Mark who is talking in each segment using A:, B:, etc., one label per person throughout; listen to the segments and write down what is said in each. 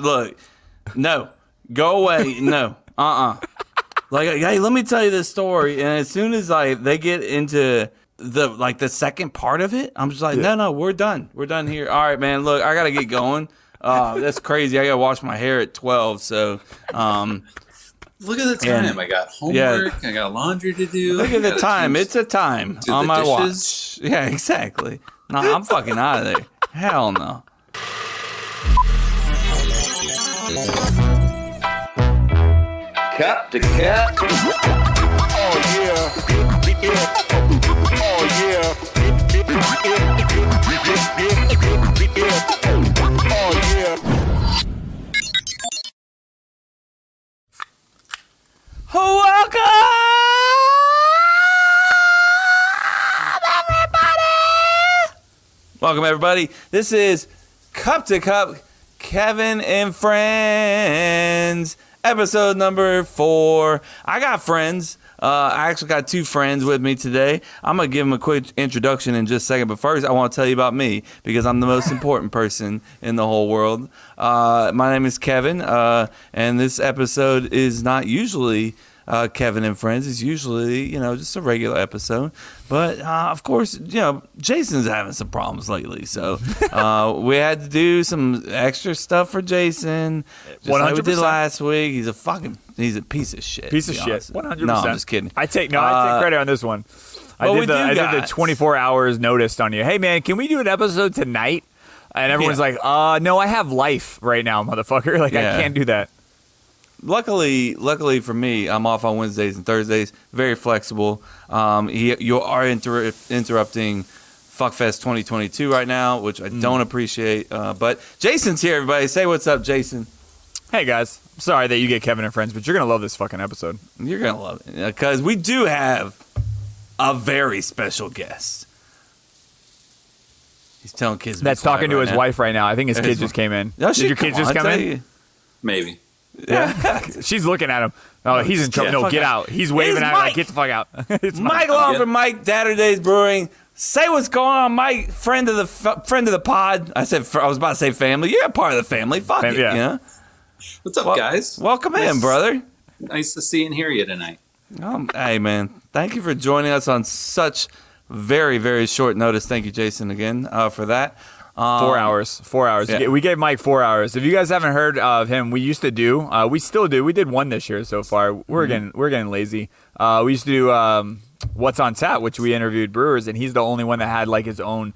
A: look, no, go away, no, uh, uh Like, hey, let me tell you this story. And as soon as like they get into the like the second part of it, I'm just like, no, no, we're done, we're done here. All right, man, look, I gotta get going. Uh, that's crazy. I gotta wash my hair at twelve, so um,
B: Look at the time.
A: And-
B: I got
A: yeah.
B: homework. I got laundry to do.
A: Look
B: I
A: at the
B: gotta
A: time.
B: choose-
A: It's a time
B: do
A: on
B: the
A: my
B: dishes.
A: watch. Yeah, exactly. No, I'm fucking out of there. Hell no.
C: Cup to cup.
D: Oh yeah. Oh yeah. Oh yeah.
A: Welcome, everybody. Welcome, everybody. This is Cup to Cup, Kevin and Friends, episode number four. I got friends. Uh, I actually got two friends with me today. I'm going to give them a quick introduction in just a second. But first, I want to tell you about me because I'm the most important person in the whole world. Uh, my name is Kevin, uh, and this episode is not usually uh, Kevin and Friends is usually, you know, just a regular episode. But uh, of course, you know, Jason's having some problems lately. So uh, we had to do some extra stuff for Jason. Just like we did
E: 100%.
A: last week. He's a fucking, he's a piece of shit.
E: Piece
A: to
E: of
A: be
E: shit.
A: honest.
E: One hundred
A: No,
E: percent.
A: I'm just kidding.
E: I take no. I
A: Uh,
E: take credit on this one. I
A: but we
E: did the
A: do
E: I did the
A: got-
E: twenty four hours notice on you. Hey man, can we do an episode tonight? And everyone's
A: Yeah.
E: like, uh, no, I have life right now, motherfucker. Like
A: Yeah.
E: I can't do that.
A: luckily, luckily for me, I'm off on Wednesdays and Thursdays. Very flexible. Um, he, you are inter- interrupting Fuckfest 2022 right now, which
E: Mm.
A: I don't appreciate. Uh, but Jason's here, everybody. Say what's up, Jason.
E: Hey guys, I'm sorry that you get Kevin and friends, but you're gonna love this fucking episode.
A: You're gonna love it because we do have a very special guest. He's telling kids. be
E: That's
A: quiet
E: talking to
A: right
E: his
A: now.
E: wife right now. I think his
A: His
E: kid
A: wi-
E: just came in.
A: No,
E: did
A: she,
E: your kid
A: come
E: just
A: on,
E: come
A: I
E: in?
A: tell you.
B: Maybe.
E: She's looking at him. Oh, he's in trouble.
A: the
E: No,
A: fuck
E: get
A: out.
E: out. He's waving
A: It's
E: at him.
A: Mike.
E: Like, get the fuck out. it's
A: Mike
B: I'm
A: Long
B: good.
A: from Mike Datterday's Brewing. Say what's going on, Mike, friend of the f- friend of the pod. I said fr- I was about to say family. You're a part of the family. Fuck
E: Fam-
A: it,
E: yeah.
A: you know?
B: What's up,
A: Wel-
B: guys?
A: welcome in,
B: Nice-
A: brother.
B: Nice to see and hear you tonight.
A: Um, hey, man, thank you for joining us on such very very short notice. Thank you, Jason, again uh, for that. Um,
E: Four hours. Four hours.
A: yeah.
E: We gave Mike four hours. If you guys haven't heard of him, we used to do. Uh, we still do. We did one this year so far. We're
A: Mm-hmm.
E: getting we're getting lazy. Uh, we used to do um, what's on tap, which we interviewed brewers, and he's the only one that had like his own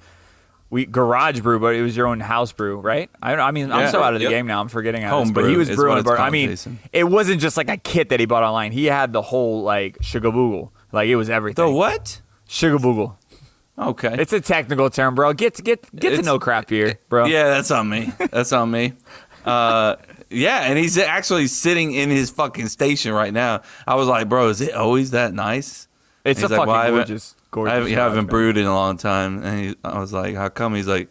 E: we garage brew, but it was your own house brew, right? I, don't- I mean,
A: Yeah.
E: I'm so out of the
B: Yep.
E: game now. I'm forgetting how.
A: Home
E: this, but he
A: brew
E: was
A: is what
E: brewing.
A: it's
E: But I
A: called,
E: mean,
A: Jason.
E: it wasn't just like a kit that he bought online. He had the whole like shugaboogle. Like it was everything.
A: the what?
E: Shugaboogle.
A: Okay,
E: It's a technical term, bro. Get get get
A: It's-
E: to know craft beer, bro.
A: Yeah, that's on me. That's on me. Uh, yeah, and he's actually sitting in his fucking station right now. I was like, bro, is it always that nice?
E: It's
A: He's
E: a
A: like,
E: fucking
A: "Well, I haven't-
E: gorgeous, gorgeous.
A: I haven't, yeah, I haven't
E: garage, man.
A: brewed in a long time. And he, I was like, how come? He's like,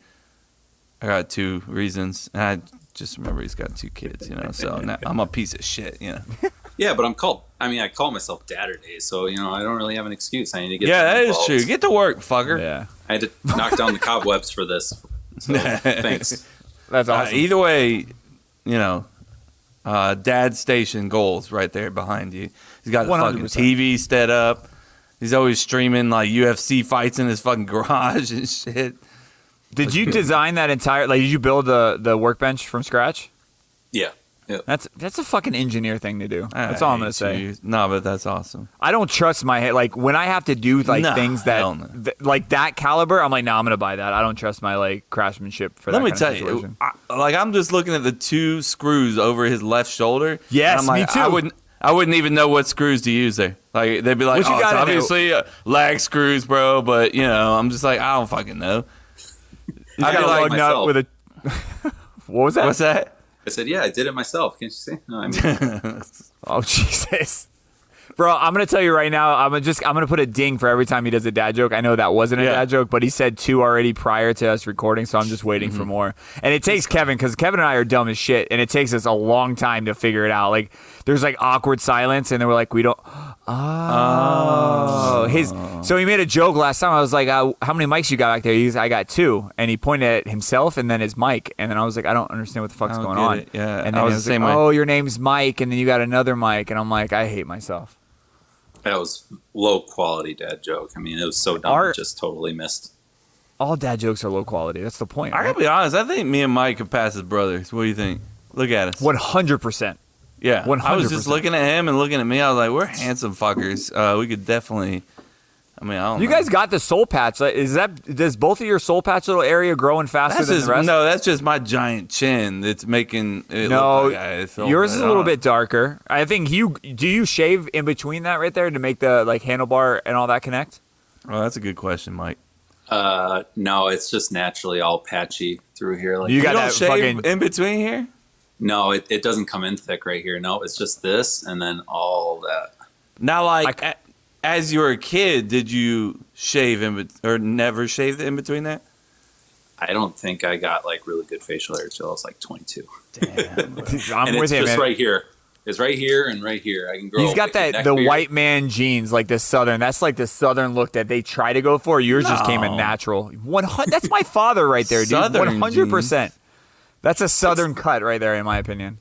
A: I got two reasons. And I just remember he's got two kids, you know, so now I'm a piece of shit, you know.
B: Yeah, but I'm called. I mean, I call myself Datterday, so you know, I don't really have an excuse. I need to get.
A: Yeah, that is
B: involved.
A: true. Get to work, fucker.
E: Yeah,
B: I had to knock down the cobwebs for this. So, thanks.
E: that's
A: Uh,
E: awesome.
A: either way, you know, uh, dad station goals right there behind you. He's got the fucking
E: 100%.
A: TV set up. He's always streaming like UFC fights in his fucking garage and shit.
E: did you design that entire? Like, did you build the the workbench from scratch?
B: Yeah. yeah.
E: That's that's a fucking engineer thing to do.
A: I
E: That's all I'm
A: hate
E: gonna say.
A: you. No, but that's awesome.
E: I don't trust my head. Like when I have to do like
A: Nah,
E: things
A: hell no.
E: that th- like that caliber, I'm like, no, I'm gonna buy that. I don't trust my like craftsmanship for
A: Let
E: that.
A: me
E: kind
A: tell
E: of
A: you,
E: situation.
A: I, like I'm just looking at the two screws over his left shoulder. and
E: Yes,
A: I'm like,
E: me
A: I
E: too.
A: wouldn't. I wouldn't even know what screws to use there. Like they'd be like,
E: What you
A: "Oh, it's
E: gotta do-
A: obviously uh, lag screws, bro." But you know, I'm just like, I don't fucking know.
E: I
B: I
E: got
B: did it
E: logged
B: myself.
E: out with a. what was that?
A: What's that?
B: I said, yeah, I did it myself. Can't you see? No, I mean,
E: Oh Jesus! Bro, I'm gonna tell you right now. I'm gonna just I'm gonna put a ding for every time he does a dad joke. I know that wasn't a
A: Yeah.
E: dad joke, but he said two already prior to us recording, so I'm just waiting for more. And it takes Kevin because Kevin and I are dumb as shit, and it takes us a long time to figure it out. Like there's like awkward silence, and then we're like, we don't. Oh, his. So he made a joke last time. I was like, uh, "How many mics you got back there?" He's, I got two, and he pointed at himself and then his mic, and then I was like, "I don't understand what the fuck's
A: don't
E: going
A: get
E: on."
A: it. Yeah,
E: and then
A: I was
E: he
A: the same
E: like,
A: way.
E: "Oh, your name's Mike," and then you got another mic, and I'm like, "I hate myself."
B: That was low quality dad joke. I mean, it was so dumb,
E: Art-
B: it just totally missed.
E: All dad jokes are low quality. That's the point.
A: I gotta be honest. I think me and Mike could pass as brothers. What do you think? Look at us.
E: One hundred percent.
A: Yeah, I was just
E: 100%.
A: looking at him and looking at me. I was like, we're handsome fuckers. Uh, we could definitely. I mean, I don't.
E: You
A: know.
E: guys got the soul patch. Like, Is that does both of your soul patch little area growing faster
A: That's
E: than
A: just
E: the rest?
A: no. That's just my giant chin. That's making it
E: No,
A: Look like I feel Uh,
E: yours is
A: that
E: a little
A: out.
E: bit darker. I think you do you shave in between that right there to make the like handlebar and all that connect.
A: Oh, that's a good question, Mike.
B: Uh, no, it's just naturally all patchy through here. Like
E: You got
A: You don't
E: that
A: shave
E: fucking-
A: in between here.
B: no, it, it doesn't come in thick right here. No, it's just this and then all that.
A: Now, like
E: I
A: a- as you were a kid, did you shave in bet- or never shave the in between that?
B: I don't think I got like really good facial hair till I was like 22.
E: I'm
B: and
E: with
B: it's
E: you,
B: just
E: man.
B: right here. It's right here and right here. I can grow.
E: He's
B: a
E: got
B: big
E: that
B: neck
E: the
B: beard.
E: white man jeans, like the southern. That's like the southern look that they try to go for. Yours just came in
A: No.
E: natural. One hundred. That's my father right there, dude.
A: Southern
E: One hundred percent. That's a southern cut right there, in my opinion.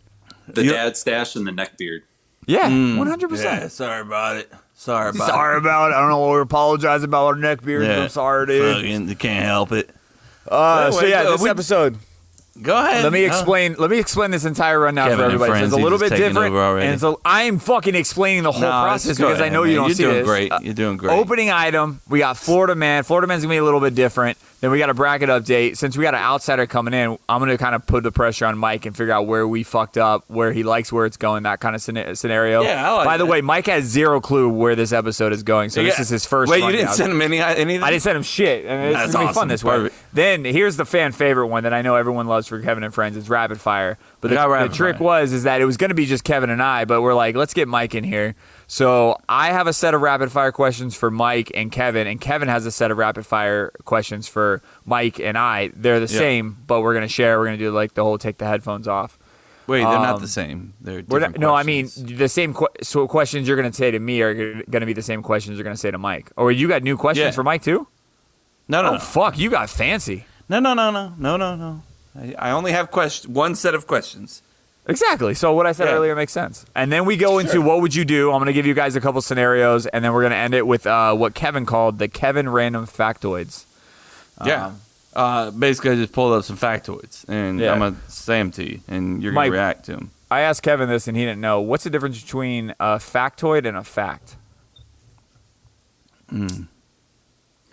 B: the
A: you-
B: dad stash and the neck beard.
E: Yeah,
A: Mm.
E: one hundred
A: Yeah,
E: percent.
A: sorry about it. Sorry about
E: Sorry
A: it.
E: about. it. I don't know. We apologize about our neck beard.
A: Yeah.
E: I'm sorry, dude.
A: Fucking, can't help it.
E: Uh, so
A: Anyway,
E: yeah,
A: uh,
E: this
A: we-
E: episode.
A: Go ahead.
E: Let me
A: Huh?
E: explain. Let me explain this entire rundown
A: Kevin
E: for
A: and
E: everybody. So
A: friends,
E: it's a
A: he's
E: little bit
A: just taking
E: different,
A: over already.
E: and it's a, I'm fucking explaining the whole
A: No,
E: process
A: just go
E: because I
A: ahead,
E: know you
A: man.
E: don't
A: You're
E: see
A: doing
E: this.
A: great.
E: Uh,
A: You're doing great.
E: Opening item. We got Florida Man. Florida Man's gonna be a little bit different. Then we got a bracket update. Since we got an outsider coming in, I'm gonna kind of put the pressure on Mike and figure out where we fucked up, where he likes, where it's going, that kind of scena- scenario.
A: Yeah, I like
E: By the
A: that.
E: way, Mike has zero clue where this episode is going, so this
A: Yeah.
E: is his first.
A: Wait, you didn't
E: rundown.
A: send him any anything?
E: I didn't send him shit. I mean, it's
A: That's
E: gonna be
A: awesome.
E: fun this way.
A: Perfect.
E: Then here's the fan favorite one that I know everyone loves for Kevin and Friends. It's rapid fire. But the,
A: got
E: the
A: rapid
E: trick
A: fire.
E: was is that it was gonna be just Kevin and I, but we're like, let's get Mike in here. So I have a set of rapid fire questions for Mike and Kevin, and Kevin has a set of rapid fire questions for Mike and I. They're the
A: Yeah.
E: same, but we're gonna share. We're gonna do like the whole take the headphones off.
A: Wait, they're
E: Um,
A: not the same. They're
E: We're
A: different
E: not- no, I mean
A: questions.
E: the same que- so questions you're gonna say to me are gonna be the same questions you're gonna say to Mike. Or you got new questions
A: Yeah.
E: for Mike too?
A: no, no,
E: Oh fuck, you got fancy.
A: no, no, no, no, no, no, no. I, I only have question one set of questions.
E: Exactly. So what I said
A: Yeah.
E: earlier makes sense. And then we go into what would you do? I'm going to give you guys a couple scenarios, and then we're going to end it with uh, what Kevin called the Kevin random factoids. Um,
A: Yeah. Uh, basically, I just pulled up some factoids, and
E: Yeah.
A: I'm gonna say them to you, and you're
E: Mike-
A: gonna react to them.
E: I asked Kevin this, and he didn't know. What's the difference between a factoid and a fact?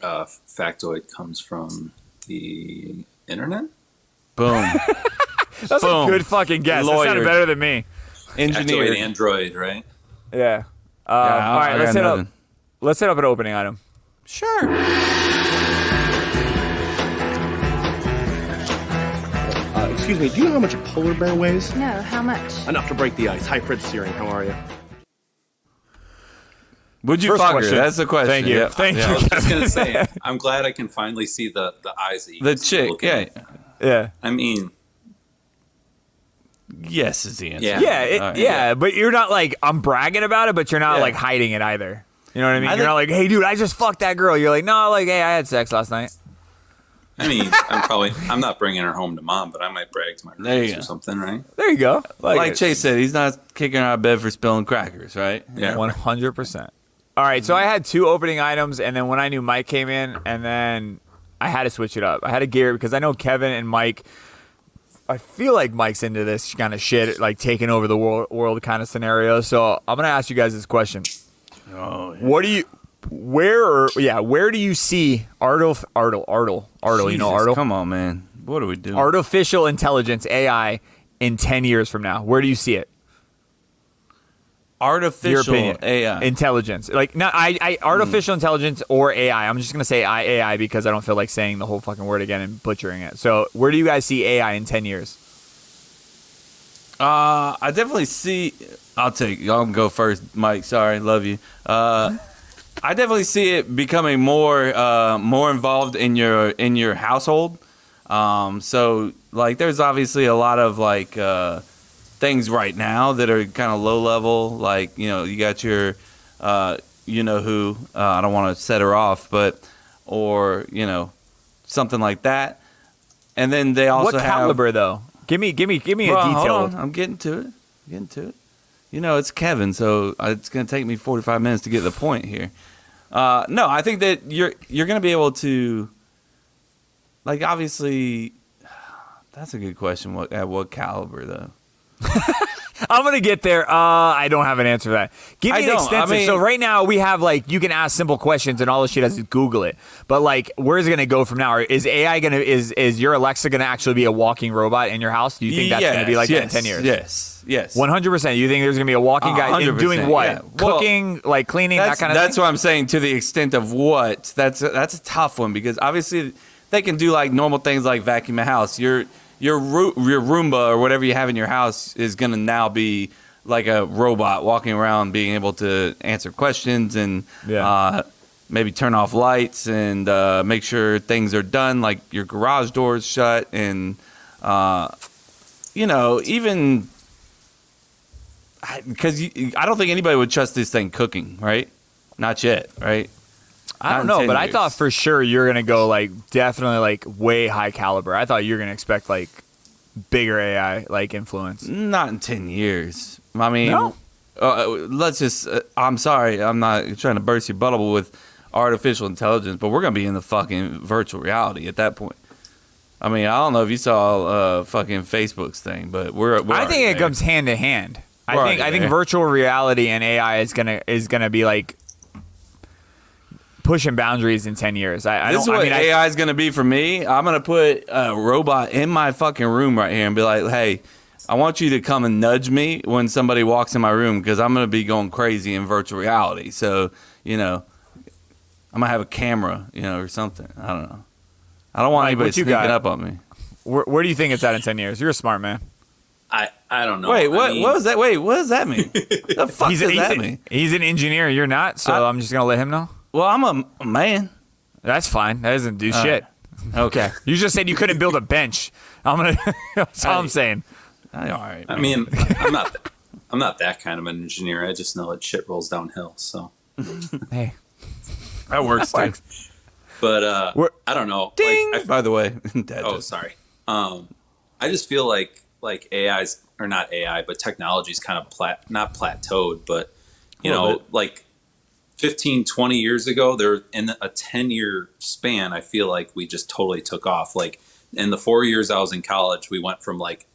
B: Uh, factoid comes from the internet.
A: Boom.
E: That's
A: Boom.
E: a good fucking guess. That sounded
A: Lawyered.
E: better than me.
A: Engineer.
B: Factoid Android, right?
E: Yeah. Uh,
A: Yeah, I-
E: all right,
A: I
E: let's
A: got
E: hit up.
A: nothing.
E: Let's hit up an opening item.
A: Sure.
C: Uh, excuse me, do you know how much a polar bear weighs?
F: No, how much?
C: Enough to break the ice. Hi, Fred Searing. How are you?
A: Would you
E: First
A: fuck
E: question.
A: her? That's the question.
E: Thank you.
A: Yep.
E: Thank
A: Yeah.
B: I
E: you.
B: was just gonna say, I'm glad I can finally see the the eyes. That you
A: The
B: can see
A: chick.
B: looking.
A: Yeah.
E: Yeah.
B: I mean,
A: Yes is the answer.
B: Yeah.
E: Yeah. It,
A: All right.
E: yeah. But you're not like I'm bragging about it, but you're not
A: Yeah.
E: like hiding it either. You know what I mean?
A: I
E: you're not like, hey, dude, I just fucked that girl. You're like, no, like, hey, I had sex last night.
B: I mean, I'm probably I'm not bringing her home to mom, but I might brag to my
A: There you
B: roommates
A: go.
B: or something, right?
E: There you go.
A: Like Chase said, he's not kicking her out of bed for spilling crackers, right?
B: Yeah.
E: One hundred percent. All right, so I had two opening items, and then when I knew Mike came in, and then I had to switch it up. I had to gear it because I know Kevin and Mike. I feel like Mike's into this kind of shit, like taking over the world, world kind of scenario. So I'm gonna ask you guys this question:
A: Oh, yeah.
E: What do you, where, or, yeah, where do you see Artil, Artil, Artil, Artil? you know,
A: Jesus,
E: Artil,
A: Come on, man. What are we doing?
E: artificial intelligence AI in ten years from now. Where do you see it? your
A: Artificial
E: opinion.
A: AI.
E: intelligence, like not I, I
A: Hmm.
E: artificial intelligence or AI. I'm just gonna say I, AI because I don't feel like saying the whole fucking word again and butchering it. So where do you guys see AI in ten years?
A: Uh, I definitely see. I'll take. I'll go first, Mike. Sorry, love you. Uh, I definitely see it becoming more uh, more involved in your in your household. Um, so like, there's obviously a lot of like uh, things right now that are kind of low level. Like you know, you got your uh, you know who. Uh, I don't want to set her off, but or you know something like that. And then they also
E: What
A: have
E: caliber though? Give me, give me, give me
A: well,
E: a
A: hold
E: detail.
A: on. I'm getting to it. Getting to it. You know, it's Kevin, so uh, it's going to take me 45 minutes to get the point here. Uh, no, I think that you're you're going to be able to, like, obviously, that's a good question. What at what caliber though?
E: I'm gonna get there. Uh, I don't have an answer for that. Give
A: I
E: me an
A: don't. I
E: extensive.
A: mean-
E: so right now we have like you can ask simple questions and all this shit has to Google it. But like, where's it gonna go from now? Is AI gonna is is your Alexa gonna actually be a walking robot in your house? Do you think that's gonna be like that in
A: yes,
E: ten years?
A: Yes, yes.
E: One hundred percent. You think there's gonna be a walking
A: Uh,
E: guy in
A: 100%,
E: doing what?
A: yeah. Well,
E: Cooking, like cleaning, that
A: that's,
E: kind of.
A: that's
E: thing?
A: what I'm saying to the extent of what that's that's a tough one because obviously they can do like normal things like vacuum a house. Your your Ru- your Roomba or whatever you have in your house is gonna now be like a robot walking around, being able to answer questions and
E: Yeah.
A: uh, maybe turn off lights and uh, make sure things are done, like your garage doors shut and uh, you know even. Because I don't think anybody would trust this thing cooking, right? Not yet, right?
E: I
A: Not in
E: don't know,
A: 10
E: but I
A: years.
E: thought for sure you're gonna go like definitely like way high caliber. I thought you were gonna expect like bigger AI like influence.
A: Not in ten years. I mean,
E: No?
A: uh, let's just. Uh, I'm sorry, I'm not trying to burst your bubble with artificial intelligence, but we're gonna be in the fucking virtual reality at that point. I mean, I don't know if you saw uh, fucking Facebook's thing, but we're. we're
E: I think
A: already
E: it
A: there.
E: comes hand to hand. I
A: We're
E: think
A: already
E: I think
A: there.
E: virtual reality and AI is gonna is gonna be like pushing boundaries in ten years. I, I
A: This is
E: don't.
A: what
E: I mean, I-
A: AI is gonna be for me. I'm gonna put a robot in my fucking room right here and be like, "Hey, I want you to come and nudge me when somebody walks in my room because I'm gonna be going crazy in virtual reality." So you know, I'm gonna have a camera, you know, or something. I don't know. I don't want
E: Mike,
A: anybody
E: what you
A: sneaking
E: got?
A: up on me.
E: where, where do you think it's at in ten years? You're a smart man.
B: I, I don't know.
A: Wait, what?
B: Oh, I mean,
A: what was that? Wait, what does that mean? the fuck
E: he's,
A: does
E: he's,
A: that
E: a-
A: mean?
E: he's an engineer. You're not, so I,
A: I-
E: am just gonna let him know.
A: Well, I'm a- a man.
E: That's fine. That doesn't do shit.
A: Okay.
E: You just said you couldn't build a bench. I'm gonna. that's all I'm saying.
A: All right.
B: I mean, I'm not. I'm not that kind of an engineer. I just know that shit rolls downhill. So,
E: Hey,
A: that works. too.
B: but uh,
E: We're-
B: I don't know. Like,
A: Ding.
B: I-
A: By the way, Dad
B: oh,
A: jokes.
B: sorry. Um, I just feel like like AI's or not AI, but technology's kind of plat not plateaued, but you
A: A little
B: know,
A: bit.
B: like 15, 20 years ago, there in a 10 year span, I feel like we just totally took off. Like in the four years I was in college, we went from like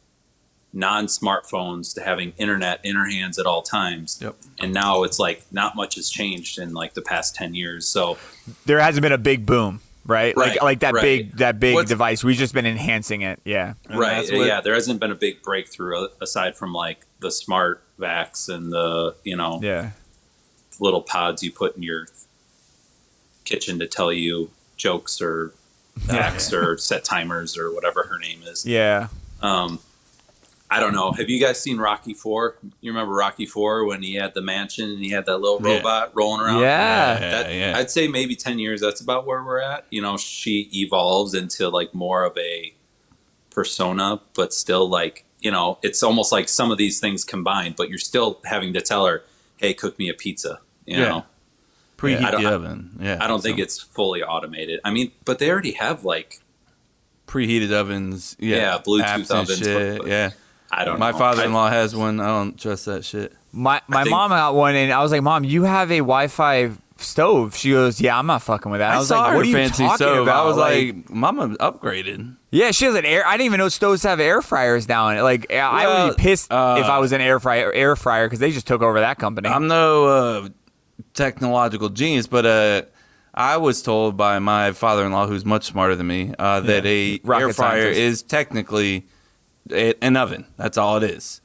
B: non smartphones to having internet in our hands at all times.
A: Yep.
B: And now it's like not much has changed in like the past 10 years. So
E: there hasn't been a big boom, right? Like
B: Right,
E: like that
B: right.
E: big that big
A: What's-
E: device. We've just been enhancing it. Yeah.
A: And
B: right
A: that's what-
B: yeah there hasn't been a big breakthrough a- aside from like the smart vax and the you know
E: Yeah.
B: little pods you put in your kitchen to tell you jokes or facts or set timers or whatever her name is
E: Yeah.
B: um i don't know have you guys seen rocky 4 you remember rocky 4 when he had the mansion and he had that little
A: Yeah.
B: robot rolling around
E: Yeah.
B: that,
A: yeah, yeah.
B: I'd say maybe 10 years, that's about where we're at. You know, she evolves into like more of a persona, but still like, you know, it's almost like some of these things combined, but you're still having to tell her, hey, cook me a pizza. You
A: Yeah.
B: know,
A: Preheat
B: I don't-
A: the
B: I-
A: oven. Yeah.
B: I don't think
A: so-
B: it's fully automated. I mean, but they already have like,
A: preheated ovens. Yeah,
B: Yeah, Bluetooth
A: apps and
B: ovens, but-
A: Shit.
B: but
A: yeah,
B: I don't
A: my
B: know.
A: father-in-law has one. I don't trust that shit.
E: My my
B: think-
E: mom got one, and I was like, "Mom, you have a Wi-Fi stove." She goes, "Yeah, I'm not fucking with that." I,
A: I,
E: was
A: saw
E: like,
A: her
E: "What are you
A: fancy
E: talking
A: stove.
E: about?"
A: I was like, Mama upgraded.
E: "Yeah, she has an air. I didn't even know stoves have air fryers now." And like, I- I would
A: Well,
E: be pissed
A: uh,
E: if I was an air fryer air fryer because they just took over that company.
A: I'm no uh, technological genius, but uh, I was told by my father-in-law, who's much smarter than me, uh, that a
E: Rocket
A: air fryer
E: scientist.
A: is technically a, an oven. That's all it is.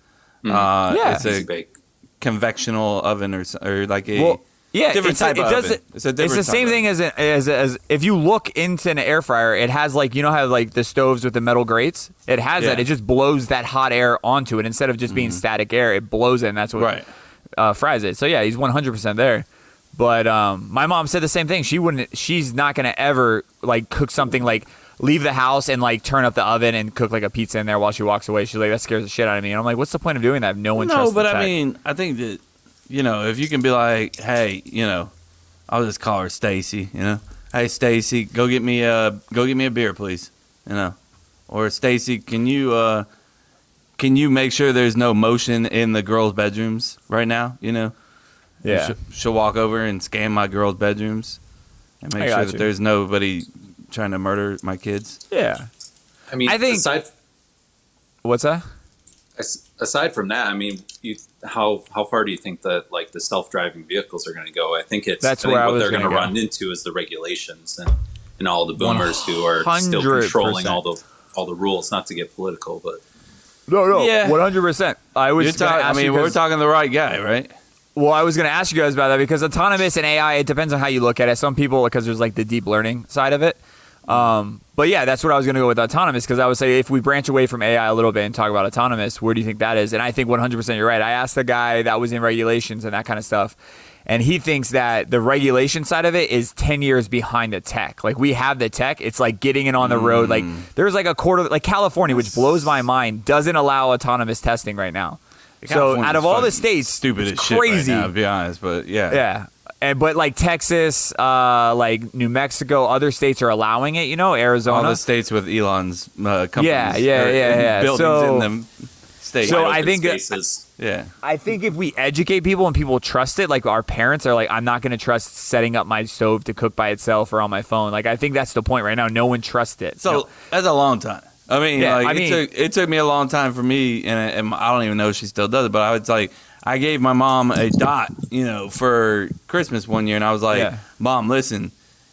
A: Uh,
E: Mm. Yeah.
A: it's
B: Easy
A: a
B: bake.
A: convectional oven or, s- or like a
E: well, Yeah,
A: Different
E: it's
A: type
E: a, it
A: of
E: does
A: oven.
E: it-
A: It's a different
E: the same
A: type of
E: thing as, a, as as if you look into an air fryer, it has like you know how like the stoves with the metal grates, it has that.
A: Yeah. Mm-hmm.
E: It just blows that hot air onto it instead of just being static air. It blows it, and that's what
A: Right.
E: uh, fries it. So yeah, he's one hundred percent there. But um, my mom said the same thing. She wouldn't. She's not gonna ever like cook something like leave the house and like turn up the oven and cook like a pizza in there while she walks away. She's like that scares the shit out of me. And I'm like, what's the point of doing that? if No one.
A: No,
E: trusts the
A: but I
E: fact-
A: mean, I think that you know, if you can be like, hey, you know, I'll just call her Stacy. You know, hey Stacy, go get me a go get me a beer, please. You know, or Stacy, can you uh, can you make sure there's no motion in the girls' bedrooms right now? You know,
E: yeah.
A: She'll, she'll walk over and scan my girls' bedrooms and
E: I
A: make sure
E: got
A: that
E: you.
A: there's nobody trying to murder my kids.
E: Yeah.
B: I mean,
E: I think-
B: aside
E: What's that?
B: as- aside from that, I mean, you how how far do you think that like the self driving vehicles are going to go? I think it's
E: That's
B: I think
E: where I
B: what
E: was
B: they're
E: gonna
B: to
E: go.
B: run into is the regulations and and all the boomers who are still
E: 100%.
B: controlling all the all the rules. Not to get political, but
E: No, no,
A: Yeah.
E: one hundred percent. I was.
A: You're
E: gonna
A: talking. I
E: ask you
A: mean, we're
E: 'cause-
A: talking the right guy, right?
E: Well, I was going to ask you guys about that because autonomous and AI. It depends on how you look at it. Some people, because there's like the deep learning side of it. Um, but yeah, that's what I was going to go with autonomous because I would say if we branch away from AI a little bit and talk about autonomous, where do you think that is? And I think 100% you're right. I asked the guy that was in regulations and that kind of stuff, and he thinks that the regulation side of it is 10 years behind the tech. Like we have the tech, it's like getting it on the road. Like
A: Mm.
E: there's like a quarter, like California, which blows my mind, doesn't allow autonomous testing right now. so out
A: California's
E: of all the
A: fucking
E: states,
A: stupid
E: it's
A: as shit
E: crazy.
A: right now, to be honest. But yeah,
E: Yeah. And, but like Texas, uh, like New Mexico, other states are allowing it. You know,
A: all
E: Arizona.
A: the states with Elon's uh, companies,
E: Yeah, yeah,
A: or
E: yeah, yeah.
A: buildings
E: So-
A: in them states.
E: So
B: wide
E: I
B: open
E: think-
B: spaces.
A: yeah,
E: I think if we educate people and people trust it, like our parents are like, I'm not going to trust setting up my stove to cook by itself or on my phone. Like I think that's the point right now. No one trusts it.
A: so
E: No.
A: that's a long time. I mean,
E: Yeah,
A: like
E: I
A: it
E: mean-
A: took it took me a long time for me, and, and I don't even know if she still does it. But I was like, I gave my mom a dot, you know, for Christmas one year, and I was like,
E: Yeah.
A: Mom, listen.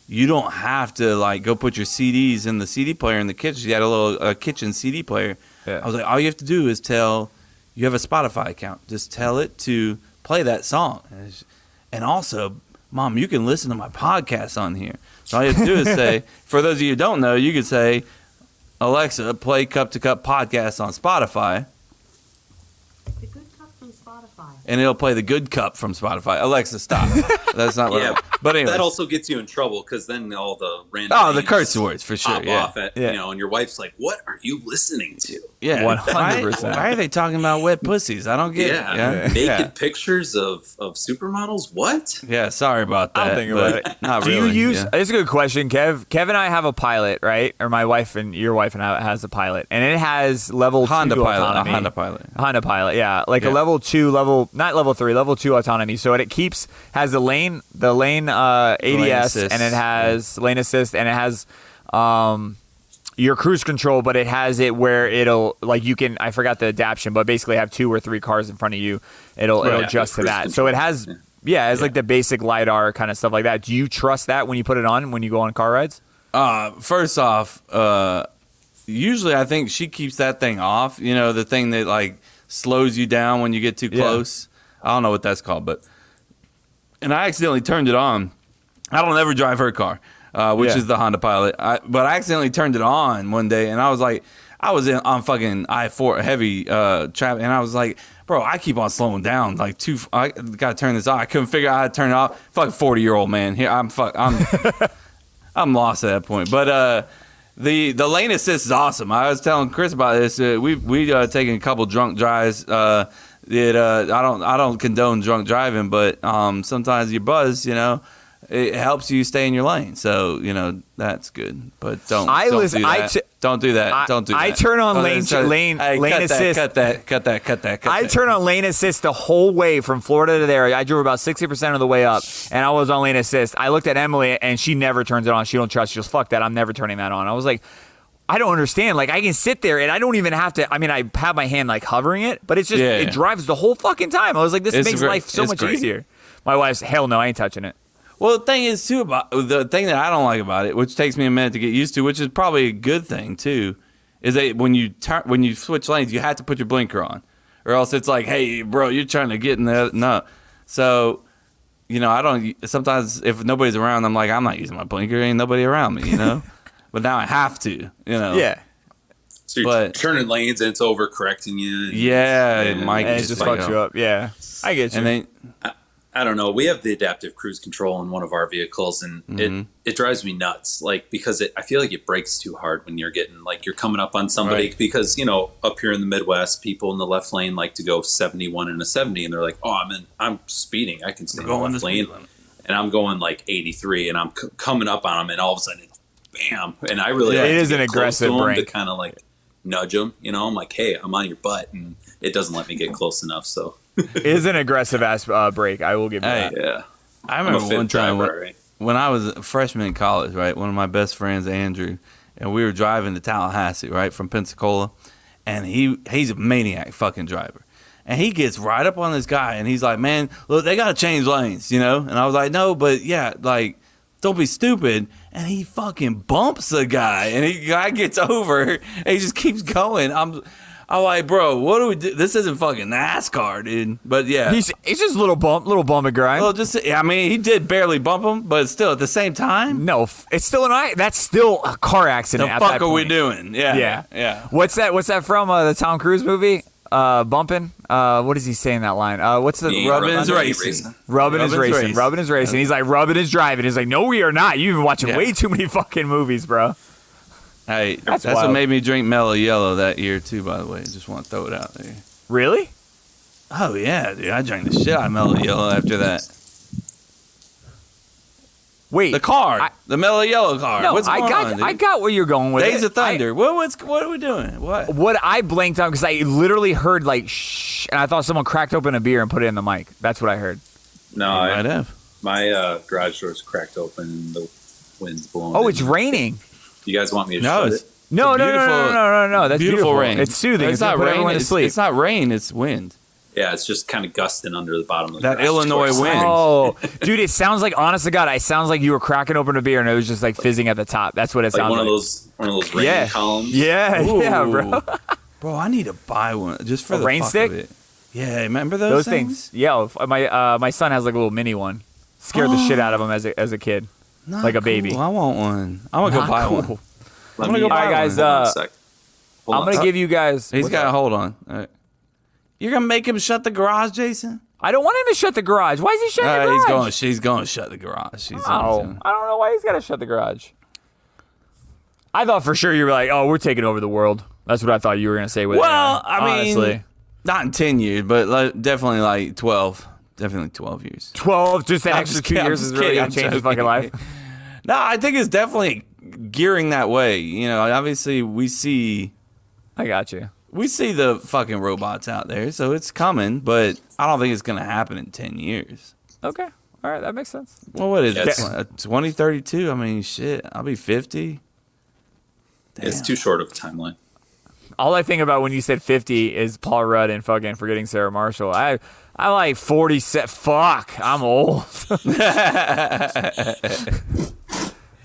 A: You don't have to like go put your CDs in the CD player in the kitchen. She had a little uh, kitchen CD player.
E: Yeah.
A: I was like, all you have to do is tell you have a Spotify account. Just tell it to play that song. And, it's- and also, mom, you can listen to my podcast on here. So all you have to do is say, for those of you who don't know, you could say, Alexa, play Cup to Cup podcast on Spotify,
F: The Good Cup from Spotify.
A: and it'll play the good cup from Spotify. Alexa, stop. That's not what.
B: Yeah,
A: I, but anyway,
B: That also gets you in trouble because then all the random
A: oh, the
B: names
A: curse words for sure.
B: pop
A: Yeah,
B: off at
E: Yeah.
B: you know, and your wife's like, "What are you listening to?"
A: yeah,
E: 100%.
A: Why, why are they talking about wet pussies? I don't get
B: Yeah,
A: it.
B: naked
A: yeah.
B: pictures of of supermodels. What?
A: Yeah, sorry about that.
E: I'll think about
A: but
E: it.
A: Not
E: Do
A: really.
E: you use?
A: yeah.
E: It's a good question, Kev. Kev and I have a pilot, right? Or my wife and your wife and I has a pilot, and it has level
A: Honda
E: two
A: Pilot?
E: autonomy.
A: A Honda Pilot.
E: Honda Pilot, yeah, like
A: Yeah.
E: a level two, level not level three, level two autonomy. So it, it keeps has the lane, the lane uh, ADS,
A: Lane assist,
E: and it has lane assist, and it has um, your cruise control, but it has it where it'll like you can I forgot the adaption, but basically have two or three cars in front of you. It'll it'll
B: Yeah,
E: adjust to
B: cruise
E: that.
B: control.
E: So it has yeah, it's like the basic lidar kind of stuff like that. Do you trust that when you put it on when you go on car rides?
A: Uh, first off, uh, usually I think she keeps that thing off. You know, the thing that like slows you down when you get too
E: Yeah.
A: close. I don't know what that's called, but and I accidentally turned it on. I don't ever drive her car, uh, which
E: Yeah.
A: is the Honda Pilot. I, but I accidentally turned it on one day, and I was like, I was in, on fucking I four heavy uh, traffic, and I was like, bro, I keep on slowing down, like two. I gotta turn this off. I couldn't figure out how to turn it off. Fuck, forty year old man. Here I'm. Fuck, I'm. I'm lost at that point. But uh, the the lane assist is awesome. I was telling Chris about this. Uh, we we uh, taken a couple drunk drives. Uh, it uh, I don't I don't condone drunk driving, but um, sometimes you buzz, you know. It helps you stay in your lane, so you know that's good. But don't
E: I
A: don't
E: listen-
A: do
E: I
A: that.
E: t-
A: don't do that.
E: I-
A: don't do that.
E: I turn on
A: Don't-
E: lane-
A: sorry.
E: lane-
A: Hey,
E: lane
A: cut that,
E: assist.
A: cut that. Cut that. Cut that. Cut
E: I
A: that.
E: turned on lane assist the whole way from Florida to there. I drove about sixty percent of the way up, and I was on lane assist. I looked at Emily, and she never turns it on. She don't trust. She goes, "Fuck that! I'm never turning that on." I was like, "I don't understand. Like, I can sit there, and I don't even have to. I mean, I have my hand like hovering it, but it's just
A: Yeah,
E: it
A: yeah.
E: drives the whole fucking time. I was like, this
A: It's
E: makes
A: great.
E: life so
A: It's
E: much
A: great.
E: easier." My wife's hell no, I ain't touching it.
A: Well, the thing is too about the thing that I don't like about it, which takes me a minute to get used to, which is probably a good thing too, is that when you turn when you switch lanes, you have to put your blinker on, or else it's like, hey, bro, you're trying to get in the no. So you know, I don't. Sometimes if nobody's around, I'm like, I'm not using my blinker. Ain't nobody around me, you know. but now I have to, you know.
E: Yeah.
B: So you're
A: But-
B: turning lanes and it's overcorrecting you. and-
A: Yeah, it
B: and-
A: might-
E: And it
A: just
E: just
A: like,
E: fucks
A: oh.
E: you up. Yeah. I get you.
A: And they,
B: I don't know. We have the adaptive cruise control in one of our vehicles, and
A: Mm-hmm.
B: it it drives me nuts. Like because it, I feel like it breaks too hard when you're getting like you're coming up on somebody
A: Right.
B: because you know up here in the Midwest, people in the left lane like to go 71 and a 70, and they're like, oh, I'm in, I'm speeding, I can stay in the
A: Going
B: left
A: the
B: lane,
A: speed limit.
B: and I'm going like 83, and I'm c- coming up on them, and all of a sudden, it's bam, and I really
E: Yeah,
B: like
E: it
B: to
E: is
B: get
E: an
B: close
E: aggressive
B: to 'em
E: brake.
B: to kind of like nudge them. You know, I'm like, hey, I'm on your butt, and it doesn't let me get close enough. So
E: It is an aggressive ass uh, break. I will give you
A: Hey.
E: that.
B: yeah,
A: I
B: I'm a
A: remember
B: fit
A: one time
B: driver.
A: when,
B: all right?
A: when I was a freshman in college, right? One of my best friends, Andrew, and we were driving to Tallahassee, right, from Pensacola, and he he's a maniac fucking driver. And he gets right up on this guy and he's like, Man, look, they gotta change lanes, you know? And I was like, No, but yeah, like, don't be stupid. And he fucking bumps the guy and he guy gets over and he just keeps going. I'm I'm like, bro, what do we do? This isn't fucking NASCAR, dude. But yeah.
E: He's he's just little bump, little bump and grind.
A: Well, just I mean, he did barely bump him, but still at the same time,
E: no, f- it's still an eye. That's still a car
A: the
E: accident. at
A: fuck
E: that
A: are we
E: point.
A: doing? Yeah,
E: Yeah.
A: yeah.
E: What's that? What's that from? Uh, the Tom Cruise movie? Uh, bumping. Uh, what does he say in that line? Uh, what's the
B: Yeah,
A: Rubbing
B: rub-
A: is
B: I know you
A: racing.
E: Rubbin is
A: Rubbin's
E: racing.
A: race.
E: Rubbin is racing. He's like, Rubbin is driving. He's like, no, we are not. You've been watching
A: Yeah.
E: way too many fucking movies, bro.
A: Hey, that's, what
E: wild.
A: made me drink Mellow Yellow that year too. By the way, just want to throw it out there.
E: Really?
A: Oh yeah, dude, I drank the shit out of Mellow Yellow after that.
E: Wait.
A: The card,
E: I-
A: the Mellow Yellow card.
E: No,
A: What's
E: I
A: going
E: got.
A: on, dude?
E: I got where you're going with
A: Days
E: it.
A: of Thunder. what? What's? What are we doing? What?
E: I-
B: Oh,
E: what I blanked on because I literally heard like shh, and I thought someone cracked open a beer and put it in the mic. That's what I heard.
B: No, I,
A: Might have.
B: my uh, garage door's cracked open and the wind's blowing.
E: Oh,
B: in.
E: it's raining.
B: You guys want me to
A: No,
B: shut
A: it's
B: it?
E: No,
A: It's a
E: no, no, no, no,
A: beautiful-
E: no, no, no. Oh, That's
A: beautiful,
E: beautiful,
A: rain.
E: It's soothing.
A: It's, not
E: gonna put
A: rain.
E: everyone to
A: It's,
E: sleep.
A: it's not rain. It's wind.
B: Yeah, it's just kind of gusting under the bottom of the
A: That
B: garage
A: Illinois
B: door.
A: wind.
E: Oh, dude, it sounds like honest to God, it sounds like you were cracking open a beer and it was just like fizzing at the top. That's what it
B: Like
E: sounds
B: one of
E: like.
B: those one of those rain
E: yeah.
B: columns.
E: Yeah, yeah, bro.
A: Ooh. Bro, I need to buy one just for
E: A
A: the
E: rain
A: fuck
E: stick?
A: Of it. Yeah, remember those,
E: Those things. Yeah, if- my uh, my son has like a little mini one. Scared the shit out of him as a, as a kid.
A: Not
E: Like a baby.
A: cool. I want one. I'm gonna
E: Not
A: go buy
E: cool.
A: one. I'm
B: Let
A: gonna
B: me-
A: go buy
B: All right,
E: one.
B: guys, uh,
E: Hold on a
B: sec. Hold
E: I'm
B: on.
E: gonna give you guys.
A: He's
E: What's
A: got
E: up?
A: to hold on. All right. You're gonna make him shut the garage, Jason?
E: I don't want him to shut the garage. Why is he shutting
A: All right,
E: the garage?
A: he's going. She's going to shut the garage. She's
E: Oh, I don't know why he's got to shut the garage. I thought for sure you were like, oh, we're taking over the world. That's what I thought you were gonna say. With
A: Well,
E: it,
A: I mean-
E: honestly.
A: not in ten years, but like, definitely like twelve. Definitely twelve years.
E: 12, just that
A: I'm
E: extra
A: just
E: two
A: kidding, I'm
E: years
A: just
E: is really
A: kidding,
E: going
A: I'm
E: to change his
A: joking.
E: fucking life.
A: No, I think it's definitely gearing that way. You know, obviously we see
E: I got you.
A: we see the fucking robots out there, so it's coming. But I don't think it's gonna happen in ten years.
E: Okay. All right. That makes sense.
A: Well, what is
B: Yes.
A: it? uh, Twenty thirty two. I mean, shit. I'll be fifty.
B: It's too short of a timeline.
E: All I think about when you said 50 is Paul Rudd and fucking forgetting Sarah Marshall. I, I like 40. Se- fuck. I'm old. All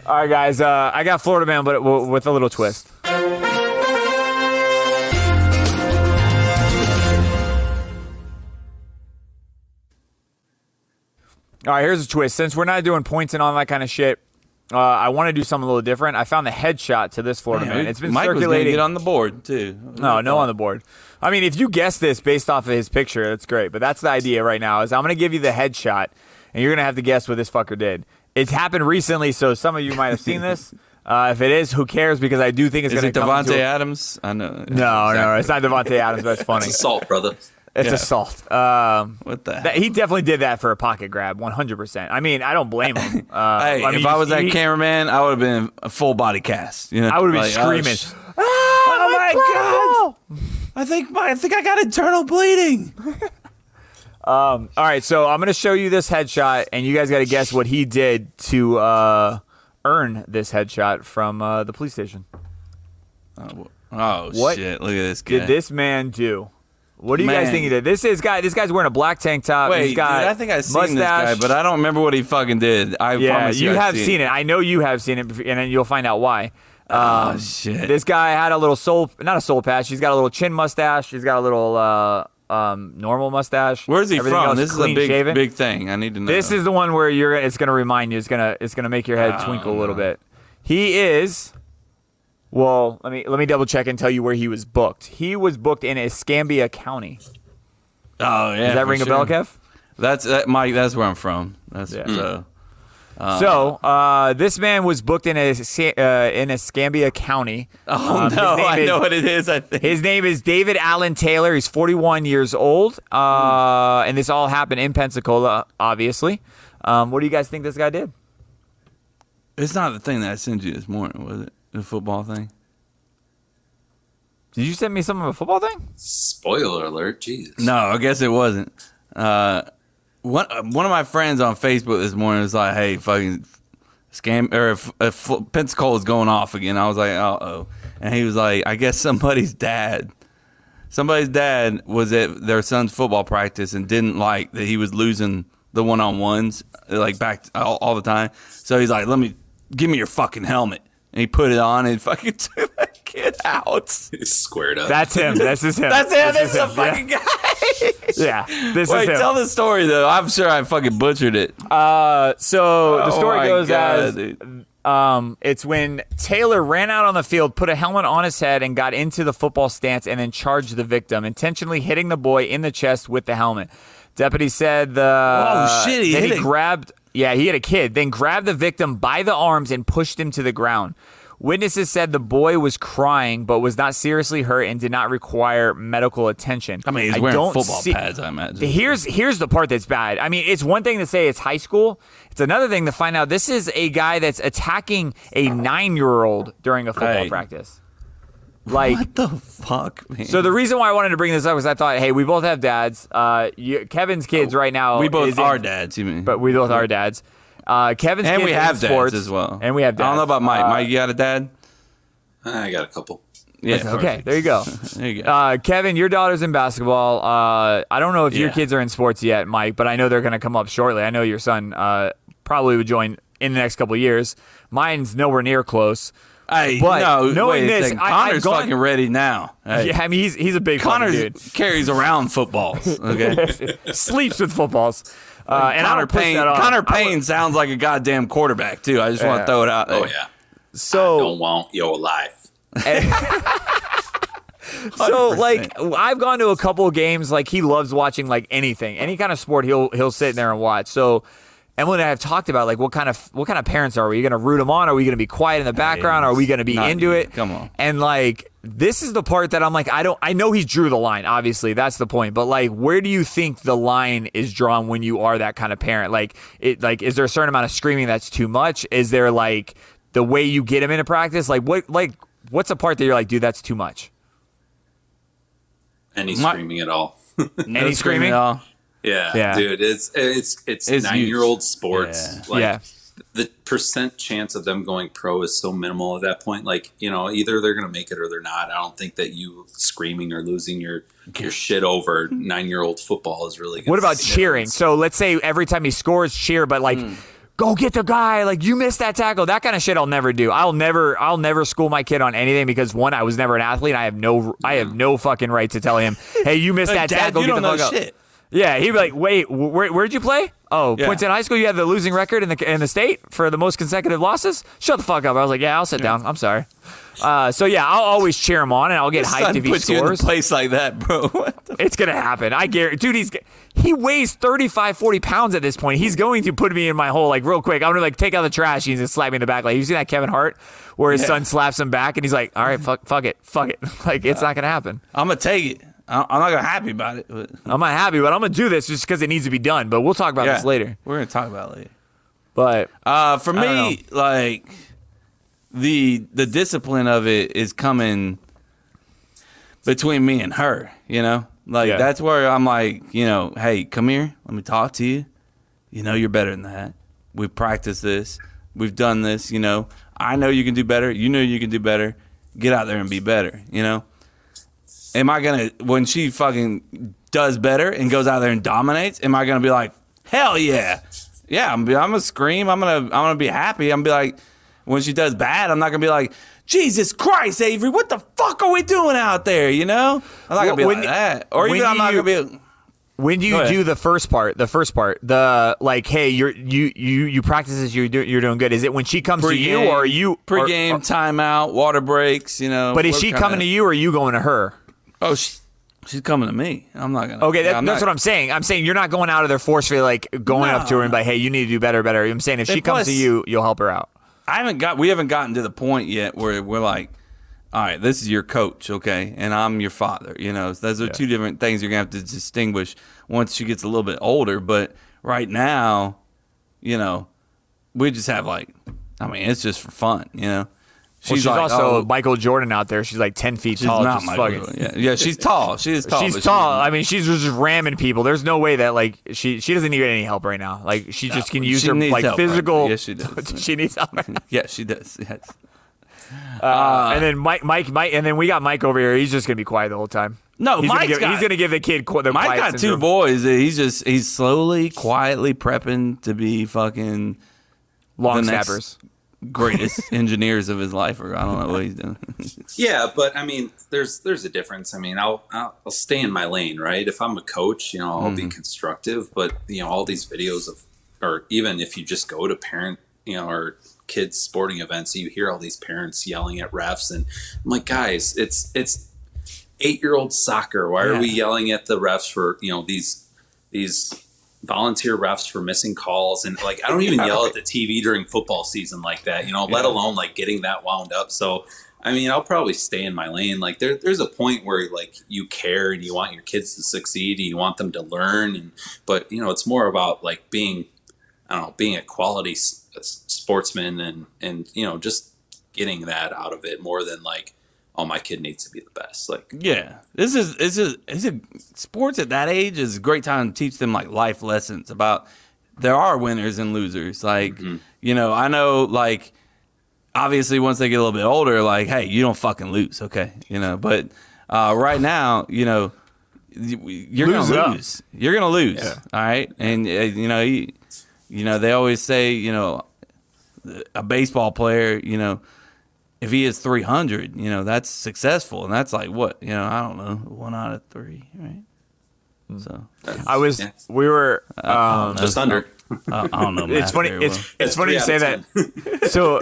E: right, guys. Uh, I got Florida Man, but w- with a little twist. All right, here's a twist. Since we're not doing points and all that kind of shit, uh, I want to do something a little different. I found the headshot to this Florida man. It's been
A: Mike was gonna
E: circulating.
A: get on the board too.
E: No, no on the board. I mean, if you guess this based off of his picture, that's great. But that's the idea right now is I'm going to give you the headshot, and you're going to have to guess what this fucker did. It's happened recently, so some of you might have seen this. Uh, if it is, who cares? Because I do think it's
A: Is
E: going
A: it
E: to come
A: Devonte
E: into a-
A: Adams? I know.
E: No, no, it's not Devontae Adams. That's funny.
B: It's assault, brother.
E: It's
A: Yeah.
E: assault. Um,
A: What the?
E: that, he definitely did that for a pocket grab, 100%. I mean, I don't blame him. Uh,
A: hey,
E: I mean,
A: if I was that
E: he-
A: cameraman, I would have been a full body cast. You know,
E: I would have been
A: Like, oh,
E: screaming.
A: sh-
E: "Ah,
A: Oh my
E: bro!"
A: I think my, I think I got internal bleeding.
E: All right, so I'm gonna show you this headshot, and you guys got to guess what he did to uh, earn this headshot from uh, the police station.
A: Oh
E: What
A: shit! Look at this guy.
E: Did this man do? What do you guys
A: Man.
E: think he did? This is guy. This guy's wearing a black tank top.
A: Wait,
E: He's got
A: dude, I think I seen
E: mustache.
A: this guy, but I don't remember what he fucking did. I
E: yeah,
A: promise you,
E: you
A: I've
E: have seen, it. I know you have seen it, bef- and then you'll find out why. Um,
A: Oh shit!
E: This guy had a little soul, not a soul patch. He's got a little chin mustache. He's got a little uh, um, normal mustache.
A: Where's he
E: Everything
A: from?
E: else
A: This is a
E: clean
A: big,
E: shaven.
A: big thing. I need to know.
E: This is the one where you're. It's gonna remind you. It's gonna. It's gonna make your head
A: Oh,
E: twinkle a little bit. He is. Well, let me let me double check and tell you where he was booked. He was booked in Escambia County.
A: Oh yeah.
E: Does that
A: for
E: ring a
A: sure.
E: bell, Kev?
A: That's that, Mike. That's where I'm from. That's
E: Yeah.
A: so.
E: so uh, this man was booked in a uh, in Escambia County.
A: Oh
E: Um, his
A: no,
E: name
A: I
E: is-
A: know what it is. I think.
E: His name is David Allen Taylor. He's 41 years old, uh, and this all happened in Pensacola, obviously. Um, what do you guys think this guy did?
A: It's not the thing that I sent you this morning, was it? The football thing.
E: Did you send me something of a football thing?
B: Spoiler alert, Jesus.
A: No, I guess it wasn't. Uh, one uh, one of my friends on Facebook this morning was like, "Hey, fucking scam or if, if Pensacola's going off again." I was like, "Uh oh," and he was like, "I guess somebody's dad." Somebody's dad was at their son's football practice and didn't like that he was losing the one on ones like back all, all the time. So he's like, "Let me give me your fucking helmet," and he put it on and fucking took that kid out.
B: Squared up.
E: That's him. This is him.
A: That's it. This is a
E: him.
A: fucking guy.
E: Yeah, yeah. this
A: Wait,
E: is him.
A: tell the story though. I'm sure I fucking butchered it.
E: Uh, so the
A: Oh
E: story
A: my
E: goes
A: God,
E: as
A: dude.
E: um, it's when Taylor ran out on the field, put a helmet on his head, and got into the football stance, and then charged the victim, intentionally hitting the boy in the chest with the helmet. Deputy said the
A: Oh, shit, he
E: that
A: hit a-
E: grabbed yeah he hit a kid, then grabbed the victim by the arms and pushed him to the ground. Witnesses said the boy was crying but was not seriously hurt and did not require medical attention.
A: I mean, he's wearing
E: don't
A: football
E: see-
A: pads. I imagine.
E: Here's here's the part that's bad. I mean, it's one thing to say it's high school. It's another thing to find out this is a guy that's attacking a nine year old during a football
A: Right.
E: practice. Like,
A: what the fuck, man?
E: so the reason why I wanted to bring this up was I thought, hey, we both have dads. Uh, you, Kevin's kids right now.
A: we both
E: is in-
A: are dads, you mean?
E: but we both are dads. Uh, Kevin's
A: and
E: kids
A: we
E: are in
A: have dads
E: sports,
A: as well.
E: and we have dads.
A: I don't know about Mike.
E: Uh,
A: Mike, you got a dad?
B: I got a couple.
A: Yeah.
E: Okay, there you go.
A: There you go.
E: Uh, Kevin, your daughter's in basketball. Uh, I don't know if your
A: Yeah.
E: kids are in sports yet, Mike, but I know they're going to come up shortly. I know your son uh, probably would join in the next couple of years. Mine's nowhere near close.
A: hey,
E: but
A: no, wait
E: knowing
A: a
E: this,
A: second.
E: I- I've
A: Connor's
E: gone-
A: fucking ready now. Hey.
E: Yeah, I mean he's he's a big Connor
A: Connor
E: dude.
A: carries around footballs. Okay.
E: Sleeps with footballs. Uh, and I
A: Connor
E: don't push
A: Payne.
E: that on.
A: Connor Payne sounds like a goddamn quarterback too. I just want to throw it out.
B: Oh
A: there.
B: yeah.
E: So Oh.
B: Don't want your life.
E: so like I've gone to a couple of games. Like he loves watching like anything, any kind of sport. He'll he'll sit there and watch. So Emily and I have talked about like what kind of what kind of parents are we? Are you going to root him on? Are we going to be quiet in the background? Are we going to be
A: not
E: into
A: you.
E: it?
A: Come on.
E: And like this is the part that I'm like I don't I know he drew the line. Obviously that's the point. But like where do you think the line is drawn when you are that kind of parent? Like it like is there a certain amount of screaming that's too much? Is there like the way you get him into practice? Like what like what's a part that you're like dude that's too much?
B: Any
A: My-
B: screaming at all.
A: No
E: Any screaming?
A: at all.
B: Yeah,
E: Yeah.
B: dude, it's it's it's,
A: It's
B: nine year old
A: huge.
B: sports.
A: Yeah.
B: Like,
E: Yeah.
B: the percent chance of them going pro is so minimal at that point. Like, you know, either they're gonna make it or they're not. I don't think that you screaming or losing your your shit over nine year old football is really. Gonna
E: What about
B: see
E: cheering?
B: difference.
E: So let's say every time he scores, cheer, but like,
A: Mm.
E: go get the guy. Like you missed that tackle. That kind of shit I'll never do. I'll never, I'll never school my kid on anything because one, I was never an athlete. I have no, I have no fucking right to tell him, hey, you missed
A: Like,
E: that
A: Dad,
E: tackle.
A: you
E: get
A: don't
E: the
A: know
E: fuck up."
A: shit.
E: Yeah, he'd be like, wait, wh- where, where'd you play? Oh,
A: Yeah.
E: Points in High School. You had the losing record in the in the state for the most consecutive losses. Shut the fuck up. I was like, yeah, I'll sit down. I'm sorry. Uh, so yeah, I'll always cheer him on, and I'll get hyped
A: Son
E: if he
A: puts you in a
E: scores.
A: place like that, bro. What the
E: It's gonna happen. I guarantee. Dude, he's he weighs 35, 40 pounds at this point. He's going to put me in my hole like real quick. I'm gonna like take out the trash. He's gonna slap me in the back. Like you seen that Kevin Hart where his son slaps him back and he's like, all right, fuck, fuck it, fuck it. Like it's not gonna happen.
A: I'm gonna take it. I- I'm not gonna happy about it. But
E: I'm not happy, but I'm gonna do this just because it needs to be done. But we'll talk about this later.
A: We're gonna talk about it later.
E: But
A: Uh, for
E: don't
A: me, like the the discipline of it is coming between me and her. You know, like
E: Yeah.
A: that's where I'm like, you know, hey, come here, let me talk to you. You know, you're better than that. We've practiced this. We've done this. You know, I know you can do better. You know you can do better. Get out there and be better. You know. Am I gonna when she fucking does better and goes out there and dominates? Am I gonna be like, hell yeah, yeah? I'm, gonna be- I'm gonna scream. I'm gonna I'm gonna be happy. I'm gonna be like, when she does bad, I'm not gonna be like, Jesus Christ, Avery, what the fuck are we doing out there? You know, I'm not gonna be
E: When-
A: like that, or
E: when
A: even I'm not
E: you-
A: gonna be.
E: When do
A: Go
E: you
A: ahead.
E: do the first part? The first part, the like, hey, you're you you you practice this, you're doing you're doing good. Is it when she comes to you, or are you or-
A: pregame
E: or-
A: timeout, water breaks? You know,
E: but is
A: what
E: she
A: kinda-
E: coming to you, or are you going to her?
A: Oh, she, she's coming to me. I'm not gonna.
E: Okay, that,
A: yeah,
E: that's
A: not-
E: what I'm saying. I'm saying you're not going out of there forcefully, like going up to her and be like, hey, you need to do better, better. I'm saying if
A: They
E: she comes
A: plus-
E: to you, you'll help her out.
A: I haven't got. We haven't gotten to the point yet where we're like, all right, this is your coach, okay, and I'm your father. You know, So those are two different things you're gonna have to distinguish once she gets a little bit older. But right now, you know, we just have like, I mean, it's just for fun, you know.
E: Well, she's
A: like,
E: also
A: oh,
E: Michael Jordan out there. She's like ten feet
A: she's
E: tall.
A: not
E: just
A: my
E: fucking-
A: yeah, yeah, she's tall. She is tall. but
E: She's tall. I mean, she's just ramming people. There's no way that like she she doesn't need any help right now. Like she just can use
A: she
E: her
A: needs
E: like
A: help right now.
E: physical.
A: Yes, she does.
E: she needs help. right now.
A: yeah, she does. Yes.
E: and then Mike, Mike, Mike, and then we got Mike over here. He's just gonna be quiet the whole time.
A: No,
E: he's gonna,
A: Mike's
E: give,
A: got-
E: he's gonna give the kid qu- the
A: Mike
E: quiet
A: got two
E: syndrome.
A: boys. that He's just he's slowly, quietly prepping to be fucking
E: long
A: the next-
E: snappers.
A: greatest engineers of his life, or I don't know what he's doing.
B: Yeah, but I mean, there's there's a difference. I mean, I'll I'll, I'll stay in my lane, right? If I'm a coach, you know, I'll be constructive. But you know, all these videos of, or even if you just go to parent, you know, or kids sporting events, you hear all these parents yelling at refs, and I'm like, guys, it's it's eight year old soccer. Why
A: Yeah.
B: are we yelling at the refs for you know these these volunteer refs for missing calls and like I don't even yell at the TV during football season like that, you know, let alone like getting that wound up. So I mean, I'll probably stay in my lane. Like there there's a point where like you care and you want your kids to succeed and you want them to learn and but you know, it's more about like being I don't know, being a quality s- s- sportsman and and you know, just getting that out of it more than like oh my kid needs to be the best. Like
A: Yeah, this is this is this is sports at that age is a great time to teach them like life lessons about there are winners and losers. Like you know, I know like obviously once they get a little bit older, like hey, you don't fucking lose, okay? You know, but uh, right now, you know, you- you're
E: Lose it
A: gonna
E: up.
A: lose. You're gonna lose. All right, and uh, you know, you, you know, they always say, you know, a baseball player, you know if he is 300, you know, that's successful. And that's like what, you know, I don't know, one out of three, right? So
E: Hmm. I was,
B: Yeah.
E: we were.
A: Uh,
E: Um,
B: just under
A: I I don't know. math
E: it's funny.
A: very
E: It's
A: well.
E: it's funny you
B: Yeah,
E: say that.
B: that's
E: so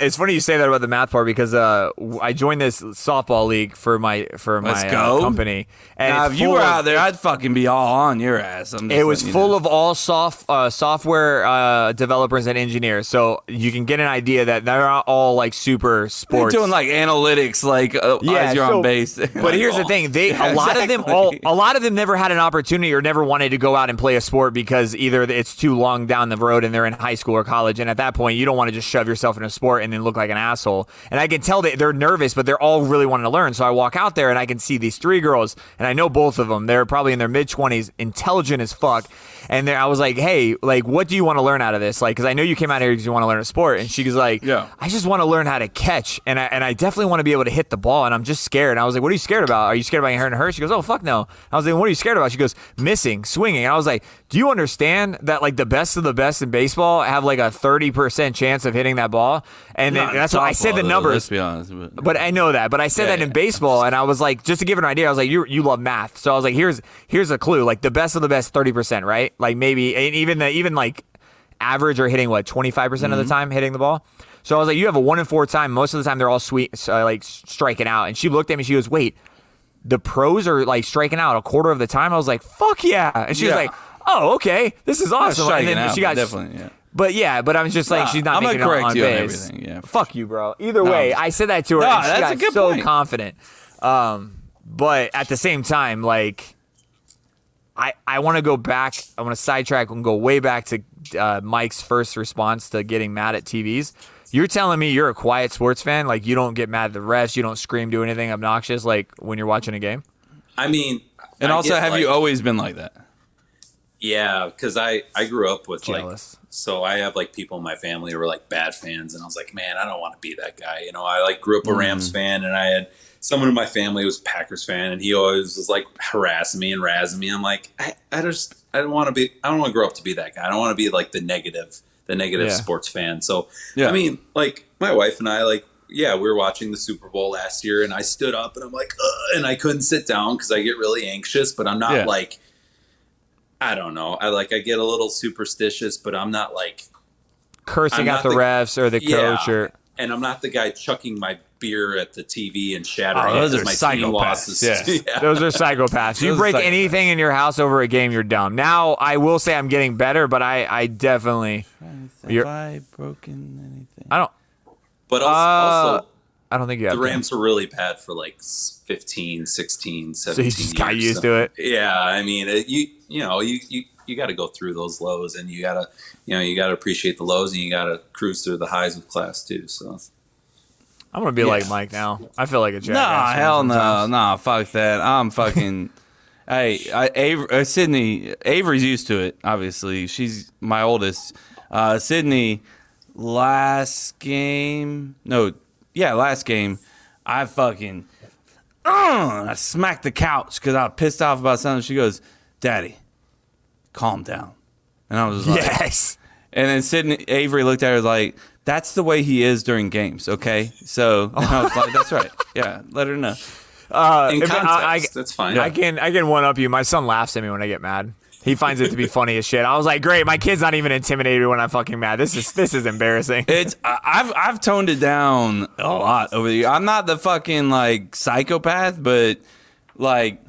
E: it's funny you say that about the math part because uh, w- I joined this softball league for my for my
A: Let's
E: uh,
A: go.
E: company. And
A: Now,
E: it's
A: if you
E: full
A: were
E: of-
A: out there, I'd fucking be all on your ass. I'm just
E: It was
A: letting you
E: full
A: know.
E: of all soft uh, software uh, developers and engineers, so you can get an idea that they're not all like super
A: They're
E: sports.
A: doing like analytics, like uh, as you're
E: so-
A: on base. oh,
E: But here's the thing: they a lot of them all
A: exactly.
E: a lot of them never had an opportunity or never wanted to go out and play a sport because either it's too long down the road and they're in high school or college, and at that point you don't want to just shove yourself in a sport and then look like an asshole. And I can tell that they're nervous, but they're all really wanting to learn. So I walk out there and I can see these three girls, and I know both of them. They're probably in their mid twenties, intelligent as fuck. And there, I was like, "Hey, like, what do you want to learn out of this? Like, because I know you came out here because you want to learn a sport." And she was like,
A: Yeah.
E: I just want to learn how to catch, and I and I definitely want to be able to hit the ball, and I'm just scared. And I was like, "What are you scared about? Are you scared about getting hurt?" And hurt? She goes, "Oh fuck no." I was like, "What are you scared about?" She goes, "Missing, swinging." And I was like, "Do you understand that like the best of the best in baseball have like a thirty percent chance of hitting that ball?" And then,
A: Not
E: that's why I said
A: softball,
E: the
A: though,
E: numbers.
A: Let's be honest. But,
E: But I know that. But I said
A: Yeah,
E: that in
A: yeah.
E: baseball, and I was like, just to give her an idea, I was like, you you love math, so I was like, here's here's a clue, like the best of the best, thirty percent, right? Like maybe, and even the even like average are hitting what twenty five percent
A: Mm-hmm.
E: of the time hitting the ball. So I was like, you have a one in four time. Most of the time, they're all sweet, uh, like striking out. And she looked at me, she goes, wait, the pros are like striking out a quarter of the time. I was like, fuck yeah, and she
A: Yeah.
E: was like, oh okay, this is awesome. And
A: striking
E: then
A: out,
E: she
A: but
E: got
A: definitely, yeah.
E: But yeah, but I'm just like
A: Nah,
E: she's not
A: I'm gonna
E: making it on-
A: correct
E: on
A: you on
E: base.
A: everything, yeah, for
E: Fuck you, bro. Either way, I said that to her.
A: No,
E: and she
A: that's a
E: got
A: good
E: so
A: point.
E: confident. Um, but at the same time, like I I want to go back. I want to sidetrack and go way back to uh, Mike's first response to getting mad at TVs. You're telling me you're a quiet sports fan, like you don't get mad at the refs, you don't scream, do anything obnoxious, like when you're watching a game.
B: I mean,
A: and
B: I
A: also,
B: get,
A: have
B: like-
A: you always been like that?
B: Yeah, because I I grew up with
E: Jealous.
B: like so I have like people in my family who were like bad fans, and I was like, man, I don't want to be that guy. You know, I like grew up a
E: Mm.
B: Rams fan, and I had someone in my family who was a Packers fan, and he always was like harassing me and razzing me. I'm like, I, I just I don't want to be. I don't want to grow up to be that guy. I don't want to be like the negative the negative
E: Yeah.
B: sports fan. So
A: Yeah.
B: I mean, like my wife and I like yeah, we were watching the Super Bowl last year, and I stood up and I'm like, Ugh, and I couldn't sit down because I get really anxious, but I'm not
A: Yeah.
B: like, I don't know, I like I get a little superstitious, but I'm not like,
E: Cursing
B: I'm
E: out
B: not
E: the,
B: the-
E: refs or the
B: Yeah.
E: coach or
B: and I'm not the guy chucking my beer at the TV and shattering
A: Oh,
B: it
A: those
B: 'cause
A: are
B: my
A: psychopaths,
B: team losses.
A: yes.
E: Those are psychopaths. You
A: Those are
E: break
A: psychopaths.
E: anything in your house over a game, you're dumb. Now I will say I'm getting better, but I, I definitely
A: Have
E: You're-
A: I broken anything?
E: I don't
B: But also,
A: Ah.
E: Uh,
B: also
E: I don't think you have
B: the
E: to.
B: Rams were really bad for like s- 15, 16, 17
E: So you just got
B: years,
E: used
B: so-
E: to it.
B: Yeah, I mean, it, you you know, you you you got to go through those lows, and you gotta you know you gotta appreciate the lows, and you gotta cruise through the highs with class too. So
E: I'm gonna be
A: Yeah.
E: like Mike now. I feel like
A: Nah,
E: a jackass.
A: hell no,
E: sometimes.
A: nah, fuck that. I'm fucking. hey, I, Avery, uh, Sydney, Avery's used to it. Obviously, she's my oldest. Uh, Sydney, last game, no, yeah, last game, I fucking, uh, I smacked the couch because I was pissed off about something. She goes, "Daddy, calm down," and I was just like,
E: Yes.
A: and then Sydney Avery looked at her like, "That's the way he is during games." Okay, so and I was like, "That's right. Yeah, let her know."
B: in
E: if Uh, I-
B: context,
E: I-
B: that's fine.
E: I can I can one up you. My son laughs at me when I get mad. He finds it to be funny as shit. I was like, great, my kid's not even intimidated when I'm fucking mad. This is this is embarrassing.
A: It's I- I've I've toned it down a lot over the years. I'm not the fucking like psychopath, but like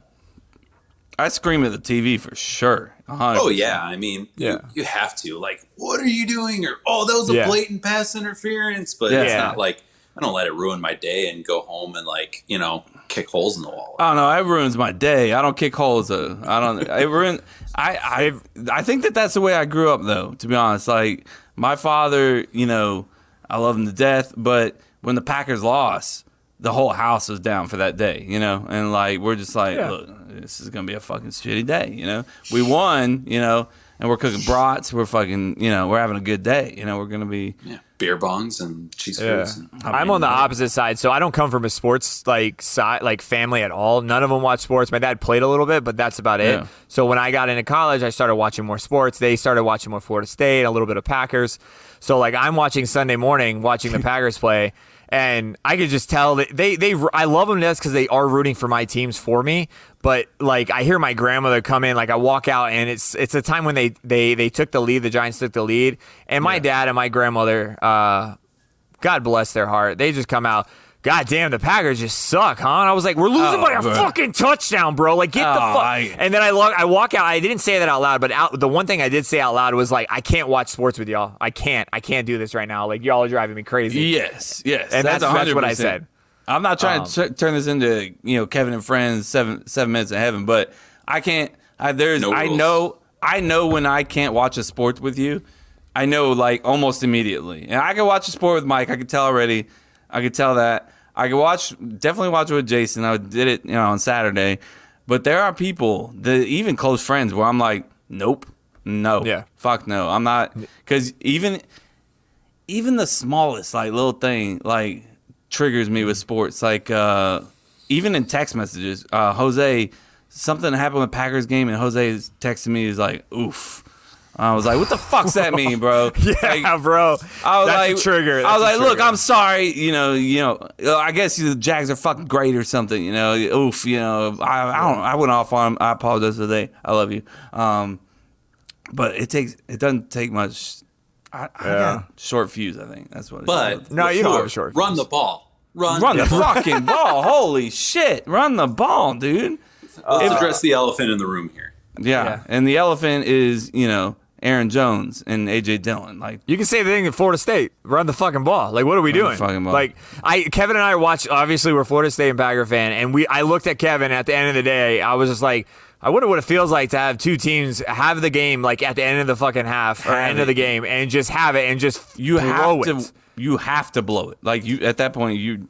A: I scream at the TV for sure. 100%.
B: Oh yeah, I mean,
A: Yeah.
B: you, you have to like, what are you doing? Or oh, that was a
E: Yeah.
B: blatant pass interference, but it's
E: Yeah.
B: not like I don't let it ruin my day and go home and like you know kick holes in the wall.
E: Uh,
A: I don't know. It ruins my day. I don't kick holes though. I don't. It ruin. I I I think that that's the way I grew up though. To be honest, like my father, you know, I love him to death. But when the Packers lost, the whole house was down for that day. You know, and like we're just like,
E: Yeah.
A: look, this is gonna be a fucking shitty day. You know, we won. You know, and we're cooking brats. We're fucking. You know, we're having a good day. You know, we're gonna be.
B: yeah, beer bongs and cheese
E: Yeah.
B: fries. And,
E: I'm on the opposite side, so I don't come from a sports like side, like family at all. None of them watch sports. My dad played a little bit, but that's about it.
A: Yeah.
E: So when I got into college, I started watching more sports. They started watching more Florida State, a little bit of Packers. So like I'm watching Sunday morning, watching the Packers play, and I could just tell that they they I love them just because they are rooting for my teams for me. But like I hear my grandmother come in, like I walk out, and it's it's a time when they they they took the lead. The Giants took the lead, and my dad and my grandmother. uh God bless their heart. They just come out. God damn, the Packers just suck, huh? And I was like, we're losing
A: Oh,
E: by a
A: bro.
E: fucking touchdown, bro. Like, get the
A: Oh,
E: fuck.
A: I-
E: and then I log, I walk out. I didn't say that out loud, but out, the one thing I did say out loud was like, I can't watch sports with y'all. I can't. I can't do this right now. Like, y'all are driving me crazy.
A: Yes, yes,
E: And that's- that's what I
A: 100%.
E: said. Um,
A: I'm not trying to t- turn this into you know Kevin and Friends seven seven minutes in heaven, but I can't. I, there's
B: No
A: I
B: rules.
A: know I know when I can't watch a sport with you. I know like almost immediately, and I can watch a sport with Mike. I could tell already. I could tell that I could watch definitely watch it with Jason. I did it you know on Saturday, but there are people that even close friends where I'm like, nope, no,
E: Yeah.
A: fuck no, I'm not because even even the smallest like little thing like triggers me with sports like uh even in text messages uh jose something happened with packers game and jose is texting me he's like oof i was like what the fuck's that mean bro yeah
E: Yeah, bro.
A: I was
E: That's a
A: like,
E: trigger.
A: I
E: That's
A: was
E: a
A: like, look,
E: trigger.
A: I'm sorry. You know, you know. uh, I guess the Jags are fucking great or something. You know, oof. You know, I, I don't. I went off on. 'em. I apologize for that. I love you. Um, but it takes. It doesn't take much. I, I got short fuse. I think that's what. it is.
B: but
E: No, you don't have a short
B: run
E: fuse.
B: the ball. Run,
A: run the fucking ball. Holy shit! Run the ball, dude.
B: Let's address the elephant in the room here.
A: Yeah.
E: Yeah.
A: And the elephant is, you know, Aaron Jones and AJ Dillon. Like,
E: You can say the thing at Florida State. Run the fucking ball. Like, what are we
A: the
E: doing?
A: fucking ball.
E: Like, I Kevin and I watched. Obviously, we're Florida State and Packer fan, and we. I looked at Kevin at the end of the day. I was just like, I wonder what it feels like to have two teams have the game like at the end of the fucking half or
A: Have
E: end
A: it.
E: of the game, and just have it and just
A: you have
E: blow it.
A: to you have to blow it. Like you at that point you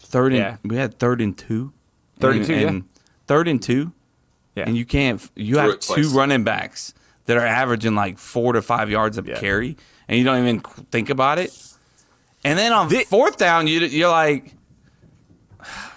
A: third and
E: Yeah.
A: we had third and two.
E: Third and
A: And-
E: two, yeah.
A: and Third and two.
E: Yeah.
A: And you can't you
B: Threw
A: have
B: it
A: two
B: twice.
A: running backs that are averaging like 4 to 5 yards of
E: Yeah.
A: carry and you don't even think about it. And then on
E: Thi-
A: fourth down you you're like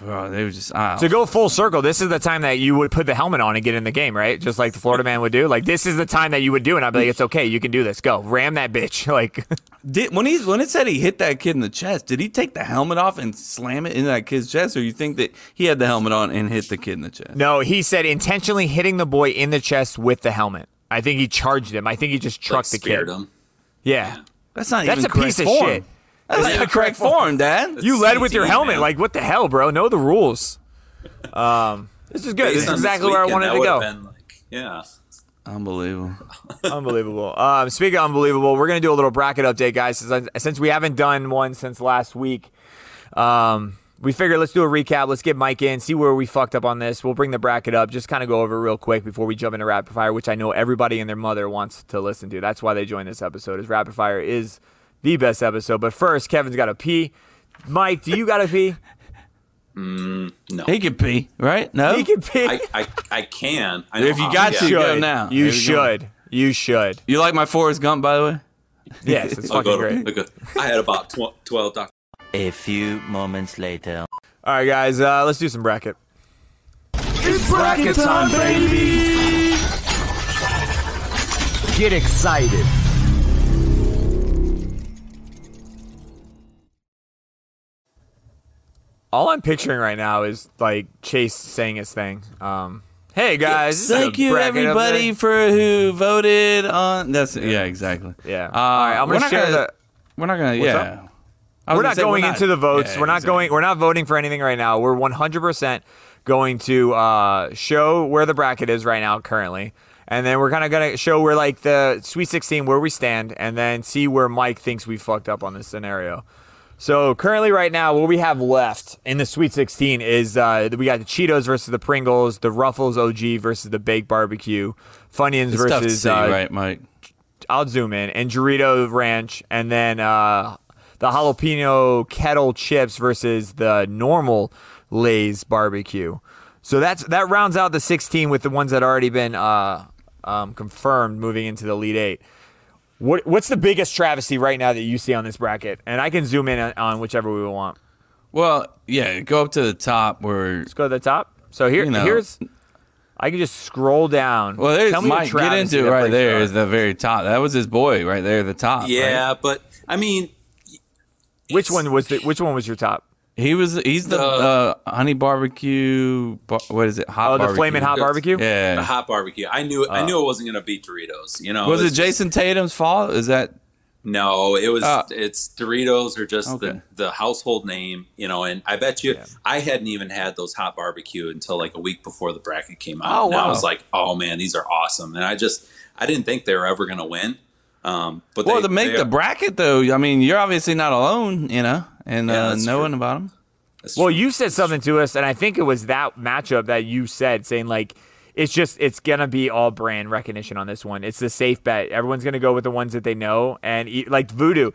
A: Bro, they were just I don't
E: To go full circle, this is the time that you would put the helmet on and get in the game, right? Just like the Florida man would do. Like this is the time that you would do, and I'd be like, "It's okay, you can do this. Go ram that bitch!" Like
A: Did when he's when it said he hit that kid in the chest, did he take the helmet off and slam it in that kid's chest, or you think that he had the helmet on and hit the kid in the chest?
E: No, he said intentionally hitting the boy in the chest with the helmet. I think he charged him. I think he just
B: like,
E: trucked the kid.
B: speared him.
E: Yeah.
A: That's not
E: That's
A: even
E: a piece
A: correct
E: of
A: form.
E: shit.
A: That's
B: That's
A: not
B: not
A: the correct form, Dad.
E: You led with your
B: CTE,
E: helmet.
B: man.
E: Like, what the hell, bro? Know the rules. Um, this is good.
B: Based
E: This is
B: on
E: exactly where I
B: weekend,
E: wanted
B: that
E: to
B: would've
E: go.
B: Been like, yeah.
A: Unbelievable.
E: unbelievable. Um, speaking of unbelievable, we're gonna do a little bracket update, guys, since, I, since we haven't done one since last week. Um, we figured let's do a recap. Let's get Mike in, see where we fucked up on this. We'll bring the bracket up, just kind of go over real quick before we jump into rapid fire, which I know everybody and their mother wants to listen to. That's why they joined this episode. Is rapid fire is the best episode. But first, Kevin's got to pee. Mike, do you got to pee?
A: He could pee, right? No,
E: He can pee.
B: Oh, I, I, I can. I know
A: If you
B: how,
A: got
B: yeah.
A: to, go now.
E: You
A: There you go.
E: should. You should.
A: You like my Forrest Gump, by the way?
E: Yes, it's
B: I'll
E: fucking
B: go
E: great.
B: to, I'll go- I had about tw- 12 doc-
G: A few moments later.
E: All right, guys, uh, let's do some bracket.
H: Get excited.
E: All I'm picturing right now is like Chase saying his thing. Um, hey guys, this is
A: Thank
E: a
A: you,
E: bracket
A: everybody,
E: update.
A: for who voted on. That's yeah, exactly.
E: Yeah.
A: Uh,
E: All right, I'm
A: we're
E: gonna
A: not
E: share
A: gonna-
E: the.
A: We're not gonna.
E: What's
A: yeah. I was
E: We're
A: gonna
E: not
A: say
E: going into the votes.
A: yeah,
E: we're not
A: exactly.
E: going. We're not voting for anything right now. We're 100% going to uh, show where the bracket is right now currently, and then we're kind of gonna show where like the Sweet 16 where we stand, and then see where Mike thinks we fucked up on this scenario. So currently, right now, what we have left in the Sweet 16 is uh, we got the Cheetos versus the Pringles, the Ruffles OG versus the Baked Barbecue, Funyuns
A: It's tough to
E: versus
A: see,
E: uh,
A: right, Mike?
E: I'll zoom in and Dorito Ranch, and then uh, the jalapeno kettle chips versus the normal Lay's barbecue. So that's that rounds out the 16 with the ones that already been uh, um, confirmed moving into the lead eight. What, what's the biggest travesty right now that you see on this bracket? And I can zoom in on, on whichever we want.
A: Well, yeah. Go up to the top where.
E: Let's go to the top. So here,
A: You know.
E: here's I can just scroll down.
A: Well, there's
E: Tell me your
A: Mike. Get
E: travesty
A: into it
E: that
A: right
E: breaks
A: there
E: your
A: is
E: heart.
A: the very top. That was his boy right there, at the top. right?
B: Yeah, but I mean,
E: Which one was the, which one was your top?
A: He was. He's the uh, honey barbecue. Bar, what is it? Hot.
E: Oh, the
A: barbecue.
E: flaming hot barbecue.
B: the
A: Yeah.
B: hot barbecue. I knew
E: Uh,
B: I knew it wasn't going to beat Doritos. You know,
A: Was it
B: It's-
A: Jason Tatum's fault? Is that
B: No, it was
A: Ah.
B: it's Doritos are just
A: Okay.
B: the, the household name, you know. And I bet you I hadn't even had those hot barbecue until like a week before the bracket came out.
A: Oh,
B: and I
A: wow.
B: was like, oh man, these are awesome. And I just I didn't think they were ever going to win. Um, but
A: well
B: they,
A: to make
B: they-
A: the bracket though? I mean, you're obviously not alone, you know, and
B: Yeah,
A: uh,
B: that's true.
A: knowing about him.
B: that's
E: Well,
B: true.
E: you said something to us, and I think it was that matchup that you said, saying like, it's just it's gonna be all brand recognition on this one. It's the safe bet. Everyone's gonna go with the ones that they know, and e- like Voodoo,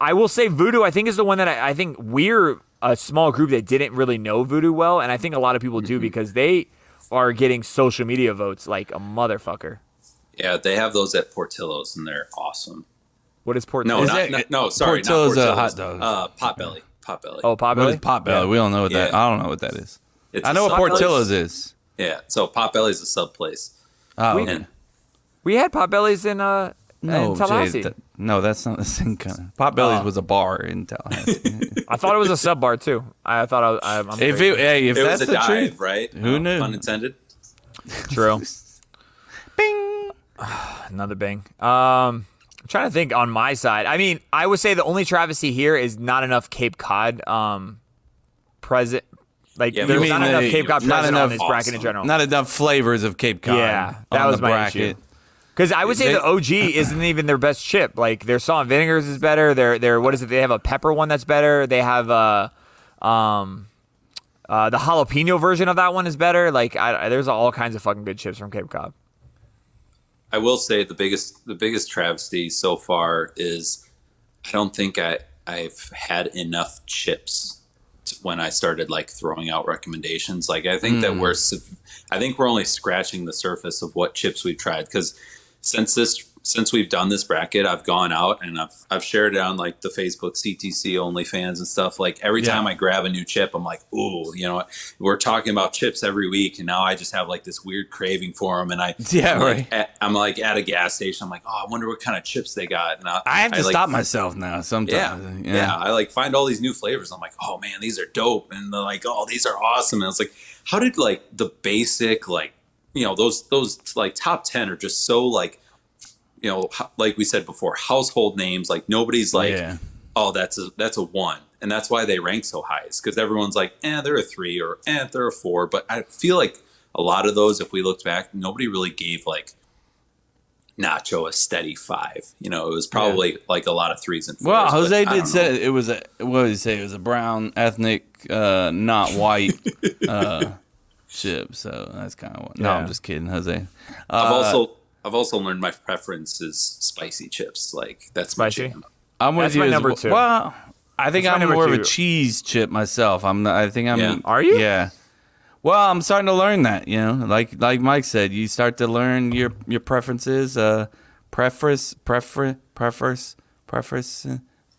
E: I will say Voodoo. I think is the one that I, I think we're a small group that didn't really know Voodoo well, and I think a lot of people
A: Mm-hmm.
E: do because they are getting social media votes like a motherfucker.
B: yeah, they have those at Portillo's and they're awesome.
E: What is Port?
B: No,
A: Is
B: not,
A: that-
B: not- no, sorry,
A: Portillo's, uh,
B: not
A: hot
B: Portillo's.
A: dogs.
B: Uh, Potbelly, Potbelly.
E: oh,
A: What
E: popular
A: is pot belly? We don't know what that.
B: Yeah.
A: I don't know what that is.
B: It's
A: I know
B: a
A: what
B: sub place.
A: Portillo's is.
B: Yeah, so Potbelly is a sub place.
A: Oh,
E: We-
A: okay.
B: And
E: We had Potbellies in uh
A: no,
E: in
A: Jay,
E: Tallahassee.
A: that- no, that's not the same kind of. Pot
B: Oh.
A: bellies was a bar in Tallahassee.
E: I thought it was a sub bar too. I thought I was. I, I'm
A: if
E: crazy.
A: it, hey, if
B: it
A: that's
B: was
A: the
B: a dive,
A: truth,
B: right?
A: Who knew?
B: Pun intended.
E: True.
A: Bing.
E: Another bang. Um, I'm trying to think on my side. I mean, I would say the only travesty here is not enough Cape Cod um, present. Like
B: Yeah,
E: there's
B: you
E: not
A: mean
E: enough
A: the-
E: Cape Cod
A: not
E: present on
A: enough-
E: this bracket in
B: awesome.
E: general.
A: Not enough flavors of Cape Cod.
E: yeah, that
A: on
E: was
A: the
E: my
A: bracket.
E: issue. Because I would say
A: They-
E: the OG isn't even their best chip. Like their salt and vinegars is better. Their their what is it? They have a pepper one that's better. They have uh, um, uh, the jalapeno version of that one is better. Like I, there's all kinds of fucking good chips from Cape Cod.
B: I will say the biggest the biggest travesty so far is I don't think I I've had enough chips to, when I started like throwing out recommendations. Like I think
A: Hmm.
B: that we're s- I think we're only scratching the surface of what chips we've tried because since this since we've done this bracket, I've gone out and I've I've shared it on like the Facebook CTC OnlyFans and stuff. Like every
A: Yeah.
B: time I grab a new chip, I'm like, ooh, you know, we're talking about chips every week, and now I just have like this weird craving for them. And I
A: Yeah,
B: I'm
A: right.
B: Like, at, I'm like at a gas station. I'm like, oh, I wonder what kind of chips they got. And I,
A: I have to
B: like,
A: stop myself now sometimes.
B: Yeah, yeah, I like find all these new flavors. I'm like, oh man, these are dope, and they're like, oh, these are awesome. And it's like, how did like the basic like you know those those like top ten are just so like you know ho- like we said before household names. Like nobody's like,
A: Yeah.
B: oh, that's a that's a one, and that's why they rank so high. Is because everyone's like, eh, they're a three or eh, they're a four. But I feel like a lot of those, if we looked back, nobody really gave like. Nacho a steady five. You know, it was probably like a lot of threes and fours.
A: Well,
B: but
A: Jose
B: I don't know.
A: did say it was a what did he say? It was a brown ethnic, uh, not white uh, chip. So that's kind of what. No, I'm
E: Yeah.
A: just kidding, Jose.
B: I've
A: Uh,
B: also I've also learned my preference is spicy chips. Like that's my
E: Spicy?
B: jam.
A: I'm with
E: That's
A: you
E: my
A: as
E: number
A: well.
E: two.
A: Well, I think
E: That's my
A: I'm
E: number
A: more of a
E: two.
A: cheese chip myself. I'm. Not, I think I'm.
B: Yeah.
E: Are you?
A: Yeah. Well, I'm starting to learn that. You know, like like Mike said, you start to learn your your preferences, uh, preference, prefer, preference, preference,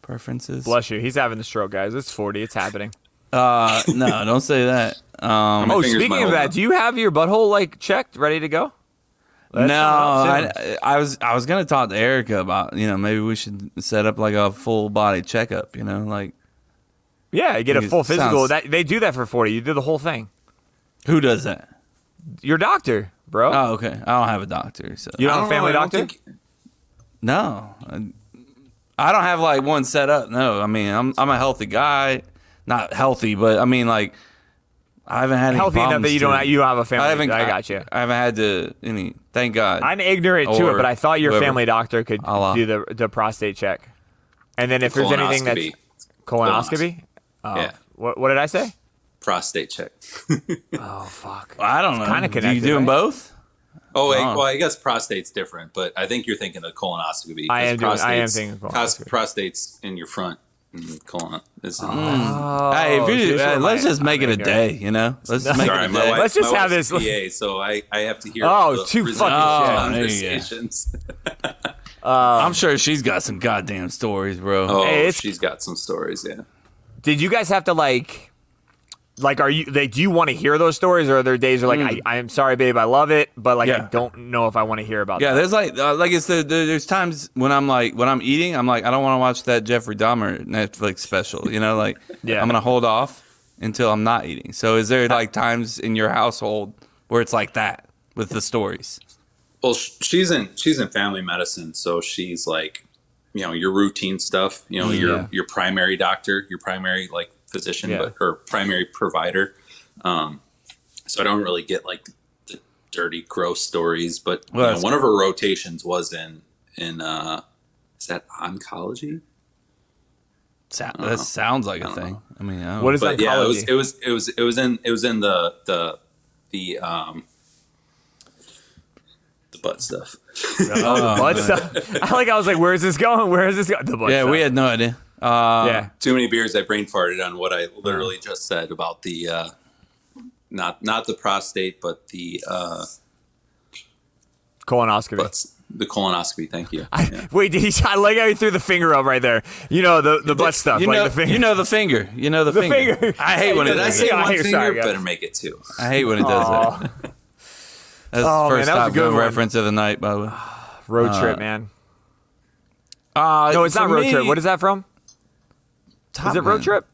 A: preferences.
E: Bless you. He's having the stroke, guys. It's 40. It's happening.
A: Uh, no, don't say that. Um,
B: My
E: oh,
B: finger's
E: speaking
B: my
E: of
B: old
E: that,
B: one.
E: do you have your butthole like checked, ready to go? That's
A: no,
E: coming up soon.
A: I, I was I was gonna talk to Erica about you know maybe we should set up like a full body checkup. You know, like
E: yeah, you get a
A: It
E: full physical.
A: sounds-
E: That they do that for 40. You do the whole thing.
A: who does that?
E: Your doctor, bro.
A: Oh, okay. I don't have a doctor, so
E: you
B: I
E: don't
B: don't
E: have a family
B: know, I don't
E: doctor?
B: think-
A: no, I, I don't have like one set up. No, I mean I'm I'm a healthy guy, not healthy, but I mean like I haven't had any
E: Healthy enough
A: problems
E: that you don't
A: to-
E: you don't have a family.
A: I haven't.
E: I got you.
A: I haven't had to any. Thank God.
E: I'm ignorant to it,
A: Or
E: but I thought your
A: whoever.
E: family doctor could
A: Allah.
E: do the the prostate check. And then if there's anything that's uh,
B: Colonoscopy.
E: colonoscopy,
B: yeah,
E: what, what did I say?
B: prostate check.
E: Oh fuck.
A: I don't know.
E: kinda
A: Do you
E: connected,
A: doing
E: right?
A: both?
B: Oh, wait,
A: Oh.
B: well, I guess prostate's different, but I think you're thinking of colonoscopy. 'cause
E: I am doing- I am
B: prostate's-
E: thinking of
B: cos-
E: colonoscopy.
B: Prostate's in your front. and Colon. This is,
A: hey, if
E: Oh,
A: you,
E: see, this
A: hey,
E: is what
A: let's
E: my-
A: just make it
E: I'm
A: a
E: ignorant.
A: day. You know, let's just make
B: Sorry,
A: it a
B: my
A: day.
B: wife,
E: Let's just
B: my
E: have
B: wife's
E: this-
B: PA, so I, I have to hear.
E: Oh,
B: all the
E: too
B: residual
E: fucking
A: shit. Oh, there you go.
B: conversations.
A: I'm sure she's got some goddamn stories, bro.
B: Oh,
E: Hey, it's-
B: she's got some stories. Yeah.
E: Did you guys have to like like are you like do you want to hear those stories or are there days where like I, I am sorry babe I love it but like
A: Yeah.
E: I don't know if I want to hear about
A: Yeah,
E: that.
A: there's like uh, like it's the, the there's times when I'm like when I'm eating, I'm like I don't want to watch that Jeffrey Dahmer Netflix special. You know, like
E: Yeah.
A: I'm gonna hold off until I'm not eating. So is there like times in your household where it's like that with the stories?
B: Well, sh- she's in she's in family medicine, so she's like, you know, your routine stuff. You know,
E: Yeah.
B: your your primary doctor, your primary like physician,
E: Yeah.
B: but her primary provider. Um, so I don't really get like the dirty, gross stories. But you
A: Well,
B: know,
A: that's
B: one of her rotations was in in uh, is that oncology?
A: Sa- that sounds like a thing. I mean, I don't-
E: What is
B: but
E: oncology?
B: yeah, it was it was it was it was in it was in the the the um the butt stuff.
E: butt stuff. I like I was like where is this going? Where is this going? The butt
A: yeah,
E: stuff.
A: we had no idea. Uh,
E: yeah.
B: too many beers I brain farted on what I literally just said about the uh, not not the prostate but the uh,
E: Colonoscopy.
B: but the colonoscopy. Thank you. Yeah.
E: Wait, did he? I like how he threw the finger up right there. You know the the butt stuff,
A: You
E: like
A: know,
E: the finger.
A: you know the finger. You know the, finger.
E: finger.
A: I hate when it
B: Did I
A: does
B: say
A: that.
E: Yeah,
B: one
E: here,
B: finger?
E: sorry, guys.
B: Better make it two.
A: I hate when it does that.
E: Aw,
A: That's
E: Oh, man,
A: the first
E: that was a
A: Top
E: good
A: Gun
E: one.
A: reference of the night, by the way.
E: road trip, man.
A: Uh,
E: No, it's not road trip. What is that from?
A: Top
E: Is it road
A: Gun.
E: trip?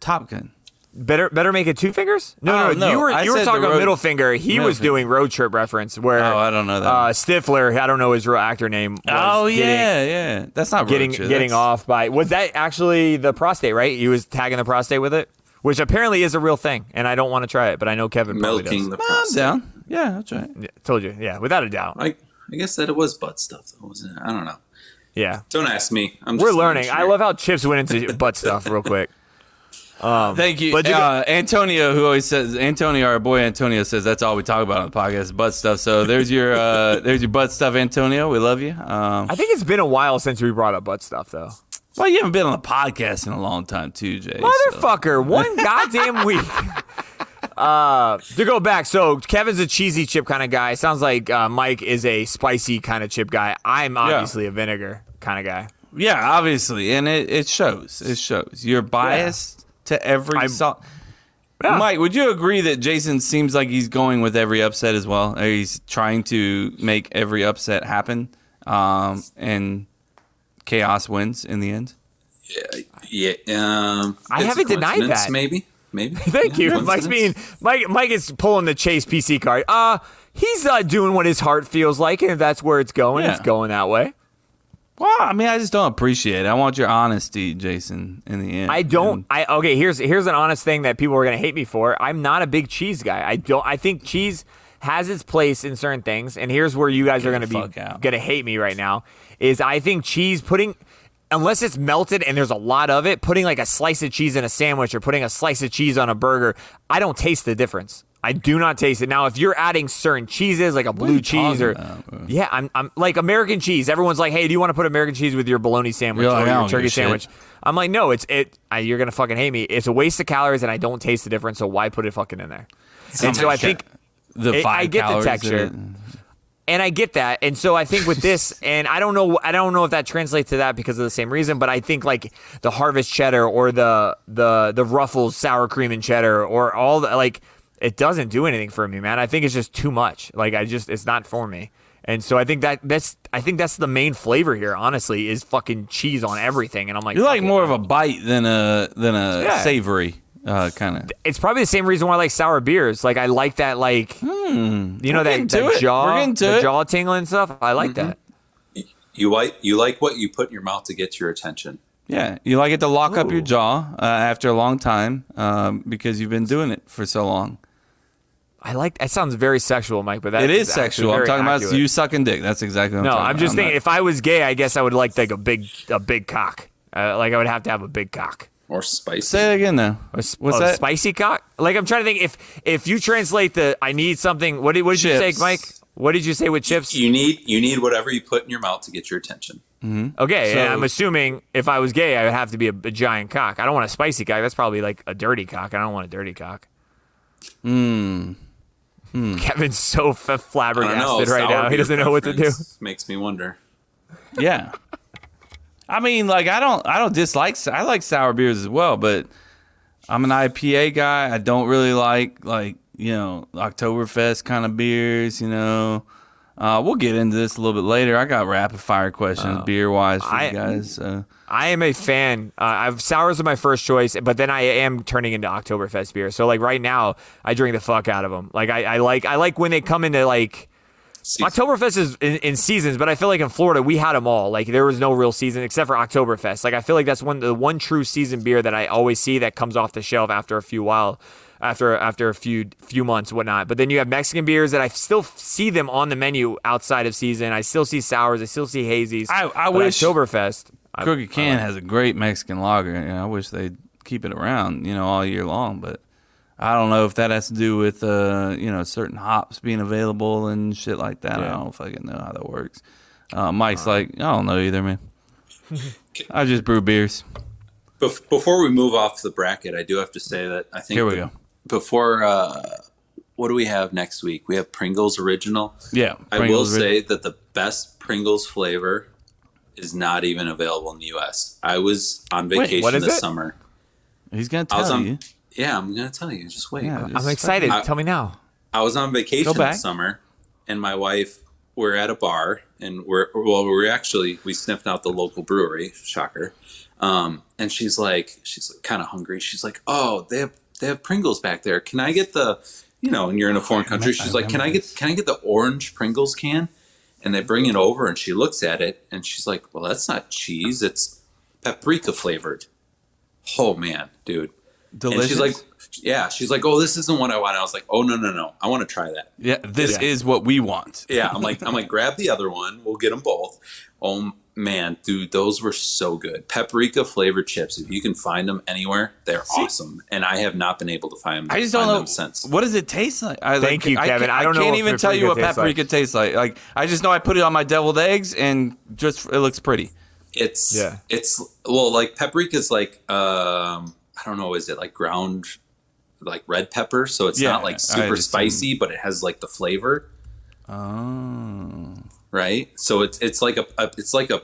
A: Top Gun.
E: Better, better make it two fingers. No,
A: Oh,
E: no,
A: no,
E: you were
A: I said
E: you were
A: the
E: talking about
A: road-
E: middle finger. He
A: middle
E: was
A: finger.
E: doing road trip reference where
A: Oh, I don't know that.
E: uh, Stifler. I don't know his real actor name. was
A: Oh
E: getting-
A: yeah, yeah. That's not
E: getting
A: road trip.
E: getting
A: That's-
E: off by was that actually the prostate? Right, he was tagging the prostate with it, which apparently is a real thing, and I don't want to try it, but I know Kevin probably
B: Milking
E: does.
B: the
A: I'm
B: prostate.
A: down. Yeah, that's right.
E: Yeah, told you, yeah, without a doubt.
B: I, I guess that it was butt stuff though, wasn't it? I don't know.
E: Yeah,
B: Don't ask me. I'm
E: we're
B: just
E: learning. I
B: sure.
E: love how Chips went into butt stuff real quick.
A: Thank you,
E: But you
A: uh, Antonio, who always says Antonio, our boy Antonio says that's all we talk about on the podcast, butt stuff. So there's your uh, there's your butt stuff, Antonio. We love you. Um,
E: I think it's been a while since we brought up butt stuff, though.
A: well, you haven't
E: uh,
A: been on the podcast in a long time, too, Jay. so-
E: Motherfucker, one goddamn week. Uh, to go back, so Kevin's a cheesy chip kind of guy. Sounds like uh, Mike is a spicy kind of chip guy. I'm obviously a vinegar kind of guy.
A: Yeah, obviously, and it, it shows. It shows. You're biased to every
E: I'm-
A: song.
E: Yeah.
A: Mike, would you agree that Jason seems like he's going with every upset as well? Or He's trying to make every upset happen, um, and chaos wins in the end.
B: Yeah. Um,
E: I
B: it's a
E: haven't denied
B: coincidence,
E: that.
B: Maybe. Maybe.
E: Thank
B: Yeah,
E: you. Mike's
B: coincidence.
E: being Mike. Mike is pulling the chase PC card. Uh he's uh, doing what his heart feels like, and if that's where it's going, it's
A: Yeah.
E: going that way.
A: Well, I mean, I just don't appreciate it. I want your honesty, Jason. In the end,
E: I don't. I okay. Here's here's an honest thing that people are gonna hate me for. I'm not a big cheese guy. I don't. I think cheese has its place in certain things. And here's where you guys are gonna
A: the
E: be
A: fuck out.
E: gonna hate me right now. Is I think cheese putting. Unless it's melted and there's a lot of it, putting like a slice of cheese in a sandwich or putting a slice of cheese on a burger, I don't taste the difference. I do not taste it. Now, if you're adding certain cheeses like a blue cheese
A: talking
E: or
A: about, bro?
E: yeah, I'm, I'm like American cheese. Everyone's like, hey, do you want to put American cheese with your bologna sandwich
A: You're like,
E: or
A: I
E: your
A: don't give
E: "Oh, turkey
A: a shit.
E: sandwich? I'm like, no, it's it. I, you're gonna fucking hate me. It's a waste of calories, and I don't taste the difference. So why put it fucking in there? and so I think,
A: the
E: it-
A: five
E: I get the
A: calories in
E: texture.
A: it.
E: and I get that, and so I think with this, and I don't know, I don't know if that translates to that because of the same reason, but I think like the harvest cheddar or the the the Ruffles sour cream and cheddar or all the like, it doesn't do anything for me, man. I think it's just too much. Like I just, it's not for me. And so I think that that's I think that's the main flavor here, honestly, is fucking cheese on everything. And I'm like,
A: You like
E: fuck it.
A: more of a bite than a than a
E: Yeah.
A: savory uh, kind of.
E: it's probably the same reason why I like sour beers. Like I like that, like you know that,
A: to
E: that
A: it. Hmm. We're
E: jaw,
A: getting to
E: the
A: it. Mm-hmm.
E: jaw tingling stuff. I like that.
B: You like you like what you put in your mouth to get your attention.
A: Yeah, you like it to lock up your
E: Ooh.
A: jaw uh, after a long time um, because you've been doing it for so long.
E: I like that. Sounds very sexual, Mike. But that
A: it is
E: actually
A: sexual. I'm
E: very
A: talking about
E: accurate.
A: you sucking dick. That's exactly what
E: No,
A: I'm talking
E: I'm just
A: about.
E: thinking. If I was gay, I guess I would like like a big a big cock. Uh, like I would have to have a big cock.
B: Or spicy.
A: Say it again, though.
E: A s-
A: What's
E: a
A: that?
E: Spicy cock? Like I'm trying to think. If if you translate the I need something. What did what did you
A: Chips.
E: say, Mike? What did you say with chips?
B: you need you need whatever you put in your mouth to get your attention.
E: Okay, and
A: So-
E: I'm assuming if I was gay, I would have to be a, a giant cock. I don't want a spicy cock. That's probably like a dirty cock. I don't want a dirty cock. Hmm. Kevin's so f-
B: I don't know.
E: flabbergasted right
B: sour
E: now. He
B: beer
E: doesn't know what to do.
B: preference Makes me wonder.
A: yeah. I mean, like I don't, I don't dislike. I like sour beers as well, but I'm an IPA guy. I don't really like like you know Oktoberfest kind of beers. You know, uh, we'll get into this a little bit later. I got rapid fire questions, beer wise, for
E: Oh. I-
A: you guys. So.
E: I am a fan. Uh, I've sours are my first choice, but then I am turning into Oktoberfest beer. So like right now, I drink the fuck out of them. Like I, I like I like when they come into like
B: See,
E: Oktoberfest is in, in seasons, but I feel like in Florida we had them all. Like there was no real season except for Oktoberfest. Like I feel like that's one the one true season beer that I always see that comes off the shelf after a few while, after after a few few months whatnot. But then you have Mexican beers that I still f- see them on the menu outside of season. I still see sours. I still see hazies.
A: I- I
E: But
A: wish-
E: Oktoberfest. I-
A: Crooked Can has a great Mexican lager, and I wish they'd keep it around, you know, all year long. But I don't know if that has to do with, uh, you know, certain hops being available and shit like that. I don't fucking know how that works. Uh, Mike's like, I don't know either, man. I just brew beers.
B: bef- before we move off the bracket, I do have to say that I think
A: Here we
B: the-
A: go.
B: Before uh, what do we have next week? We have Pringles original.
A: Yeah,
B: I will
A: Pringles ri-
B: say that the best Pringles flavor is not even available in the U.S. I was on
E: what
B: vacation
E: is
B: this
E: it?
B: summer.
A: he's gonna
B: I was
A: tell
B: on-
A: you.
B: Yeah, I'm gonna tell you. Just wait.
A: Yeah,
E: I'm
A: just-
E: excited.
B: I-
E: Tell me now.
B: I was on
A: Go
B: vacation
A: back.
B: this summer, and my wife we're at a bar, and we're well, we're actually we sniffed out the local brewery, shocker. Um, and she's like, she's kind of hungry. She's like, oh, they have they have Pringles back there. Can I get the, you know, and you're in a foreign country. She's like, can I get can I get the orange Pringles can? And they bring it over, and she looks at it, and she's like, well, that's not cheese. It's paprika flavored. Oh man, dude.
A: Delicious.
B: And she's like, yeah. She's like, oh, this isn't what I want. I was like, oh no no no, I want to try that.
A: yeah, this
E: Yeah.
A: is what we want.
B: Yeah, I'm like, I'm like, grab the other one. We'll get them both. Oh man, dude, those were so good. Paprika flavored chips. If you can find them anywhere, they're awesome. And I have not been able to find.
A: I just don't
B: find
A: know
B: them since.
A: what does it taste like. I,
E: Thank
A: like,
E: you, Kevin.
A: can't-
E: I don't know
A: can't
E: what
A: even tell you what
E: paprika tastes like.
A: paprika tastes like. Like I just know I put it on my deviled eggs and just it looks pretty.
B: It's
E: Yeah.
B: it's well, like paprika's like um, I don't know, is it like ground like red pepper, so it's
A: Yeah,
B: not like
A: I
B: super
A: assume.
B: spicy, but it has like the flavor,
A: Oh.
B: right? So it's it's like a, a it's like a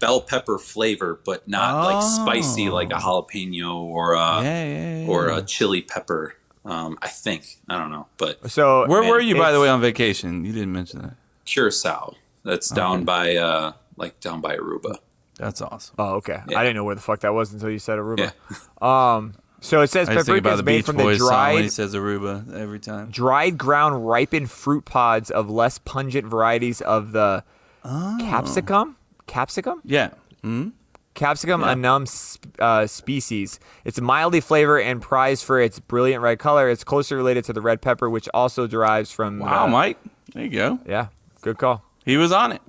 B: bell pepper flavor, but not like spicy
A: Oh.
B: like a jalapeno or a
A: yeah, yeah, yeah,
B: or uh,
A: yeah.
B: a chili pepper. Um, I think I don't know, but
E: So
A: Where were you, by the
E: It's-
A: way, on vacation? You didn't mention that.
B: Curacao. That's down by uh, like down by Aruba.
A: That's awesome.
E: Oh, okay.
B: Yeah.
E: I didn't know where the fuck that was until you said Aruba.
B: Yeah.
E: Um, so it says
A: I just think
E: paprika
A: about
E: is
A: the
E: made
A: Beach
E: from the
A: Boys song when he
E: dried,
A: says Aruba every time.
E: dried ground ripened fruit pods of less pungent varieties of the
A: Oh.
E: capsicum. Capsicum?
A: Yeah. hmm
E: Capsicum annum sp- uh, species. It's mildly flavored and prized for its brilliant red color. It's closely related to the red pepper, which also derives from.
A: Wow,
E: uh,
A: Mike. There you go.
E: Yeah, good call.
A: He was on it.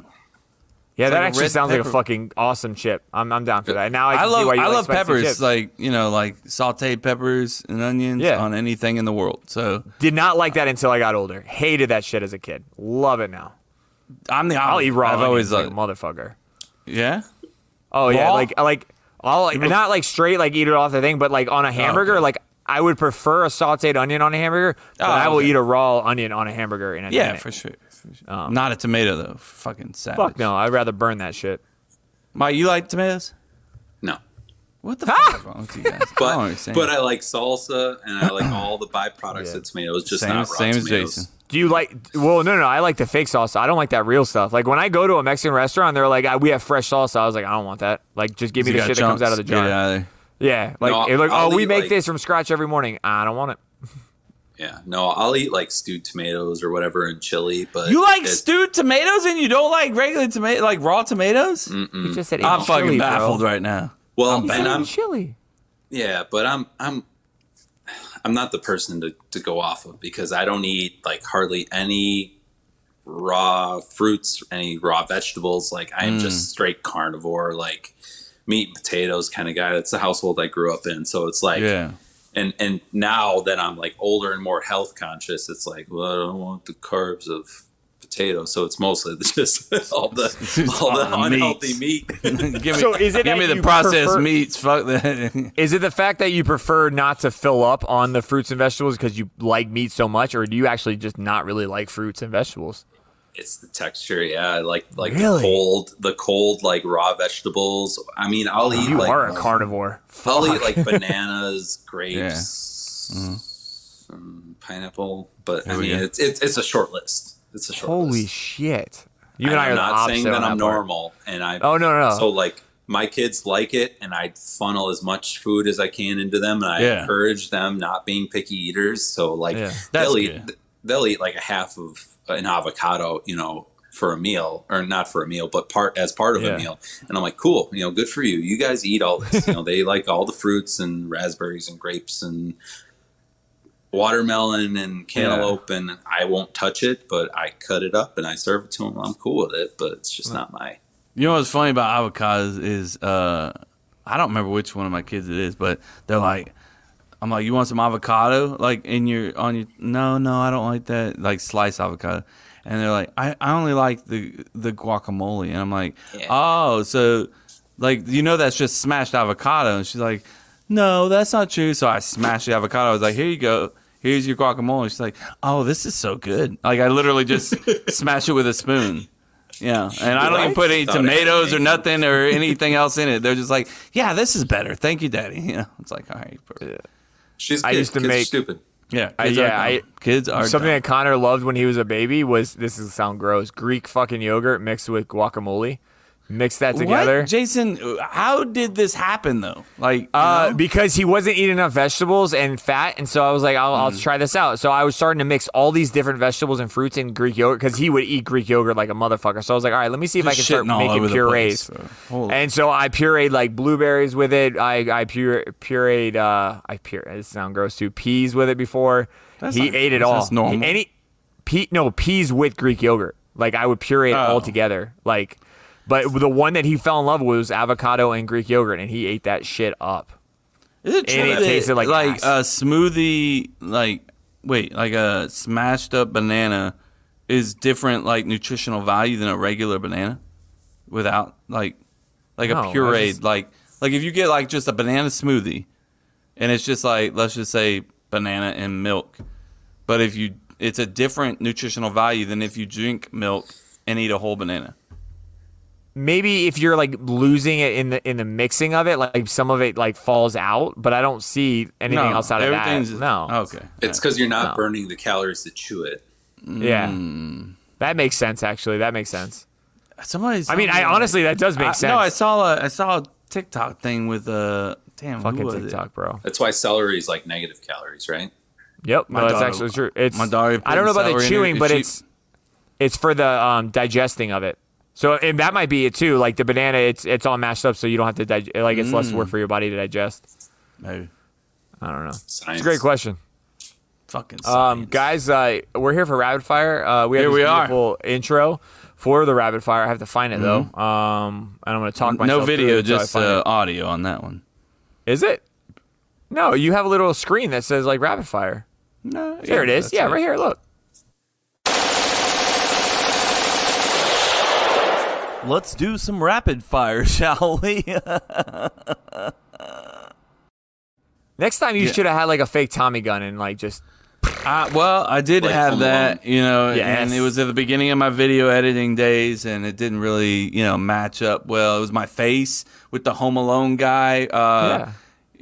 E: Yeah, that
A: like a
E: actually
A: red
E: sounds like a
A: pepper.
E: fucking awesome chip. I'm, I'm down for that. Now I,
A: I,
E: can see
A: love
E: why you
A: I
E: like
A: love
E: spicy
A: peppers,
E: chips.
A: like you know, like sauteed peppers and onions
E: Yeah.
A: on anything in the world. So
E: Did not like that until I got older. Hated that shit as a kid. Love it now.
A: I'm the
E: I'll eat raw.
A: I've always uh,
E: onions like
A: loved.
E: a motherfucker.
A: Yeah.
E: Oh yeah,
A: Raw?
E: like I like I'll not like straight like eat it off the thing, but like
A: Oh,
E: on a hamburger, like I would prefer a sautéed onion on a hamburger, but
A: Oh,
E: I will
A: okay.
E: eat a raw onion on a hamburger in a
A: Yeah,
E: minute.
A: for sure. For sure. Not a tomato though. Fucking savage.
E: Fuck no, I'd rather burn that shit.
A: Mike, you like tomatoes?
B: No,
A: What the fuck is wrong with you guys? I don't
B: but
A: understand.
B: but I like salsa and I like all the byproducts of tomatoes, just
A: same,
B: not raw
A: same as
B: tomatoes.
A: Jason.
E: Do you like? Well, no, no, I like the fake salsa. I don't like that real stuff. Like when I go to a Mexican restaurant, they're like, "Ah, "We have fresh salsa." I was like, "I don't want that. Like, just give me
A: You
E: the
A: got
E: shit that comes out of
A: chunks.
E: the
A: Get it
E: jar."
A: out of there.
E: Yeah, like,
B: No,
E: they're like
B: I'll
E: oh, we
B: eat,
E: make
B: like-
E: this from scratch every morning. I don't want it.
B: Yeah, no, I'll eat like stewed tomatoes or whatever and chili, but
A: You like
B: it-
A: stewed tomatoes and you don't like regular tomato, like raw tomatoes?
E: You just said
A: Mm. I'm
E: eat
A: fucking
E: chili, bro.
A: baffled right now.
B: well,
E: You
B: and
E: said
B: I'm
E: eat chili.
B: yeah, but I'm I'm I'm not the person to to go off of because I don't eat like hardly any raw fruits, any raw vegetables. Like I am just straight carnivore, like meat and potatoes kind of guy. That's the household I grew up in, so it's like
A: Yeah.
B: and and now that I'm like older and more health conscious, it's like, well, I don't want the carbs of potato, so it's mostly just all the all the
A: all the
B: unhealthy meat.
A: give me,
E: So is it
A: give
E: that
A: me the
E: you
A: processed
E: prefer-
A: meats. Fuck that.
E: Is it the fact that you prefer not to fill up on the fruits and vegetables because you like meat so much, or do you actually just not really like fruits and vegetables?
B: it's the texture, yeah. I Like like
E: Really?
B: the cold, the cold like raw vegetables. I mean, I'll eat
E: Oh, You
B: like
E: are a carnivore.
B: I'll eat like bananas, grapes,
E: Mm-hmm.
B: um, pineapple. But I
A: we
B: mean,
A: go.
B: it's, it's it's a short list. It's a short
E: Holy
B: list.
E: shit! You and
B: And
E: I are
B: I'm
E: the
B: not
E: opposite
B: saying that
E: on
B: I'm
E: part.
B: normal, and I.
E: Oh, no, no, no.
B: So like my kids like it, and I funnel as much food as I can into them, and I
A: Yeah.
B: encourage them not being picky eaters. So like
E: Yeah.
A: That's
B: they'll eat
A: good.
B: they'll eat like a half of an avocado, you know, for a meal or not for a meal, but part as part of
E: Yeah.
B: a meal. And I'm like, cool, you know, good for you. You guys eat all this. you know, they like all the fruits and raspberries and grapes and watermelon and cantaloupe and I won't touch it, but I cut it up and I serve it to them. I'm cool with it, but it's just not my
A: You know what's funny about avocados is uh, I don't remember which one of my kids it is, but they're like, I'm like, you want some avocado? Like in your on your no no I don't like that like sliced avocado, and they're like I, I only like the the guacamole, and I'm like
B: Yeah.
A: oh so like you know that's just smashed avocado, and she's like no that's not true, so I smashed the avocado. I was like here you go. Here's your guacamole. She's like, "Oh, this is so good!" Like I literally just smash it with a spoon. Yeah, and I don't even put any
B: Thought it
A: tomatoes
B: was
A: or nothing or anything else in it. They're just like, yeah, this is better. Thank you, Daddy. You know, it's like, all right, yeah,
B: She's
E: I
B: kid.
E: used to
B: Kids are
E: make-
B: stupid.
A: yeah,
E: I-
A: kids
E: yeah,
A: are dumb.
E: I-
A: kids are
E: Something
A: dumb.
E: that Connor loved when he was a baby was this is sound gross Greek fucking yogurt mixed with guacamole. Mix that together.
A: What, Jason? How did this happen though? Like,
E: Uh,
A: you know?
E: because he wasn't eating enough vegetables and fat, and so I was like, I'll,
A: Mm.
E: I'll try this out. So I was starting to mix all these different vegetables and fruits in Greek yogurt because he would eat Greek yogurt like a motherfucker. So I was like, all right, let me see if I
A: Just
E: can start
A: shitting all over
E: making
A: the
E: purees.
A: place, bro. Holy-
E: and so I pureed like blueberries with it. I I pure, pureed uh I pure it sounds gross too peas with it before.
A: That's
E: he
A: not
E: ate it
A: gross,
E: all.
A: that's normal.
E: He- Any pe- no peas with Greek yogurt. Like I would puree it all
A: Oh.
E: together. Like, but the one that he fell in love with was avocado and Greek yogurt, and he ate that shit up.
A: is it
E: and
A: true
E: it
A: that
E: tasted like
A: like,
E: ass.
A: a smoothie, like wait, like a smashed up banana is different like nutritional value than a regular banana without like like
E: No,
A: a
E: I
A: pureed
E: just-
A: like like if you get like just a banana smoothie and it's just like let's just say banana, and milk. But if you, it's a different nutritional value than if you drink milk and eat a whole banana.
E: Maybe if you're like losing it in the in the mixing of it, like some of it like falls out, but I don't see anything else out of that.
A: everything's-
E: No,
A: Okay.
B: It's because you're not
E: No.
B: burning the calories to chew it.
E: yeah,
A: Mm.
E: that makes sense. Actually, that makes sense.
A: Somebody's.
E: I mean, I honestly that does make
A: I-
E: sense.
A: No, I saw a I saw a TikTok thing with a damn who
E: fucking
A: was it?
E: TikTok, bro.
B: That's why celery is like negative calories, right?
E: Yep,
A: My
E: no, that's
A: daughter-
E: actually true. It's
A: my daughter
E: I don't know about
A: putting
E: the
A: celery in her-
E: chewing, but
A: she-
E: it's it's for the um, digesting of it. So and that might be it too. Like the banana, it's it's all mashed up, so you don't have to dig- like it's less
A: Mm.
E: work for your body to digest.
A: Maybe.
E: I don't know. It's
B: Science.
E: a great question.
A: Fucking
E: Um,
A: science.
E: guys, uh, we're here for rapid fire. Uh, we have
A: Here
E: this
A: we are.
E: beautiful intro for the rapid fire. I have to find it though. Um, and I'm gonna talk myself.
A: Mm-hmm. no
E: through
A: video,
E: it until I
A: just
E: find it.
A: uh, audio on that one.
E: is it? No, you have a little screen that says like rapid fire.
A: No,
E: There it is. Yeah, right here. Look.
A: Let's do some rapid fire, shall we?
E: Next time you
A: Yeah.
E: should have had like a fake Tommy gun and like just
A: I, Uh, well, I did
B: Like
A: have
B: Home
A: that, you know,
E: Yes.
A: and it was at the beginning of my video editing days, and it didn't really, you know, match up well. It was my face with the Home Alone guy, uh,
E: Yeah.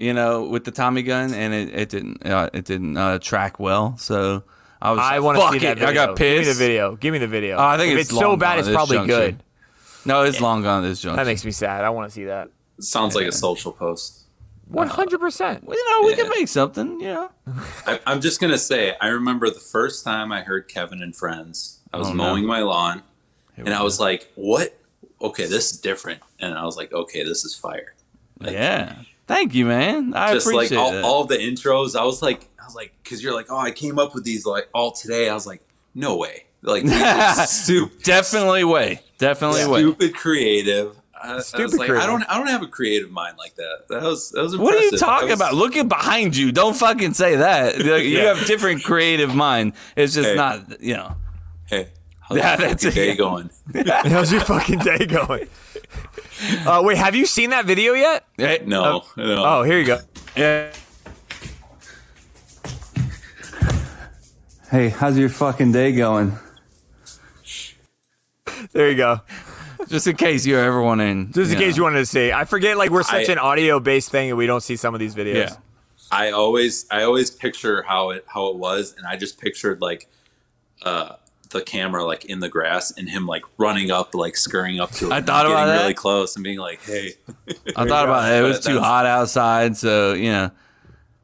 A: you know, with the Tommy gun, and it, it didn't uh, it didn't uh, track well. So I was,
E: I
A: like,
E: want to
A: "Fuck
E: see that.
A: it."
E: Video.
A: I got
E: Give me
A: pissed.
E: the video. Give me the video.
A: Oh, I think
E: if
A: it's
E: so
A: long
E: bad,
A: gone
E: it's
A: at this
E: probably
A: juncture.
E: good.
A: No, it's long gone at this junction.
E: That makes me sad. I want to see that.
B: Sounds like a social post.
E: One hundred percent.
A: Well, you know, we
B: Yeah.
A: can make something. You know,
B: I, I'm just gonna say, I remember the first time I heard Kevin and Friends. I was
A: Oh, no.
B: mowing my lawn, and
A: we
B: I was like, "What? Okay, this is different." And I was like, "Okay, this is fire." Like,
A: yeah. Thank you, man. I
B: just like
A: appreciate
B: all,
A: that.
B: all the intros. I was like, I was like, because you're like, "Oh, I came up with these like all today." I was like, "No way!" Like, these are stupid.
A: Definitely way. Definitely way.
B: stupid creative. I, I
E: Stupid
B: was like,
E: creative.
B: I don't, I don't have a creative mind like that. That was, that was impressive.
A: What are you talking
B: That was-
A: about? Looking behind you. Don't fucking say that. Like, You
E: Yeah.
A: have different creative mind. It's just
B: Hey.
A: not, you know.
B: Hey, how's
A: Yeah,
B: yeah,
A: that's it.
B: day going?
E: How's your fucking day going? Uh, wait, have you seen that video yet?
A: Hey,
B: No, no.
E: Oh, here you go.
A: yeah.
I: Hey, how's your fucking day going?
E: There you go.
A: Just in case you're ever wondering.
E: Just in
A: you
E: case you wanted to see. I forget like we're such
B: I-
E: an audio based thing and we don't see some of these videos.
A: Yeah.
B: I always, I always picture how it, how it was, and I just pictured like, uh, the camera like in the grass and him like running up, like scurrying up to it,
A: I
B: and
A: thought
B: getting
A: about that.
B: really close and being like, "Hey,
A: I thought about it. It
B: But
A: was too
B: that's-
A: hot outside, so you know.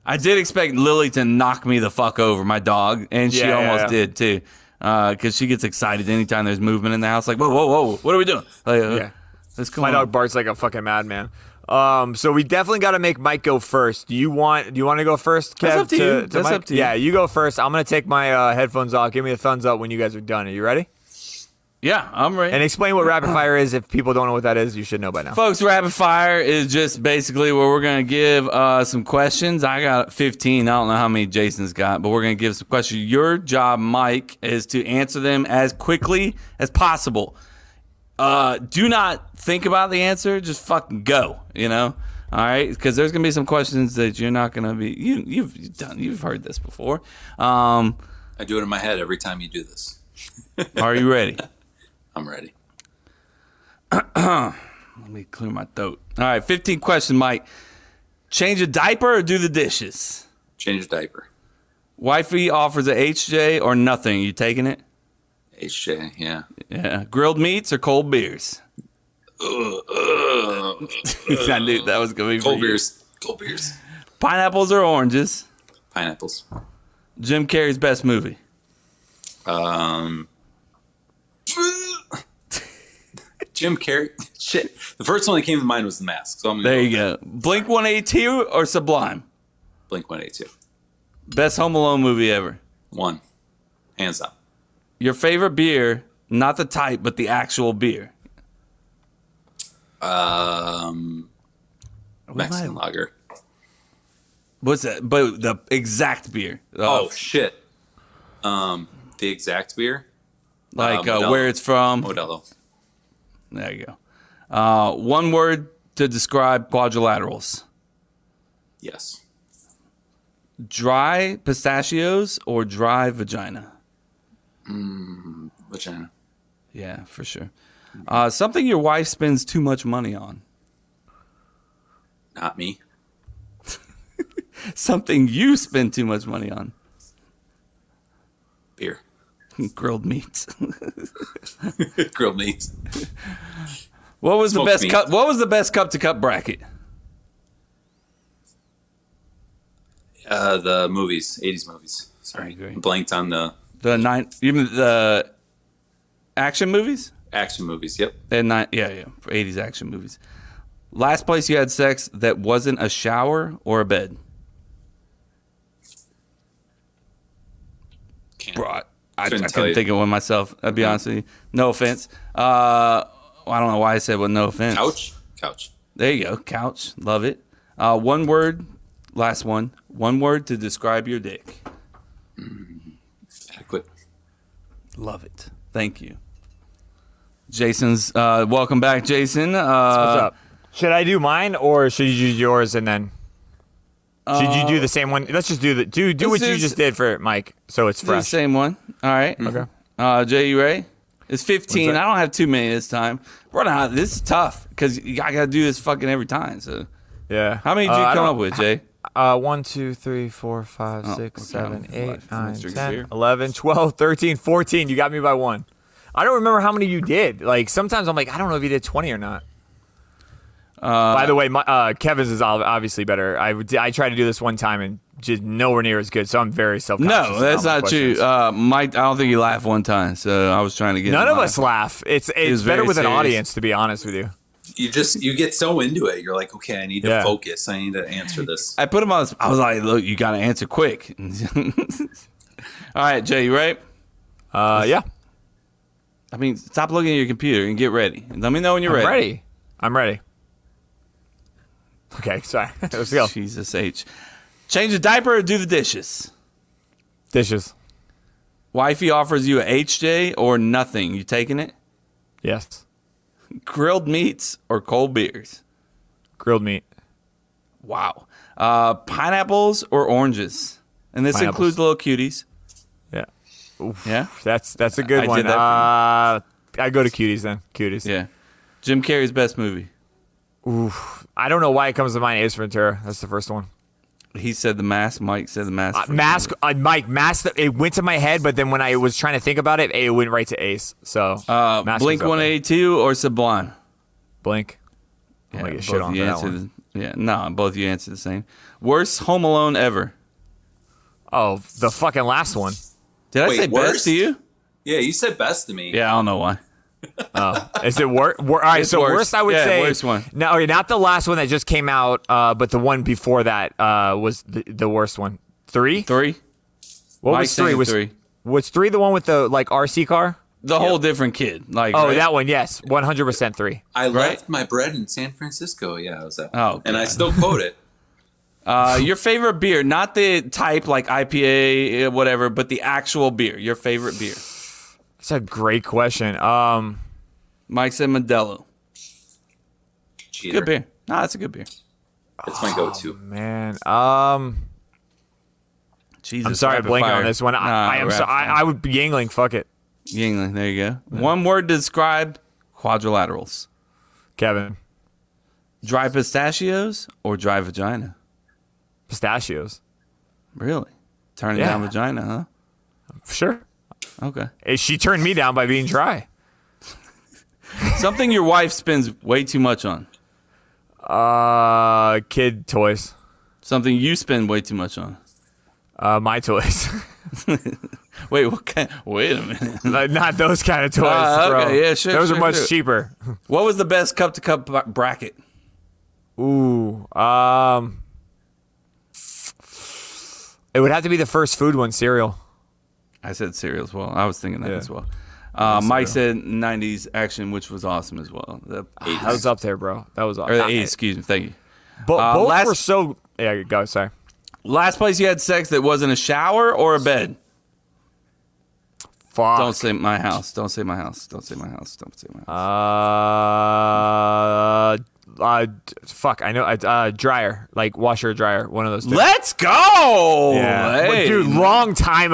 A: I did expect Lily to knock me the fuck over, my dog, and she
E: Yeah, yeah,
A: almost
E: yeah.
A: did too, because she gets excited anytime there's movement in the house. Like, whoa, whoa, whoa, what are we doing? Like, uh,
E: Yeah.
A: let's come
E: My
A: on.
E: dog barks like a fucking madman. Um, so we definitely got to make Mike go first. Do you want? Do you want to go first? Kev,
A: That's up to you. That's
E: Mike?
A: up to you.
E: Yeah, you go first. I'm gonna take my uh, headphones off. Give me a thumbs up when you guys are done. Are you ready?
A: yeah, I'm ready.
E: And explain what rapid fire is. If people don't know what that is, you should know by now.
A: Folks, rapid fire is just basically where we're gonna give uh, some questions. I got 15. I don't know how many Jason's got, but we're gonna give some questions. Your job, Mike, is to answer them as quickly as possible. Uh, do not think about the answer. Just fucking go. You know. All right, because there's gonna be some questions that you're not gonna be you you've done you've heard this before. Um,
B: I do it in my head every time you do this."
A: are you ready?
B: I'm ready.
A: Let me clear my throat. All right, 15 question, Mike. Change a diaper or do the dishes?
B: Change a diaper.
A: Wifey offers a HJ or nothing. You taking it?
B: HJ, yeah.
A: Yeah. Grilled meats or cold beers?
B: Ugh.
A: I knew that was going to be for
B: Uh, Cold
A: you.
B: beers. Cold beers.
A: Pineapples or oranges?
B: Pineapples.
A: Jim Carrey's best movie.
B: Um, Jim Carrey. Shit. The first one that came to mind was The Mask. So I'm gonna
A: There you go.
B: with
A: Blink 182 or Sublime?
B: that. Blink 182.
A: Best Home Alone movie ever.
B: One. Hands up.
A: Your favorite beer, not the type, but the actual beer.
B: Um, Mexican
A: might-
B: lager.
A: What's that? But the exact beer.
B: Oh,
A: Uh,
B: shit. Um, the exact beer.
A: like
B: uh,
A: uh, where it's from.
B: Modelo.
A: There you go. Uh, one word to describe quadrilaterals.
B: Yes.
A: dry pistachios or dry vagina?
B: Vagina.
A: Yeah, for sure. Uh, something your wife spends too much money on.
B: Not me.
A: Something you spend too much money on.
B: Beer.
A: Grilled meats.
B: Grilled meats.
A: what was
B: Smoked
A: the best
B: meat.
A: cup? What was the best cup to cup bracket?
B: Uh, the movies, 80s movies.
A: I
B: Sorry.
A: agree.
B: Blanked on the
A: The nine, even the action movies.
B: action movies. Yep.
A: They had nine, yeah, yeah, for eighties action movies. Last place you had sex that wasn't a shower or a bed.
B: Can't.
A: Bro, I, I, I
B: Couldn't
A: couldn't
B: tell you.
A: think of one myself. I'll be honest with you. No offense. Uh, I don't know why I said well. No offense.
B: Couch. Couch.
A: There you go. Couch. Love it. Uh, one word. Last one. One word to describe your dick.
B: Adequate.
A: Love it. Thank you. Jason's uh, welcome back, Jason. Uh,
E: What's up? Should I do mine or should you do yours and then? Should you
A: Uh,
E: do the same one? Let's just do the do do what
A: let's
E: you
A: do-
E: just did for Mike, so it's
A: Do the
E: fresh.
A: same one. All right. Okay. Uh, Jay, you ready? It's 15. I
E: that?
A: don't have too many this time. We're not. This is tough because I got to do this fucking every time. So,
E: Yeah.
A: how many did
E: Uh,
A: you
E: I
A: come
E: don't-
A: up with, Jay?
E: Uh, 1, 2, 3, 4, 5,
A: Oh,
E: 6,
A: okay.
E: 7,
A: Five.
E: 8,
A: Let's
E: 9,
A: drink a
E: 10,
A: beer.
E: 11, 12, 13, 14. You got me by one. I don't remember how many you did. Like, sometimes I'm like, I don't know if you did 20 or not. by the way, my, uh, Kevin's is ob- obviously better. I, would- I tried to do this one time and just nowhere near as good, so I'm very self conscious.
A: No, that's not true. Uh, Mike, I don't think you laughed one time. So, I was trying to get
E: None
A: him
E: of
A: on.
E: us laugh. It's, it's
A: was
E: better
A: uh, very
E: with an
A: serious.
E: audience, to be honest with you.
B: You just, you get so into it. You're like, okay, I need to
E: Yeah.
B: focus. I need to answer this.
A: I put him on. the sp- I was like, "Look, you got to answer quick." All right, Jay, you right?
E: Uh, yeah.
A: I mean, stop looking at your computer and get ready. And let me know when you're
E: I'm
A: ready.
E: ready. I'm ready. Okay, sorry. Let's go.
A: Jesus H. Change a diaper or do the dishes.
E: Dishes.
A: Wifey offers you a HJ or nothing. You taking it?
E: Yes.
A: Grilled meats or cold beers?
E: Grilled meat.
A: Wow. Uh, pineapples or oranges? And this
E: Pineapples.
A: includes little cuties.
E: Yeah.
A: Yeah,
E: That's that's a good
A: I did
E: one.
A: that for
E: uh, I go to cuties then. Cuties.
A: yeah. Jim Carrey's best movie.
E: I don't know why it comes to mind. Ace Ventura. That's the first one.
A: He said the mask. Mike said the mask.
E: Uh, mask. Uh, Mike. Mask. It went to my head, but then when I was trying to think about it, it went right to Ace. So.
A: Uh,
E: Mask
A: Blink
E: was up
A: One
E: there.
A: Eighty Two or Sublime.
E: Blink. I'm
A: Yeah,
E: gonna get
A: both
E: shit on
A: you
E: for that
A: answer
E: one.
A: the- yeah, no, both you answer the same. Worst Home Alone ever.
E: Oh, the fucking last one.
A: Did I
B: Wait,
A: say best
B: worst?
A: to you?
B: Yeah, you said best to me.
A: Yeah, I don't know why.
E: Oh, Is it worse? all right,
A: It's
E: so
A: worse.
E: worst I would
A: Yeah,
E: say
A: worst one.
E: No, okay, not the last one that just came out, uh, but the one before that uh, was the, the worst one. Three?
A: Three.
E: What
A: Mike's
E: was three?
A: saying
E: Was
A: three.
E: was three the one with the like RC car?
A: The whole different kid. Like
E: Oh,
A: right?
E: that one. Yes, one hundred percent three.
B: I
A: Right?
B: left my bread in San Francisco. Yeah, I was that.
A: Oh,
B: and I
A: God.
B: still quote it.
A: Uh, your favorite beer, not the type like IPA, eh, whatever, but the actual beer. Your favorite beer.
E: That's a great question. Um,
A: Mike said Modelo.
B: Cheater.
A: Good beer. No, that's a good beer.
B: It's my go-to.
E: man. Um,
A: Jesus,
E: I'm sorry, I'm
A: rapid
E: blanking
A: fire.
E: on this one. I,
A: Nah,
E: I am. So,
A: rapid
E: I,
A: fire.
E: I would be yingling. Fuck it,
A: Yingling. There you go. One word to describe quadrilaterals.
E: Kevin.
A: Dry pistachios or dry vagina.
E: Pistachios.
A: Really? Turning
E: Yeah.
A: down vagina,
E: Sure.
A: huh? Okay.
E: Eh, She turned me down by being dry.
A: Something your wife spends way too much on.
E: Uh, kid toys.
A: Something you spend way too much on.
E: Uh, my toys.
A: Wait, what kind? Wait a minute.
E: Like, Not those kind of toys,
A: Ah,
E: bro.
A: okay, yeah, sure,
E: Those
A: sure,
E: are much
A: sure.
E: cheaper.
A: What was the best cup to cup bra- bracket?
E: Ooh. Um. It would have to be the first food one, cereal.
A: I said cereal as well. I was thinking that
E: Yeah.
A: as well. Uh, Mike said 90s action, which was awesome as well. The,
E: That was up there, bro. That was awesome.
A: or the 80s, excuse me. Thank you.
E: Bo-
A: Uh,
E: both
A: last-
E: were so. Yeah, go. Sorry.
A: Last place you had sex that wasn't a shower or a bed?
E: Fuck.
A: Don't say my house. Don't say my house. Don't say my house. Don't say my house.
E: Uh, uh, d- fuck, I know, uh, dryer, like washer dryer, one of those. two.
A: Let's go.
E: Yeah. Well,
A: Hey.
E: Dude, long time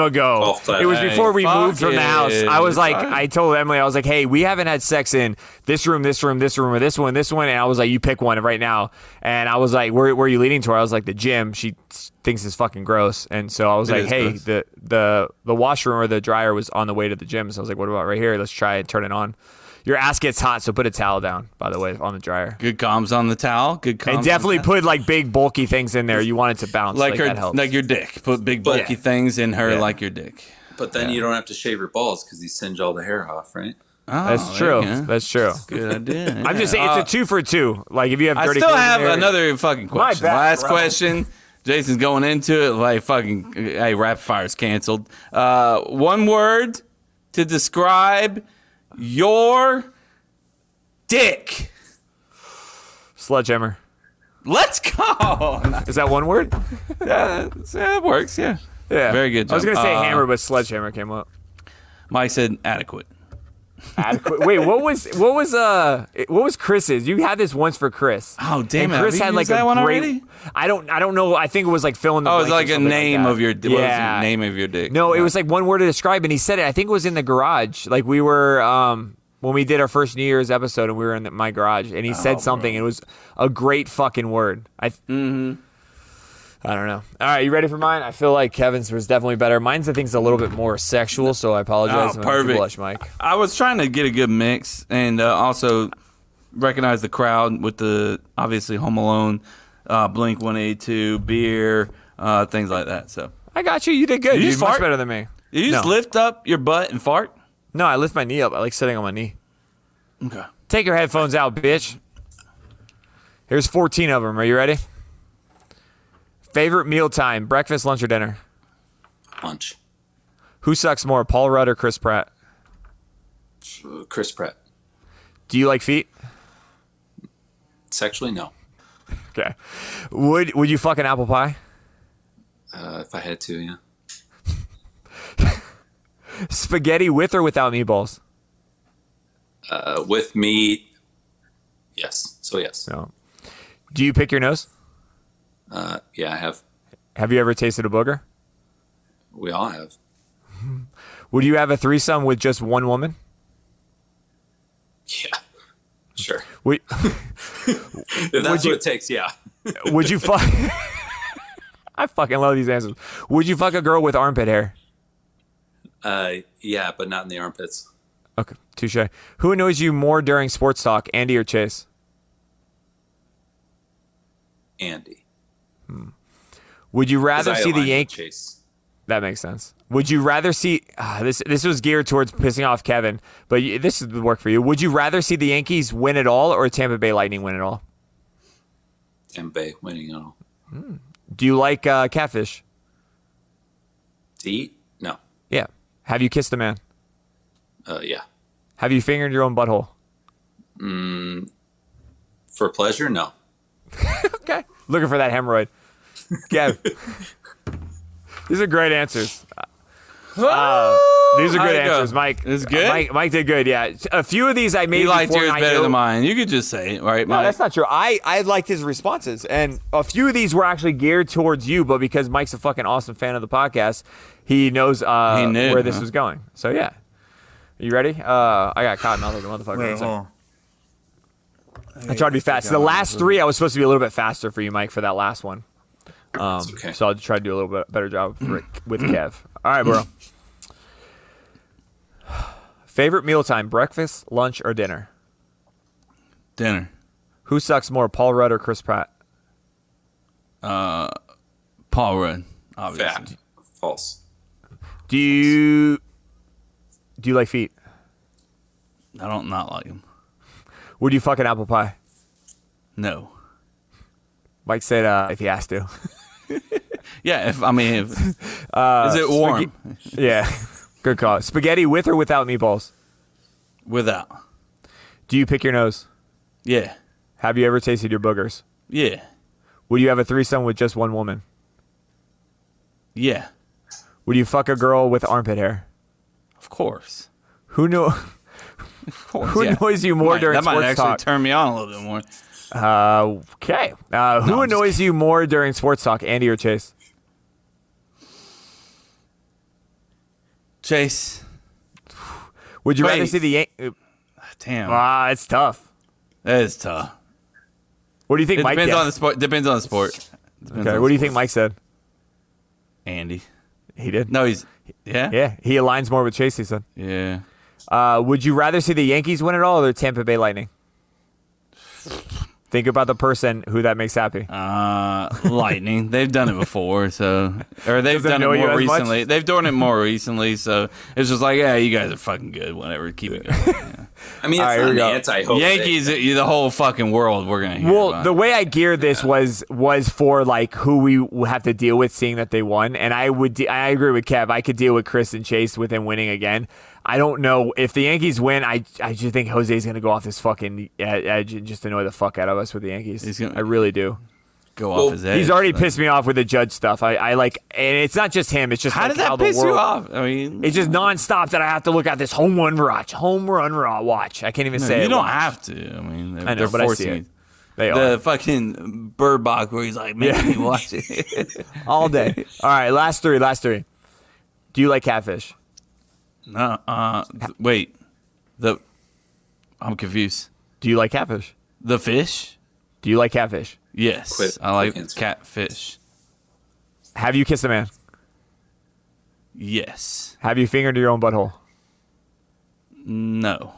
B: Oh,
E: ago. it was
B: hey,
E: before we
A: fuck
E: moved from the house.
A: it.
E: I was like,
A: Fuck.
E: I told Emily, I was like, hey, we haven't had sex in this room, this room, this room, or this one, this one. And I was like, you pick one right now. And I was like, where, where are you leading to? I was like, the gym. She s- thinks it's fucking gross. And so I was like,
A: is
E: hey,
A: gross.
E: the, the, the washroom or the dryer was on the way to the gym. So I was like, what about right here? Let's try it, turn it on. Your ass gets hot, so put a towel down, by the way, on the dryer.
A: Good comms on the towel. Good comms.
E: And
A: on
E: definitely
A: the-
E: put like big bulky things in there. You want it to bounce. Like,
A: Um, like
E: that
A: her,
E: helps.
A: like your dick. Put big
B: But-
A: bulky things in her,
E: Yeah.
A: like your dick.
B: But then you don't have to shave your balls because you singe all the hair off, right?
A: Oh,
E: That's
A: there
E: true.
A: you go.
E: That's true.
A: good idea.
E: I'm just saying it's a two for two. Like if you have
A: I
E: dirty
A: still
E: clothes in
A: have
E: there-
A: another fucking
E: My
A: question.
E: bad,
A: Last
E: bro.
A: question. Jason's going into it like fucking. Hey, rapid fire's canceled. Uh, one word to describe your dick.
E: sledgehammer.
A: Let's go.
E: Is that one word?
A: yeah, that works. Yeah.
E: Yeah.
A: Very good,
E: I was
A: John.
E: gonna say
A: Uh,
E: hammer, but sledgehammer came up.
A: Mike said adequate.
E: Adequate. Wait, what was what was uh what was Chris's? You had this once for Chris.
A: Oh, damn
E: and
A: it.
E: Chris
A: Have you
E: had like
A: used that
E: a
A: one
E: great.
A: already?
E: I don't I don't know. I think it was like fill in the.
A: Oh, it's like
E: blank or
A: a
E: something
A: name
E: that.
A: of your. What was
E: yeah.
A: the name of your dick?
E: No, it was like one word to describe, and he said it. I think it was in the garage. Like we were um, when we did our first New Year's episode, and we were in the, my garage, and he
A: Oh,
E: said something. and It was a great fucking word. I. Mm-hmm. I don't know. All right, you ready for mine? I feel like Kevin's was definitely better. Mine's I think is a little bit more sexual, so I apologize.
A: Oh,
E: if I make you
A: perfect.
E: Blush, Mike.
A: I was trying to get a good mix and uh, also recognize the crowd with the obviously Home Alone, uh, Blink 182, beer, uh, things like that. So
E: I got you. You did good.
A: you
E: You did
A: just
E: much
A: fart?
E: better than me.
A: you just
E: No.
A: lift up your butt and fart.
E: No, I lift my knee up. I like sitting on my knee.
A: Okay.
E: Take your headphones out, bitch. Here's 14 of them. Are you ready? Favorite mealtime: breakfast, lunch, or dinner?
B: Lunch.
E: Who sucks more, Paul Rudd or Chris Pratt?
B: Uh, Chris Pratt.
E: Do you like feet?
B: Sexually, no.
E: Okay. Would Would you fuck an apple pie?
B: Uh, if I had to, yeah.
E: Spaghetti with or without meatballs?
B: Uh, with meat, yes. So yes.
E: No. Do you pick your nose?
B: Uh, yeah, I have.
E: Have you ever tasted a booger?
B: We all have.
E: Would you have a threesome with just one woman?
B: Yeah. Sure.
E: Would
B: If that's what
E: you-
B: it takes, yeah.
E: Would you fuck? I fucking love these answers. Would you fuck a girl with armpit hair?
B: Uh, yeah, but not in the armpits.
E: Okay, touche. Who annoys you more during sports talk, Andy or Chase?
B: Andy.
E: Would you
B: 'Cause
E: rather
B: I
E: see the
B: align with
E: Yankees?
B: Chase.
E: That makes sense. Would you rather see ah, this? This was geared towards pissing off Kevin, but you, this would work for you. Would you rather see the Yankees win it all or Tampa Bay Lightning win it all?
B: Tampa Bay winning it all.
E: Do you like uh, catfish?
B: To eat? No.
E: Yeah. Have you kissed a man?
B: Uh, yeah.
E: Have you fingered your own butthole?
B: For pleasure? No.
E: Okay. Looking for that hemorrhoid. Kev. These are great answers. Uh, these are
A: How'd
E: good
A: it go?
E: answers, Mike.
A: It's good?
E: Mike, Mike did good. Yeah, a few of these I made.
A: He liked
E: before
A: yours
E: and I
A: better
E: knew-
A: than mine. You could just say it, right,
E: No,
A: Mike?
E: that's not true. I, I liked his responses, and a few of these were actually geared towards you, but because Mike's a fucking awesome fan of the podcast, he knows uh,
A: He knew,
E: where this
A: huh?
E: was going. So yeah, you ready? Uh, I got caught mouth like a motherfucker. One second. I tried to be fast. The last three, I was supposed to be a little bit faster for you, Mike, for that last one. Um,
B: okay.
E: So I'll try to do a little bit better job for, with Kev. All right, bro. Favorite mealtime: breakfast, lunch, or dinner?
A: Dinner.
E: Who sucks more, Paul Rudd or Chris Pratt?
A: Paul Rudd. Obviously.
B: Fact. False.
E: Do you do you like feet?
A: I don't not like him.
E: Would you fuck an apple pie?
A: No.
E: Mike said uh, if he has to.
A: Yeah. If I mean, if,
E: Uh,
A: is it warm
E: yeah, good call. Spaghetti with or without meatballs?
A: without?
E: Do you pick your nose?
A: Yeah.
E: Have you ever tasted your boogers?
A: Yeah.
E: Would you have a threesome with just one woman?
A: Yeah.
E: Would you fuck a girl with armpit hair?
A: Of course.
E: Who know?
A: Of course.
E: Who
A: yeah.
E: annoys you more
A: Might-
E: during
A: that might
E: sports
A: actually
E: talk?
A: turn me on a little bit more.
E: Uh, okay. Uh, who annoys you more during sports talk, Andy or Chase?
A: Chase.
E: Would you rather
A: Wait.
E: see the Yankees?
A: Damn.
E: Ah, it's tough.
A: that is tough.
E: What do you think
A: It
E: Mike
A: depends
E: guessed?
A: on the sport. Depends on the sport. Depends
E: Okay,
A: on
E: what
A: the
E: do you think Mike said?
A: sport. Andy.
E: He did.
A: No, he's yeah.
E: Yeah, he aligns more with Chase, he said.
A: Yeah.
E: Uh, would you rather see the Yankees win it all or the Tampa Bay Lightning? Think about the person who that makes happy.
A: Uh, lightning. They've done it before, so or they've
E: Does it
A: done it
E: annoy you
A: more
E: as much?
A: recently. They've done it more recently, so it's just like, yeah, you guys are fucking good. Whatever, keep it going.
B: I mean, it's
E: right,
B: not
E: here we
B: an
E: go.
B: anti-hope.
A: Yankees, the whole fucking world. We're gonna hear
E: Well,
A: about.
E: the way I geared this was was for like who we w- have to deal with seeing that they won, and I would de- I agree with Kev. I could deal with Chris and Chase with them winning again. I don't know if the Yankees win. I I just think Jose's gonna go off this fucking ed- edge and just annoy the fuck out of us with the Yankees.
A: He's gonna-
E: I really do.
A: go
B: well,
A: off his head.
E: He's already
A: Like,
E: pissed me off with the judge stuff. I, I like, and it's not just him. It's just
A: How
E: like
A: did that
E: how
A: piss
E: the world,
A: you off? I mean,
E: It's just nonstop that I have to look at this home run watch, home run raw watch. I can't even say
A: you
E: it.
A: don't
E: Watch.
A: have to. I mean, they're,
E: I know,
A: they're
E: but I see
A: forcing
E: it.
A: you.
E: They are.
A: The fucking bird box where he's like, make
E: Yeah.
A: me watch it.
E: all day. All right, last three, last three. Do you like catfish?
A: no, uh, th- wait. The I'm confused.
E: Do you like catfish?
A: The fish?
E: Do you like catfish?
A: Yes,
B: Quick-
A: I like
B: quick answer.
A: catfish.
E: Have you kissed a man?
A: Yes.
E: Have you fingered your own butthole?
A: No.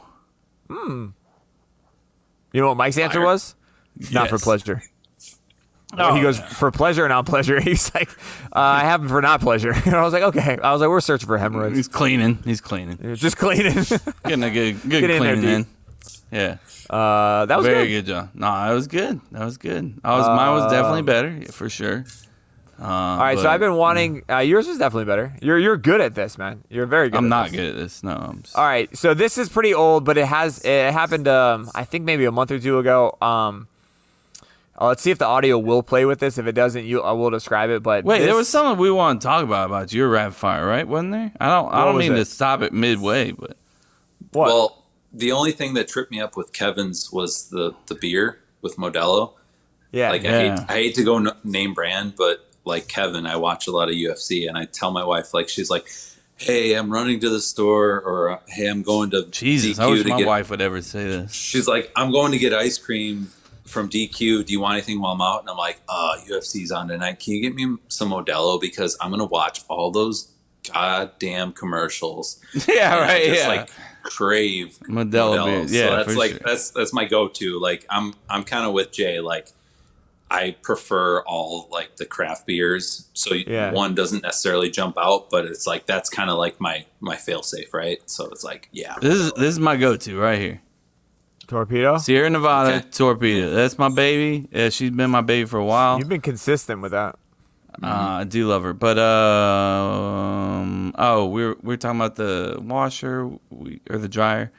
E: You know what Mike's answer was? Not for
A: Yes.
E: pleasure. No. He goes for pleasure or non pleasure. He's like, uh, I have him for not pleasure. And I was like, okay. I was like, we're searching for hemorrhoids.
A: He's cleaning. He's cleaning.
E: Just cleaning.
A: Getting a good, good
E: Get in there,
A: cleaning
E: dude.
A: in. Yeah.
E: Uh, that was
A: Very
E: good. Uh,
A: good. job. No, that was good. That was good. I was mine was definitely better yeah, for sure. Uh,
E: All right, so
A: but-
E: I've been wanting. Uh, yours was definitely better. You're you're good at this, man. You're very good.
A: I'm
E: at
A: not
E: this.
A: good at this. No, I'm s-
E: All right, so this is pretty old, but it has it happened. Um, I think maybe a month or two ago. Um, uh, let's see if the audio will play with this. If it doesn't, you I will describe it. But
A: Wait,
E: this,
A: there was something we want to talk about about your rapid fire, right? Wasn't there? I don't. I
E: What
A: don't
E: was
A: mean
E: it?
A: to stop it midway, but
E: what?
B: Well, the only thing that tripped me up with Kevin's was the the beer with Modelo.
E: yeah,
B: Like I,
A: Yeah.
B: hate, I hate to go n- name brand, but like Kevin, I watch a lot of UFC, and I tell my wife like she's like, "Hey, I'm running to the store," or "Hey, I'm going to
A: Jesus,
B: DQ
A: I wish
B: to
A: my
B: get
A: wife would ever say this.
B: she's like, I'm going to get ice cream from DQ. Do you want anything while I'm out? And I'm like, uh, UFC's on tonight. Can you get me some Modelo? Because I'm going to watch all those goddamn commercials.
A: yeah,
B: And I
A: right.
B: just
A: yeah.
B: like crave
A: Modelo beer. Yeah,
B: so that's
A: for
B: like
A: sure.
B: that's that's my go-to. Like I'm I'm kind of with Jay. Like I prefer all like the craft beers, so you-
E: Yeah.
B: one doesn't necessarily jump out, but it's like that's kind of like my my fail-safe, right? So it's like yeah,
A: this is this is my go-to right here.
E: torpedo.
A: Sierra Nevada
B: Okay.
A: Torpedo. That's my baby. Yeah, she's been my baby for a while.
E: You've been consistent with that.
A: Uh, I do love her, but um, oh, we're we're talking about the washer we, or the dryer.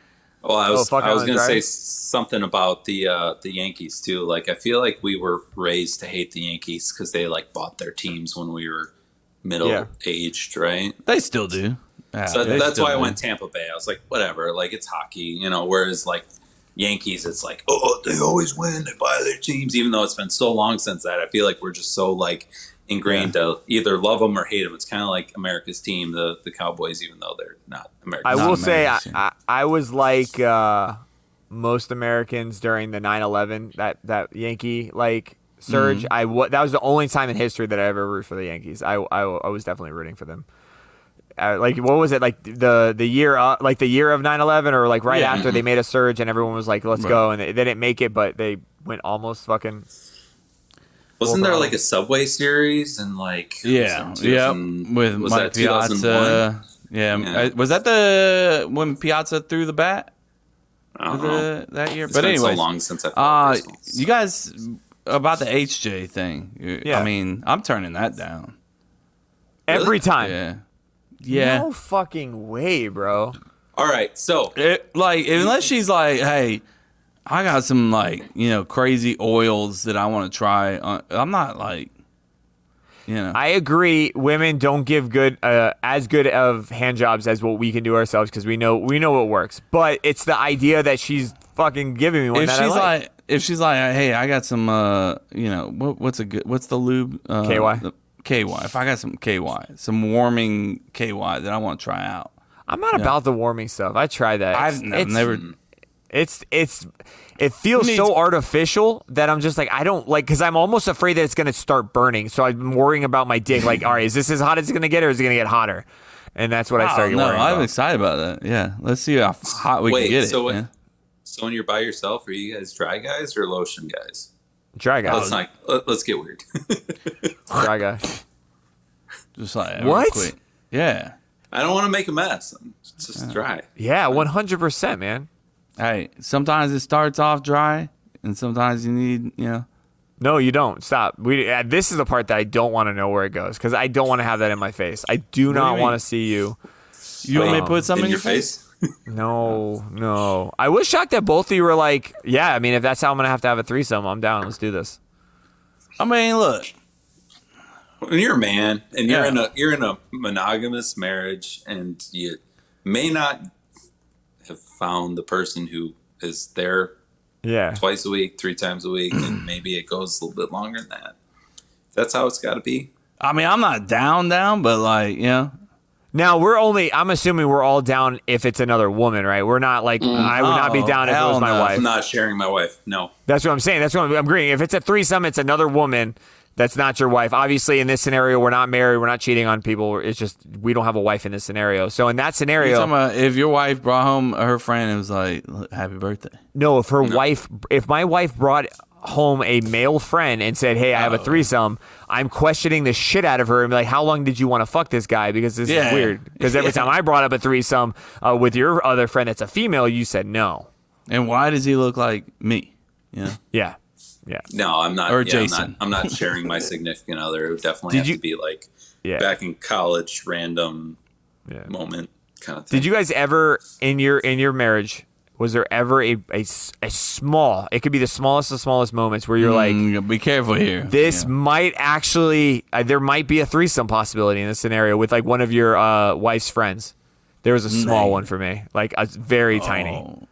B: Well, I was
E: Oh, fuck
B: I was
E: Alan
B: gonna say
E: Dry?
B: something about the uh, the Yankees too. Like I feel like we were raised to hate the Yankees because they like bought their teams when we were middle
E: Yeah.
B: aged, right?
A: They still do. Yeah,
B: So
A: they
B: that's
A: still
B: why I
A: do.
B: went Tampa Bay. I was like, whatever, like it's hockey, you know. Whereas like Yankees, it's like, oh, they always win. They buy their teams, even though it's been so long since that. I feel like we're just so like ingrained to either love them or hate them. It's kind of like America's team, the the Cowboys, even though they're not American.
E: I will say I,
A: amazing.
E: I I was like uh, most Americans during the 9/11 that that Yankee like surge.
A: Mm-hmm.
E: I wa- that was the only time in history that I ever rooted for the Yankees. I I, I was definitely rooting for them. Uh, like what was it like the the year uh, like the year of 9/11 or like right
A: Yeah.
E: after they made a surge and everyone was like let's go and they, they didn't make it but they went almost fucking
B: Wasn't
E: Well,
B: there
E: um,
B: like a Subway series and like
A: Yeah,
B: was it
A: yeah,
B: 2000
A: with
B: was
A: Mike
B: that 2001?
A: Piazza. Yeah,
B: Yeah.
A: uh, was that the when Piazza threw the bat
B: I don't know.
A: the, that year?
B: Uh-huh. It's
A: but
B: been
A: anyway,
B: so long since I.
A: uh,
B: followed baseball.
A: you guys about the HJ thing? you-
E: Yeah.
A: I mean, I'm turning that down.
E: every time.
A: Yeah, yeah.
E: No fucking way, bro.
B: All right, so
A: It, like unless she's like, hey, I got some like you know crazy oils that I want to try. on- I'm not like, you know,
E: I agree. Women don't give good, uh, as good of hand jobs as what we can do ourselves because we know we know what works. But it's the idea that she's fucking giving me one
A: if
E: that I
A: she's
E: like.
A: like, if she's like, hey, I got some, uh, you know, what, what's a good, what's the lube? Uh,
E: KY?
A: the- KY. If I got some KY, some warming KY that I want to try out.
E: I'm not about the warming stuff. I try that.
A: I've
E: It's-
A: n-
E: it's-
A: never.
E: It's it's it feels so artificial that I'm just like I don't like because I'm almost afraid that it's gonna start burning. So I've been worrying about my dick. Like, all right, is this as hot as it's gonna get, or is it gonna get hotter? And that's what I
A: Oh,
E: started
A: no,
E: worrying
A: I'm
E: about.
A: excited about that. Yeah, let's see how hot we
B: Wait,
A: can get it.
B: so what-
A: man.
B: So when you're by yourself, are you guys dry guys or lotion guys?
E: Dry
A: Uh,
B: Let's
E: guys,
B: not. Let, let's get weird.
E: dry guys.
A: Just like
E: What?
A: real quick. Yeah.
B: I don't want to make a mess. I'm just dry.
E: Yeah, 100 percent, man.
A: Hey, sometimes it starts off dry, and sometimes you need, you know.
E: No, you don't stop. We uh, this is the part that I don't want to know where it goes because I don't want to have that in my face. I do
A: do you
E: not
A: mean?
E: want to see you.
A: You want me to
E: Um,
A: put something
B: in your face.
E: No, no. I was shocked that both of you were like, yeah. I mean, if that's how I'm gonna have to have a threesome, I'm down. Let's do this.
A: I mean, look,
B: When you're a man and you're
A: Yeah.
B: in a you're in a monogamous marriage and you may not have found the person who is there
E: Yeah.
B: twice a week, three times a week, and maybe it goes a little bit longer than that. That's how it's got to be.
A: I mean, I'm not down, down, but like, you know,
E: Now we're only. I'm assuming we're all down if it's another woman, right? We're not like I would not be
A: Oh,
E: down if it
A: hell
E: was my
A: no.
E: wife.
B: I'm not sharing my wife. No,
E: That's what I'm saying. That's what I'm, I'm agreeing. If it's a threesome, it's another woman that's not your wife. Obviously, in this scenario, we're not married. We're not cheating on people. It's just we don't have a wife in this scenario. So in that
A: you're talking
E: scenario,
A: about if your wife brought home her friend and was like, "Look, happy birthday.
E: no. If her wife, if my wife brought home a male friend and said, "Hey, I have a threesome," I'm questioning the shit out of her and be like, "How long did you want to fuck this guy?" Because this
A: Yeah.
E: is weird. Because every time I brought up a threesome uh, with your other friend that's a female, you said no.
A: And why does he look like me? You know?
E: Yeah. Yeah.
B: no, I'm not.
A: Or
B: yeah, I'm not-
A: Jason.
B: I'm not, sharing my significant other. It would definitely
E: Did
B: have
E: you-
B: to be like
E: Yeah.
B: back in college, random
E: Yeah.
B: moment kind of thing.
E: Did you guys ever in your in your marriage was there ever a, a, s- a small it could be the smallest of smallest moments where you're like
A: Mm, be careful here.
E: this
A: Yeah.
E: might actually uh, there might be a threesome possibility in this scenario with like one of your uh, wife's friends. There was a small one for me, like a very tiny.
A: Oh.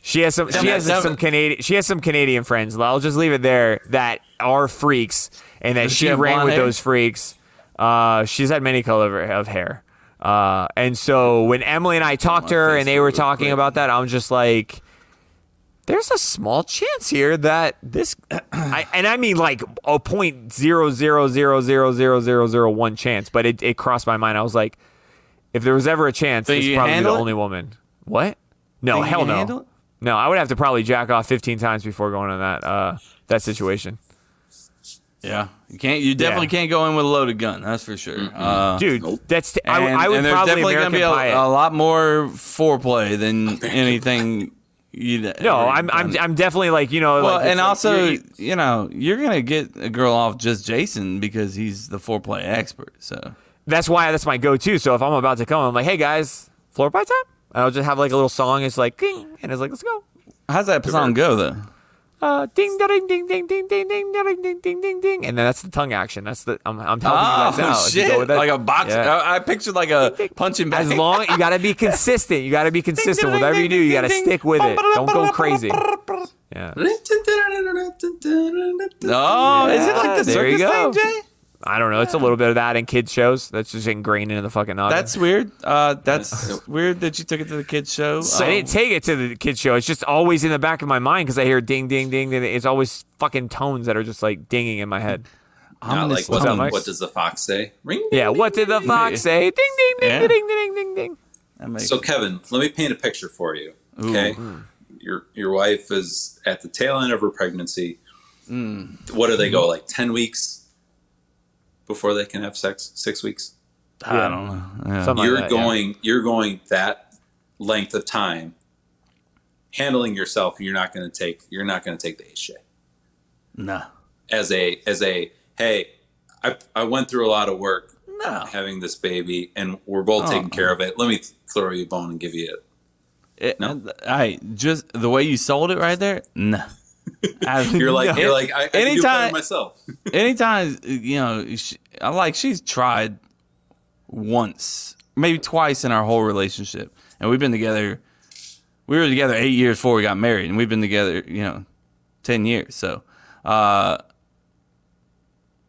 E: She has some. She
B: that-
E: has
B: that-
E: some Canadian. She has some Canadian friends. I'll just leave it there. That are freaks, and that
A: Does she
E: she
A: have
E: ran
A: blonde
E: with
A: hair?
E: those freaks. Uh, she's had many color of, of hair. Uh, and so when Emily and
A: Oh,
E: I talked to her, and they were talking about that, I'm just like, there's a small chance here that this, I, and I mean like a point zero zero zero zero zero zero zero one chance, but it, it crossed my mind. I was like, if there was ever a chance,
A: Think
E: this
A: you
E: is
A: can
E: probably the
A: handle it?
E: only woman. What? No,
A: Think you
E: hell
A: can
E: no.
A: handle it?
E: No, I would have to probably jack off 15 times before going on that uh, that situation.
A: Yeah. You can't you definitely can't go in with a loaded gun, that's for sure. Uh
E: Dude, that's t- I,
A: and,
E: w- I would
A: and there's
E: probably
A: definitely
E: American
A: gonna be a,
E: Pie it.
A: a lot more foreplay than anything you
E: No, I'm, I'm I'm definitely like you know.
A: well,
E: like, it's
A: and
E: like
A: also,
E: you're-
A: you know, you're gonna get a girl off just Jason because he's the foreplay expert. So
E: that's why that's my go-to. So if I'm about to come, I'm like, hey guys, floor pie time. And I'll just have like a little song. It's like ding, and it's like let's go.
A: how's that song go though?
E: Uh, ding, da, ding, ding, ding, ding, ding, ding, da, ding, ding, ding, ding, ding, and then that's the tongue action. That's the I'm, I'm helping you guys out.
A: Oh
E: If you go
A: shit!
E: with that-
A: Like a box.
E: Yeah.
A: I, I pictured like a punching bag.
E: As long you got to be consistent. You got to be consistent. Whatever you do, you got to stick with it. Don't go crazy. Yeah.
A: Oh, is it like the circus
E: There you go.
A: thing, Jay?
E: I don't know. It's a little bit of that in kids shows. That's just ingrained into the fucking noggin.
A: That's weird. Uh, that's weird that you took it to the kids show.
E: I
A: Um,
E: didn't take it to the kids show. It's just always in the back of my mind because I hear ding, ding, ding, ding. It's always fucking tones that are just like dinging in my head.
A: I'm
B: Not
A: gonna
B: like
A: stop.
E: up,
B: what,
E: Mike?
B: what does the fox say? Ring. ding,
E: Yeah. What did the fox say? Ding, ding, ding,
A: Yeah.
E: ding, ding, ding, ding.
A: That makes-
B: So Kevin, let me paint a picture for you. Okay,
E: hmm.
B: your your wife is at the tail end of her pregnancy.
E: Hmm.
B: What do they go like ten weeks before they can have sex? Six weeks.
A: I don't know. Yeah.
E: Something like
B: you're
E: that, yeah.
B: going. You're going that length of time handling yourself. You're not going to take. You're not going to take the shit
A: No,
B: as a as a hey. I I went through a lot of work
A: no.
B: having this baby, and we're both
E: Oh.
B: taking care of it. Let me throw you a bone and give you it.
A: It,
B: No?
A: I just the way you sold it right there. No. I-
B: You're like
A: no.
B: you're like I, I can do it better
A: Anytime-
B: myself.
A: anytime you know she, i like she's tried once maybe twice in our whole relationship and we've been together we were together eight years before we got married, and we've been together, you know, ten years. So, uh,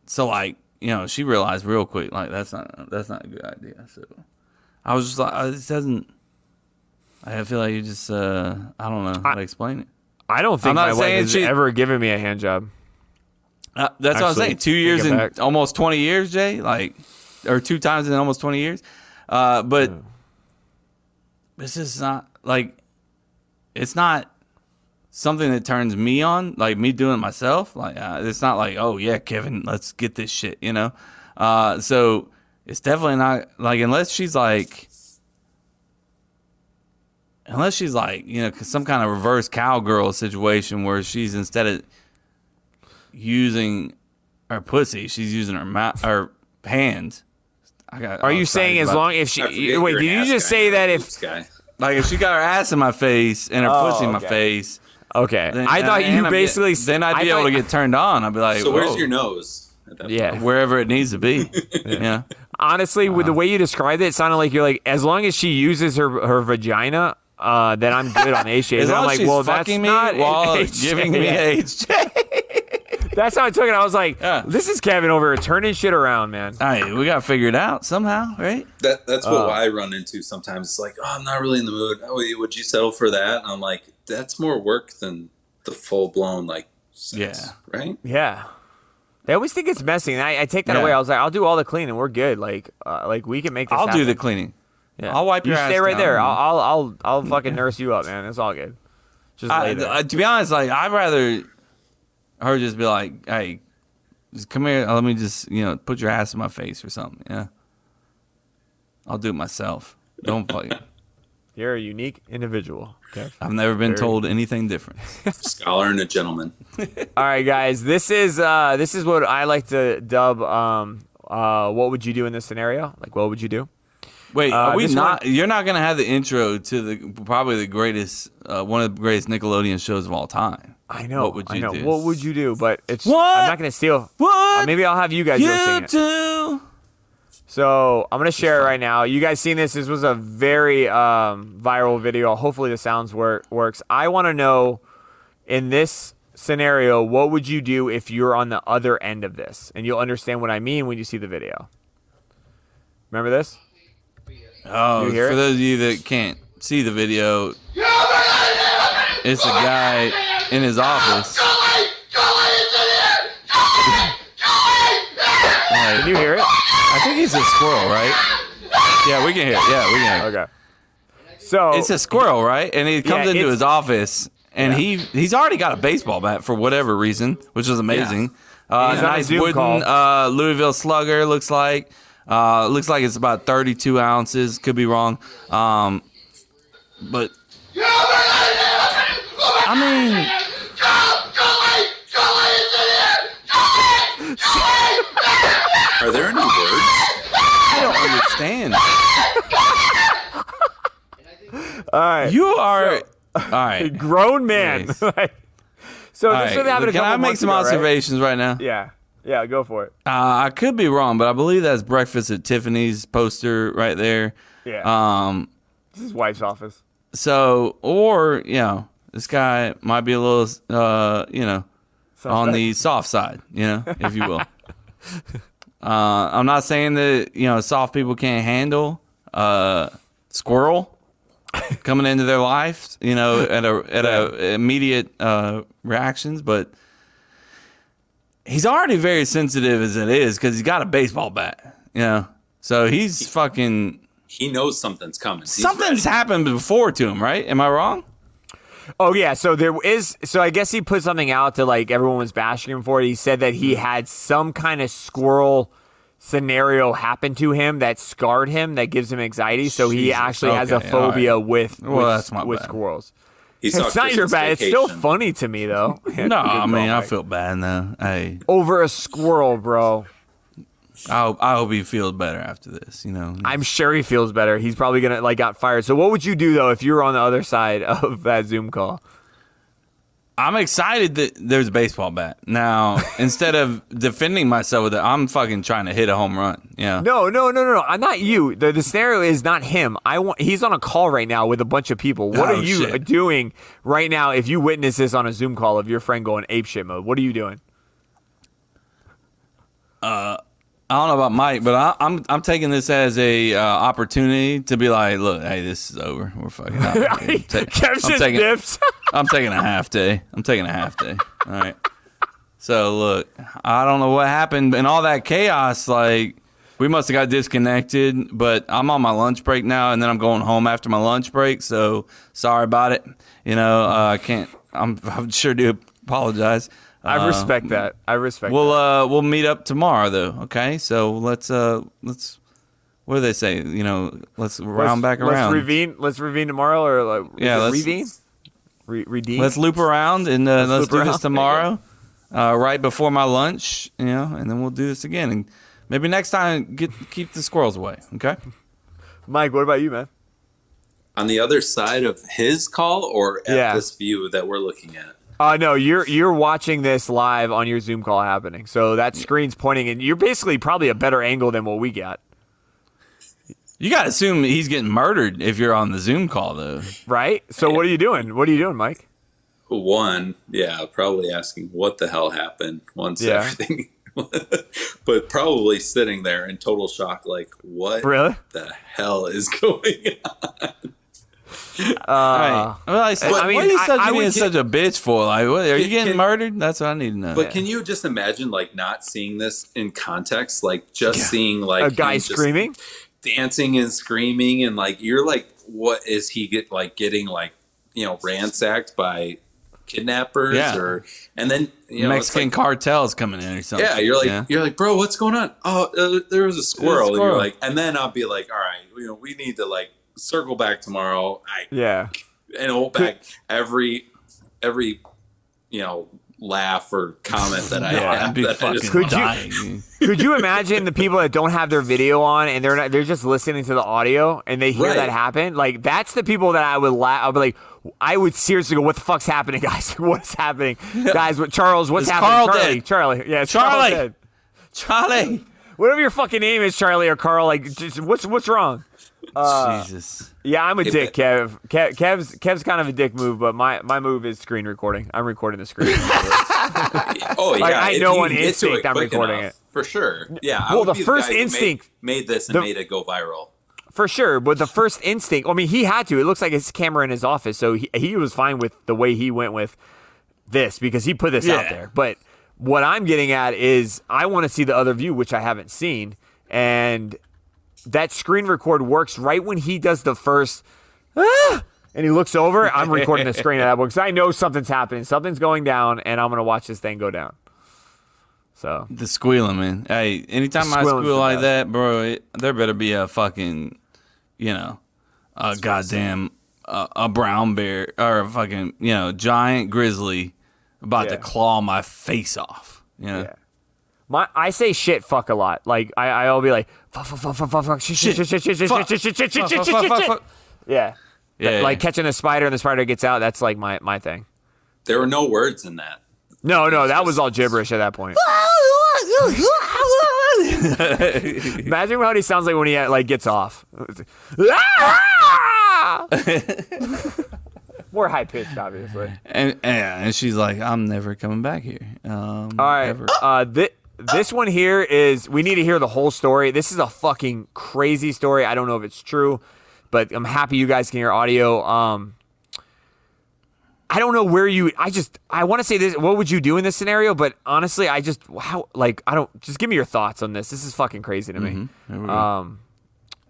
A: so like, you know, she realized real quick, like that's not that's not a good idea. So, I was just like, uh, this doesn't. I feel like you just, uh, I don't know how to explain it.
E: I don't think
A: I'm not
E: my wife
A: saying
E: has
A: she-
E: ever given me a hand job.
A: Uh, that's what I'm
E: Actually,
A: saying. Two
E: take
A: years
E: it
A: and
E: back.
A: almost 20 years, Jay, like, or two times in almost 20 years. Uh, but this is not like, it's not something that turns me on, like me doing it myself. Like, uh, it's not like, oh, yeah, Kevin, let's get this shit, you know? Uh, so it's definitely not like, unless she's like, unless she's like, you know, some kind of reverse cowgirl situation where she's instead of, using her pussy. She's using her mouth, her hand. I got,
E: Are
A: I'm
E: you
A: sorry,
E: saying as
A: but-
E: long if
B: I forget
E: she?
B: you're
E: Wait,
B: an
E: did you
B: ass
E: just
B: guy,
E: say
B: you're
E: that
B: a
E: if?
B: boobs guy.
A: like if she got her ass in my face and her
E: Oh,
A: pussy in my
E: okay.
A: face?
E: Okay,
A: Then,
E: I thought
A: and
E: you
A: I'd be-
E: basically. s-
A: then I'd be
E: I
A: able
E: thought-
A: to get turned on. I'd be like,
B: So where's
A: "Whoa,"
B: your nose? at that
E: oh. Yeah.
B: point?
A: wherever it needs to be. yeah.
E: Honestly, with the
A: Uh-huh.
E: way you described it, it sounded like you're like, as long as she uses her her vagina, uh, then I'm good on HJs.
A: As
E: And
A: long
E: I'm
A: as
E: like,
A: she's
E: well, that's
A: fucking me
E: not an
A: while
E: HJ.
A: giving me HJ.
E: That's how I took it. I was like,
A: Yeah.
E: this is Kevin over here turning shit around, man.
A: All right, we got to figure it out somehow, right?
B: That that's what
E: Oh.
B: I run into sometimes. It's like, oh, I'm not really in the mood. Oh, you- would you settle for that? And I'm like, that's more work than the full blown like sex,
A: Yeah.
B: right?
E: Yeah. They always think it's messy, and I, I take that
A: Yeah.
E: away. I was like, I'll do all the cleaning. We're good. Like, uh, like we can make this.
A: I'll do the
E: happen.
A: cleaning.
E: Yeah.
A: I'll wipe
E: you
A: your
E: stay
A: ass
E: right there.
A: down.
E: I'll, I'll, I'll, I'll fucking nurse you up, man. It's all good. Just
A: I,
E: lay there.
A: I- to be honest, like I'd rather her just be like, "Hey, just come here. Let me just you know put your ass in my face or something." Yeah, I'll do it myself. Don't fuck it.
E: You're a unique individual. Kev.
A: I've never been told anything different.
B: Scholar and a gentleman.
E: All right, guys. This is uh, this is what I like to dub. Um, uh, what would you do in this scenario? Like, what would you do?
A: Wait,
E: Uh,
A: are we
E: this
A: not? You're not gonna have the intro to the probably the greatest, uh, one of the greatest Nickelodeon shows of all time.
E: I know.
A: What would
E: I
A: you
E: know.
A: do?
E: What would you do? But it's
A: What?
E: I'm not gonna steal.
A: What?
E: Uh, maybe I'll have you guys go sing
A: you
E: it.
A: too.
E: So I'm gonna share it right now. You guys seen this? This was a very um, viral video. Hopefully the sounds wor- works. I want to know in this scenario, what would you do if you're on the other end of this? And you'll understand what I mean when you see the video. Remember this?
A: Oh,
E: You hear
A: for
E: it?
A: those of you that can't see the video, it's a guy in his office. Like,
E: Can you hear it?
A: I think he's a squirrel, right? Yeah, we can hear. It. Yeah, we can hear. It.
E: Okay. So
A: It's a squirrel, right? And he comes
E: Oh, Yeah,
A: into
E: it's-
A: his office, and he he's already got a baseball bat for whatever reason, which is amazing. Uh,
E: He's on a
A: nice
E: Zoom
A: wooden
E: call.
A: uh, Louisville Slugger looks like. Uh, looks like it's about 32 ounces. Could be wrong. Um, but I mean,
B: Are there any words?
A: I don't understand.
E: all right,
A: You are all right.
E: grown man.
A: Yes.
E: Like- so
A: All
E: this
A: right.
E: would happen. a
A: Can
E: couple
A: I make
E: months
A: some
E: ago, right?
A: observations right now?
E: Yeah. Yeah. Go for it.
A: Uh, I could be wrong, but I believe that's Breakfast at Tiffany's poster right there.
E: Yeah.
A: Um,
E: this is wife's office.
A: so or you know, this guy might be a little, uh, you know, on the soft side, you know, if you will. uh, I'm not saying that you know soft people can't handle uh, squirrel coming into their life, you know, at a at a immediate uh, reactions, but he's already very sensitive as it is because he's got a baseball bat, you know. So he's fucking
B: He knows something's coming. He's
A: something's
B: ready.
A: happened before to him, right? Am I wrong?
E: Oh yeah, so there is. So I guess he put something out to like everyone was bashing him for it. He said that
A: Hmm.
E: he had some kind of squirrel scenario happen to him that scarred him, that gives him anxiety. So he
A: Jesus.
E: actually has a
A: Okay, all right.
E: phobia with
A: Well,
E: with,
A: that's my
E: with
A: bad.
E: squirrels.
B: He saw
E: it's not your
B: Christmas
E: bad. It's still
B: Vacation.
E: funny to me though. Good
A: No, I
E: call,
A: mean I
E: Mike.
A: feel bad now. Hey,
E: over a squirrel, bro.
A: I hope, I hope he feels better after this. You know,
E: I'm sure he feels better. He's probably gonna like got fired. So what would you do though if you were on the other side of that Zoom call?
A: I'm excited that there's a baseball bat. Now, instead of defending myself with it, I'm fucking trying to hit a home run. Yeah.
E: No, no, no, no, no. I'm not you. The, the scenario is not him. I want. He's on a call right now with a bunch of people. What
A: Oh,
E: are you
A: shit.
E: doing right now? If you witness this on a Zoom call of your friend going ape shit mode, what are you doing?
A: I don't know about Mike, but I, I'm I'm taking this as a uh, opportunity to be like, look, hey, this is over. We're fucking out. of here. Ta-
E: Kev just
A: taking,
E: dips.
A: I'm taking a half day. I'm taking a half day. All right. So look, I don't know what happened, and all that chaos. Like we must have got disconnected. But I'm on my lunch break now, and then I'm going home after my lunch break. So sorry about it. You know, uh, I can't. I'm I sure do apologize.
E: I
A: Uh,
E: respect that. I respect.
A: We'll uh we'll meet up tomorrow though. Okay, so let's uh let's what do they say? You know, let's
E: that.
A: round
E: Let's-
A: back around.
E: Let's revene. Let's revene tomorrow, or like is
A: Yeah,
E: it
A: let's-
E: revene. Re- redeem.
A: Let's loop around and uh, let's,
E: loop
A: do
E: around. There
A: this
E: you
A: tomorrow, uh, right before my lunch. You know, and then we'll do this again. And maybe next time, get keep the squirrels away. Okay.
E: Mike, what about you, man?
B: on the other side of his call or at
E: Yeah.
B: this view that we're looking at?
E: Uh, no, you're you're watching this live on your Zoom call happening. So that screen's pointing, and you're basically probably a better angle than what we got,
A: You gotta assume he's getting murdered if you're on the Zoom call though.
E: right? So what are you doing? What are you doing, Mike?
B: One, yeah, probably asking what the hell happened once
E: Yeah.
B: everything, but probably sitting there in total shock, like, what
E: Really?
B: the hell is going
A: Uh,
B: on?
E: Uh,
A: right. Well, I, said,
B: But-
A: what
B: I
A: are
B: mean,
A: you
B: I-
A: such,
B: I
A: being
B: would
A: such a bitch for? Like, what, are you
B: Can-
A: getting
B: can-
A: murdered? That's what I need to know.
B: But can you just imagine, like, not seeing this in context, like just seeing like
E: A guy
B: him just
E: screaming?
B: dancing and screaming, and like you're like, what is he get like getting like you know ransacked by kidnappers
A: Yeah.
B: or and then you know it's
A: Mexican
B: like,
A: cartels coming in or something.
B: Yeah, you're like you're like, bro, what's going on? Oh, uh, there was a squirrel. And
A: squirrel.
B: you're like, and then I'll be like, all right, you know, we need to like circle back tomorrow. I
E: Yeah.
B: and hold back every every you know laugh or comment that I
A: Yeah, I'd
B: have.
A: be
B: that I just-
A: fucking
E: Could you-
A: dying.
E: Could you imagine the people that don't have their video on and they're not they're just listening to the audio and they hear
B: Right.
E: that happen? Like that's the people that I would laugh. I'd be like, I would seriously go, "What the fuck's happening, guys? What's happening, guys? What Charles? What's
A: Is
E: happening,
A: Carl
E: Charlie?
A: dead?
E: Charlie? Yeah, it's Charles
A: Charlie!
E: dead.
A: Charlie.
E: Whatever your fucking name is, Charlie or Carl. Like, just, what's what's wrong?
B: Uh,
A: Jesus.
E: Yeah, I'm a
B: Hey,
E: dick, Kev. Kev. Kev's Kev's kind of a dick move, but my my move is screen recording. I'm recording the screen.
B: oh yeah,
E: I
B: if
E: know
B: you
E: on
B: get to
E: instinct
B: it
E: I'm
B: quick
E: recording
B: enough,
E: it.
B: for sure. Yeah. I
E: Well,
B: would
E: the
B: be
E: first
B: guy who made-
E: instinct-
B: made, this and
E: the-
B: made it go viral.
E: For sure, but the first instinct, I mean, he had to. It looks like his camera in his office, so he, he was fine with the way he went with this because he put this out
A: Yeah.
E: there. But what I'm getting at is I want to see the other view, which I haven't seen. And that screen record works right when he does the first, "Ah!" and he looks over. I'm recording the screen at that because I know something's happening. Something's going down, and I'm going to watch this thing go down. So,
A: The squealing, man. Hey, anytime I
E: Squealing's
A: squeal
E: the
A: like
E: best.
A: that, bro, it, there better be a fucking, you know, a goddamn, uh, a brown bear or a fucking, you know, giant grizzly about to
E: Yeah.
A: claw my face off. You know?
E: Yeah. My, I say shit fuck a lot. Like I, I'll be like fuck fuck fuck fuck fuck fuck shit shit shit shit shit shit shit shit shit shit shit
A: Fuck, fuck,
E: shit
A: fuck,
E: shit.
A: fuck.
E: Yeah.
A: Yeah,
E: Like
A: yeah.
E: catching a spider and the spider gets out. That's like my my thing.
B: There were no words in that.
E: No, no, that was all gibberish at that point. Imagine what he sounds like when he uh, like gets off. Ah! More high pitched, obviously.
A: and, and and she's like, I'm never coming back here. Um,
E: All right.
A: ever.
E: Uh, thi- this one here is we need to hear the whole story. This is a fucking crazy story. I don't know if it's true, but I'm happy you guys can hear audio. Um, I don't know where you. I just I want to say this. What would you do in this scenario? But honestly, I just how like I don't. Just give me your thoughts on this. This is fucking crazy to
A: Mm-hmm.
E: me. Um,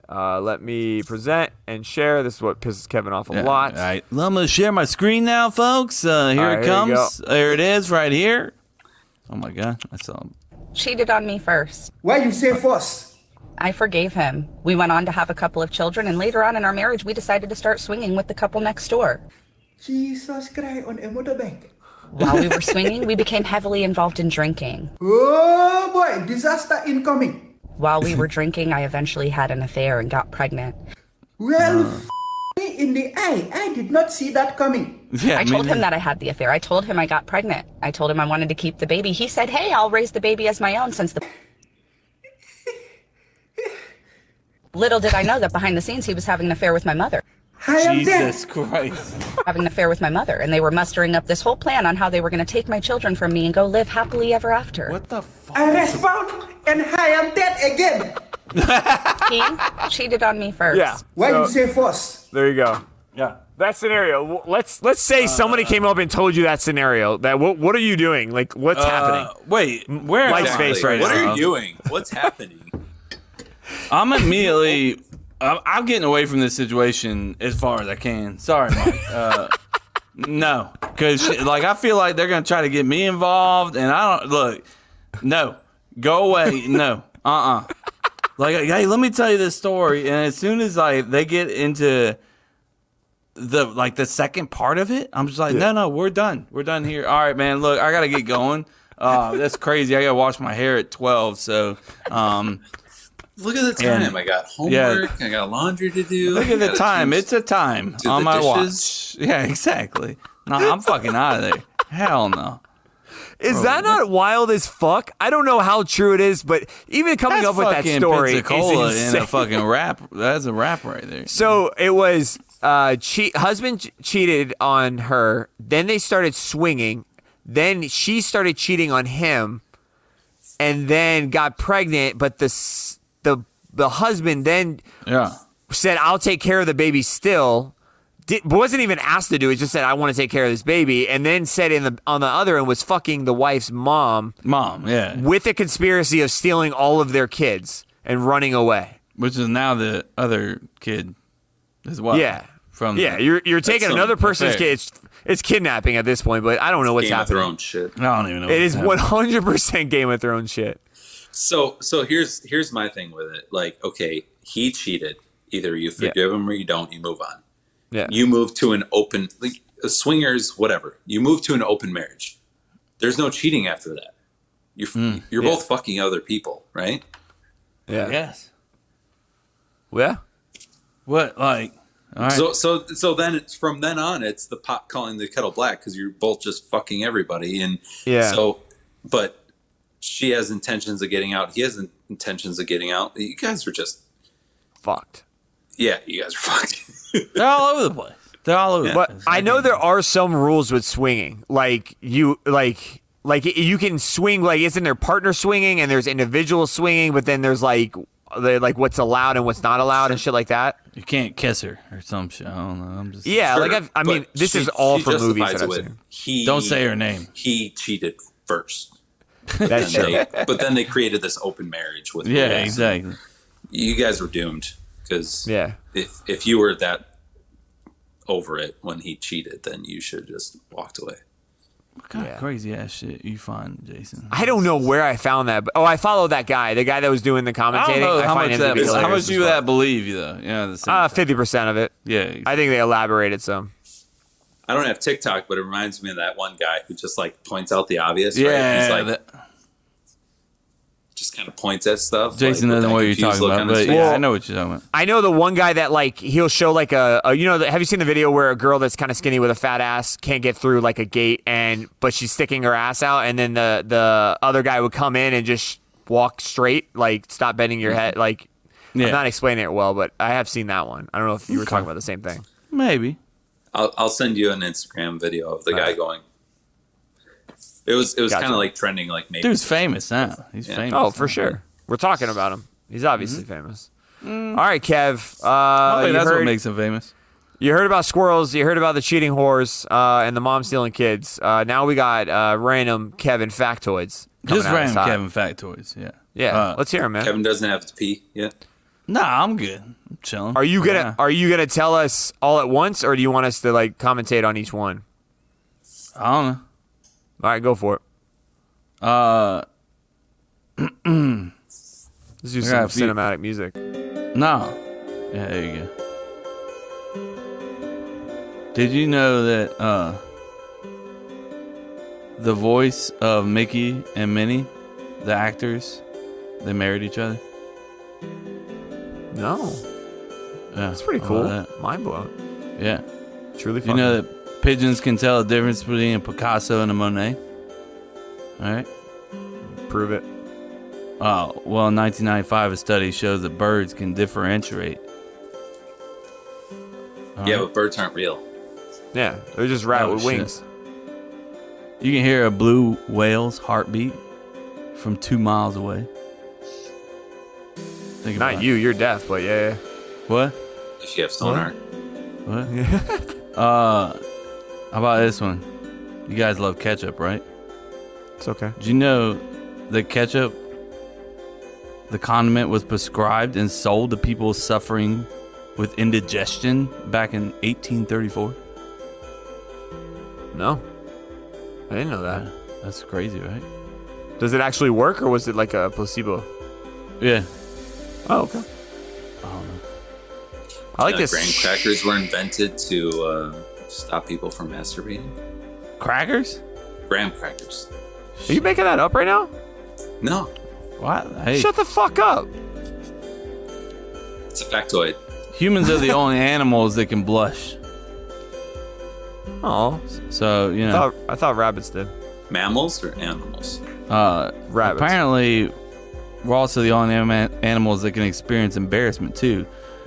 E: uh, let me present and share. This is what pisses Kevin off a
A: Yeah,
E: lot.
A: All right. Well, I'm going to share my screen now, folks. Uh, here
E: All
A: it
E: right, here you
A: comes. There it is right here. Oh, my God. I saw him.
F: Cheated on me first.
H: Why you say first?
F: I forgave him. We went on to have a couple of children, and later on in our marriage, we decided to start swinging with the couple next door.
H: Jesus Christ on a motorbike.
F: While we were swinging, we became heavily involved in drinking.
H: Oh boy, disaster incoming.
F: While we were drinking, I eventually had an affair and got pregnant.
H: Well, f- me, in the eye. I did not see that coming.
A: Yeah,
F: I
A: me
F: told him
A: neither.
F: that I had the affair. I told him I got pregnant. I told him I wanted to keep the baby. He said, Hey, I'll raise the baby as my own since the. Little did I know that behind the scenes he was having an affair with my mother.
H: I am dead.
A: Jesus Christ.
F: Having an affair with my mother. And they were mustering up this whole plan on how they were going to take my children from me and go live happily ever after.
A: What the fuck?
H: I respond and I am dead again.
F: He cheated on me first.
E: Yeah.
H: Why
E: So,
H: you say first?
E: there you go.
A: Yeah. Uh,
E: That scenario. w- Let's let's say somebody came up and told you that scenario. That what what are you doing? Like what's
A: Uh,
E: happening?
A: wait, where
E: Lights
A: am I?
E: face
B: Exactly.
E: right
B: what
E: now.
B: are you doing? What's happening?
A: I'm immediately. I'm, I'm getting away from this situation as far as I can. Sorry, Mike. Uh, no, because like I feel like they're gonna try to get me involved, and I don't look. No, go away. No, uh, uh Like, hey, let me tell you this story. And as soon as like they get into the like the second part of it, I'm just like, no, no, we're done. We're done here. All right, man. Look, I gotta get going. Uh, that's crazy. I gotta wash my hair at twelve. So, um.
B: Look at the
A: And-
B: time. I got
A: yeah.
B: homework. I got laundry to do.
A: Look at the time.
B: It's.
A: It's a time
B: do
A: on
B: the
A: my
B: dishes.
A: watch. Yeah, exactly. No, I'm fucking out of there. Hell no.
E: Is that not wild as fuck? I don't know how true it is, but even coming
A: That's
E: up with that
A: fucking
E: story is
A: Pensacola in
E: insane.
A: a fucking rap. That's a rap right there.
E: So it was uh, che- husband ch- cheated on her. Then they started swinging. Then she started cheating on him, and then got pregnant. But the s- the the husband then
A: Yeah.
E: said, "I'll take care of the baby." Still, did, wasn't even asked to do it. Just said, "I want to take care of this baby," and then said in the on the other end was fucking the wife's mom
A: Mom, yeah.
E: with a conspiracy of stealing all of their kids and running away.
A: Which is now the other kid as well.
E: Yeah.
B: Mm.
A: From
E: Yeah, you're you're taking
A: some
E: another person's
A: affair.
E: kid. It's, it's kidnapping at this point, but I don't know what's
B: Game of
E: happening.
B: Thrones shit.
A: I don't even know.
E: It
A: what's
E: is
A: happening.
E: 100 percent Game of Thrones shit.
B: So so here's here's my thing with it. Like, okay, he cheated. Either you forgive him or you don't, you move on.
E: Yeah.
B: You move to an open like uh, swingers, whatever. You move to an open marriage. There's no cheating after that. You're
E: Mm,
B: you're both fucking other people, right?
E: Yeah, yeah.
A: Yes. What like all right.
B: So so so then it's from then on it's the pot calling the kettle black because you're both just fucking everybody and
E: Yeah.
B: So, but she has intentions of getting out. He has in- intentions of getting out. You guys are just
E: Fucked.
B: yeah. You guys are fucking.
A: They're all over the place. They're all over the
E: But
A: place.
E: I know there are some rules with swinging, like you like like you can swing like isn't there partner swinging and there's individual swinging, but then there's like the like what's allowed and what's not allowed and shit like that.
A: You can't kiss her or some shit. I don't know. I'm just
E: Yeah,
B: Sure,
E: like I've, I
B: but
E: mean this
B: she-
E: is all
B: she
E: from movies
B: justifies
E: that
B: it
E: I've
B: with,
E: seen.
B: He
A: Don't say her name.
B: He cheated first.
E: That's
B: And
E: true.
B: they, but then they created this open marriage with
A: Yeah,
B: rules.
A: exactly.
B: You guys were doomed because
E: Yeah.
B: if if you were that over it when he cheated, then you should have just walked away.
A: What kind
E: Yeah.
A: of crazy ass shit you find, Jason?
E: I don't know where I found that. But, oh, I follow that guy, the guy that was doing the commentating.
A: I don't know how
E: find
A: much
E: him to
A: that
E: be
A: how
E: hilarious
A: much
E: as
A: you
E: fuck.
A: that believe you though. Yeah, the same
E: Uh,
A: thing.
E: fifty percent of it.
A: yeah.
E: I think they elaborated some.
B: I don't have TikTok, but it reminds me of that one guy who just like points out the obvious. right?
A: yeah,
B: he's like
A: that-
B: just kind of points at stuff.
A: Jason
B: like, with
A: doesn't know
B: that
A: what you're
B: confused
A: talking
B: look
A: about,
B: on his
A: but
B: face.
A: yeah, I know what you're talking about.
E: I know the one guy that like he'll show like a, a you know the- have you seen the video where a girl that's kind of skinny with a fat ass can't get through like a gate and but she's sticking her ass out and then the the other guy would come in and just walk straight like stop bending your head like
A: Yeah.
E: I'm not explaining it well but I have seen that one I don't know if you were talking about the same thing
A: Maybe.
B: I'll, I'll send you an Instagram video of the guy going. It was it was
E: Gotcha.
B: kind of like trending, like maybe
A: Dude's famous now. He's
B: Yeah.
A: famous.
E: oh for
A: now.
E: sure we're talking about him he's obviously famous all right Kev uh,
A: I think
E: you
A: Mm-hmm. that's what
E: heard-
A: makes him famous.
E: You heard about squirrels. You heard about the cheating whores uh, and the mom stealing kids. Uh, now we got uh, random Kevin factoids. coming
A: Just
E: out.
A: random
E: It's hot.
A: Kevin factoids. Yeah.
E: Yeah,
A: Uh,
E: let's hear him, man.
B: Kevin doesn't have to pee yet.
A: nah, I'm good. I'm chilling.
E: are you gonna
A: Yeah.
E: Are you gonna tell us all at once, or do you want us to like commentate on each one?
A: I don't know.
E: All right, go for it.
A: Uh,
E: Let's do
A: I
E: some
A: got a few-
E: cinematic music.
A: no. Yeah, there you go. Did you know that uh, the voice of Mickey and Minnie, the actors, they married each other?
E: No,
A: Yeah,
E: that's pretty
A: I love
E: cool.
A: that.
E: Mind blown.
A: Yeah.
E: Truly
A: You
E: funny.
A: know that pigeons can tell the difference between a Picasso and a Monet? All right.
E: Prove it.
A: Oh, well, in 1995, a study shows that birds can differentiate. All
B: Yeah,
A: right.
B: but birds aren't real.
E: Yeah, they're just rat
A: Oh,
E: with
A: shit.
E: wings.
A: You can hear a blue whale's heartbeat from two miles away. Think
E: Not
A: about
E: you, you're deaf, but yeah. yeah.
A: It. What?
B: If you have sonar,
A: What? uh, how about this one? You guys love ketchup, right?
E: It's okay.
A: Did you know that ketchup, the condiment, was prescribed and sold to people suffering with indigestion back in 1834?
E: No. I didn't know that.
A: That's crazy, right?
E: Does it actually work or was it like a placebo?
A: Yeah.
E: Oh, okay.
A: Um,
E: I like
B: uh,
E: this.
B: Graham crackers were invented to uh, stop people from masturbating.
A: Crackers?
B: Graham crackers.
E: Are you making that up right now?
B: No,
A: What? Hey,
E: Shut the fuck up.
B: it's a factoid.
A: humans are the only animals that can blush.
E: Oh,
A: So, you
E: I,
A: know,
E: thought, I thought rabbits did.
B: Mammals or animals?
A: uh,
E: Rabbits.
A: apparently, we're also the only anima- animals that can experience embarrassment, too.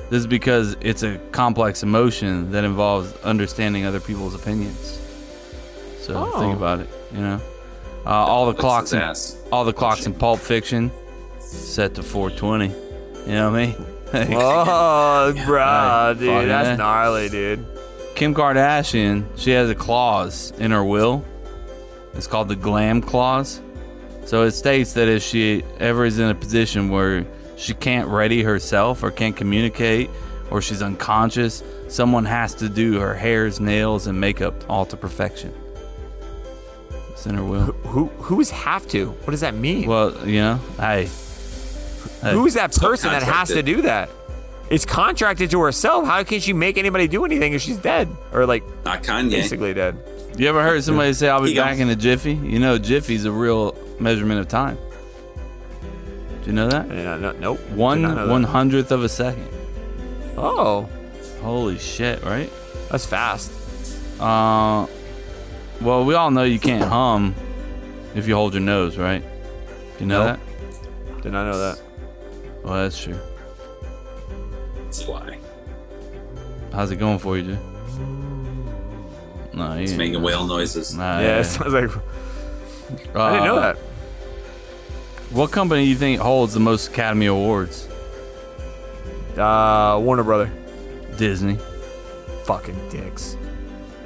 A: This is because it's a complex emotion that involves understanding other people's opinions. So, think
E: Oh.
A: about it, you know? Uh, all the
B: Licks
A: clocks
B: his
A: in,
B: ass.
A: all the clocks in Pulp Fiction set to 420. You know what I mean? Hey,
E: Oh,
A: Alright,
E: bruh,
A: fuck
E: dude,
A: it.
E: that's gnarly, dude.
A: Kim Kardashian, she has a clause in her will. It's called the glam clause. So it states that if she ever is in a position where she can't ready herself or can't communicate or she's unconscious, someone has to do her hairs, nails, and makeup all to perfection. It's in her will.
E: Who who is have to? What does that mean?
A: Well, you know, hey, hey.
E: Who is that person that has to
B: Subcontracted.
E: do that? It's contracted to herself. How can she make anybody do anything if she's dead or like
B: Not Kanye.
E: basically dead?
A: You ever heard somebody say, I'll be
B: He goes-
A: back in a jiffy? You know, jiffy's a real measurement of time. Do you know that?
E: Yeah, no, nope. did not know
A: One
E: that.
A: one hundredth of a second.
E: Oh,
A: Holy shit, right?
E: that's fast.
A: Uh, well, we all know you can't hum if you hold your nose, right? You know
E: Nope. Did not know that.
A: that? Well, that's true.
B: That's why.
A: How's it going for you, Jay? No, you
B: It's
A: ain't-
B: making whale noises.
A: Nah, Uh,
E: yeah, it sounds like I didn't know that.
A: What company do you think holds the most Academy Awards?
E: Uh, Warner Brother.
A: Disney.
E: Fucking dicks.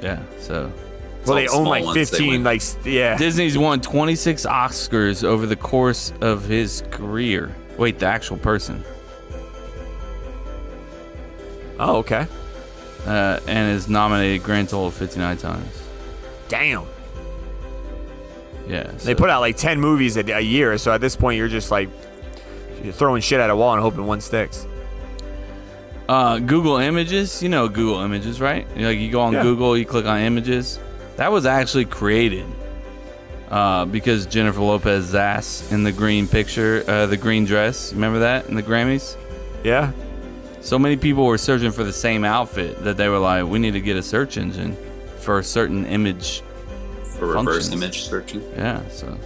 A: Yeah, so
E: Well,
B: all
E: they
B: the
E: own
B: small
E: like
B: ones they
E: 15.
B: win.
E: Like, s- yeah.
A: Disney's won 26 Oscars over the course of his career. Wait, the actual person.
E: Oh, okay.
A: Uh, and is nominated a grand total of 59 times.
E: Damn.
A: Yeah.
E: They
A: so-
E: put out like 10 movies a, a year, so at this point, you're just like you're throwing shit at a wall and hoping one sticks.
A: uh, Google Images. You know Google Images, right? You know, Like you go on
E: Yeah.
A: Google, you click on Images. That was actually created uh, because Jennifer Lopez Zass in the green picture, uh, the green dress. Remember that in the Grammys?
E: Yeah.
A: So many people were searching for the same outfit that they were like, we need to get a search engine for a certain image.
B: For reverse
A: Functions.
B: image searching.
A: Yeah. So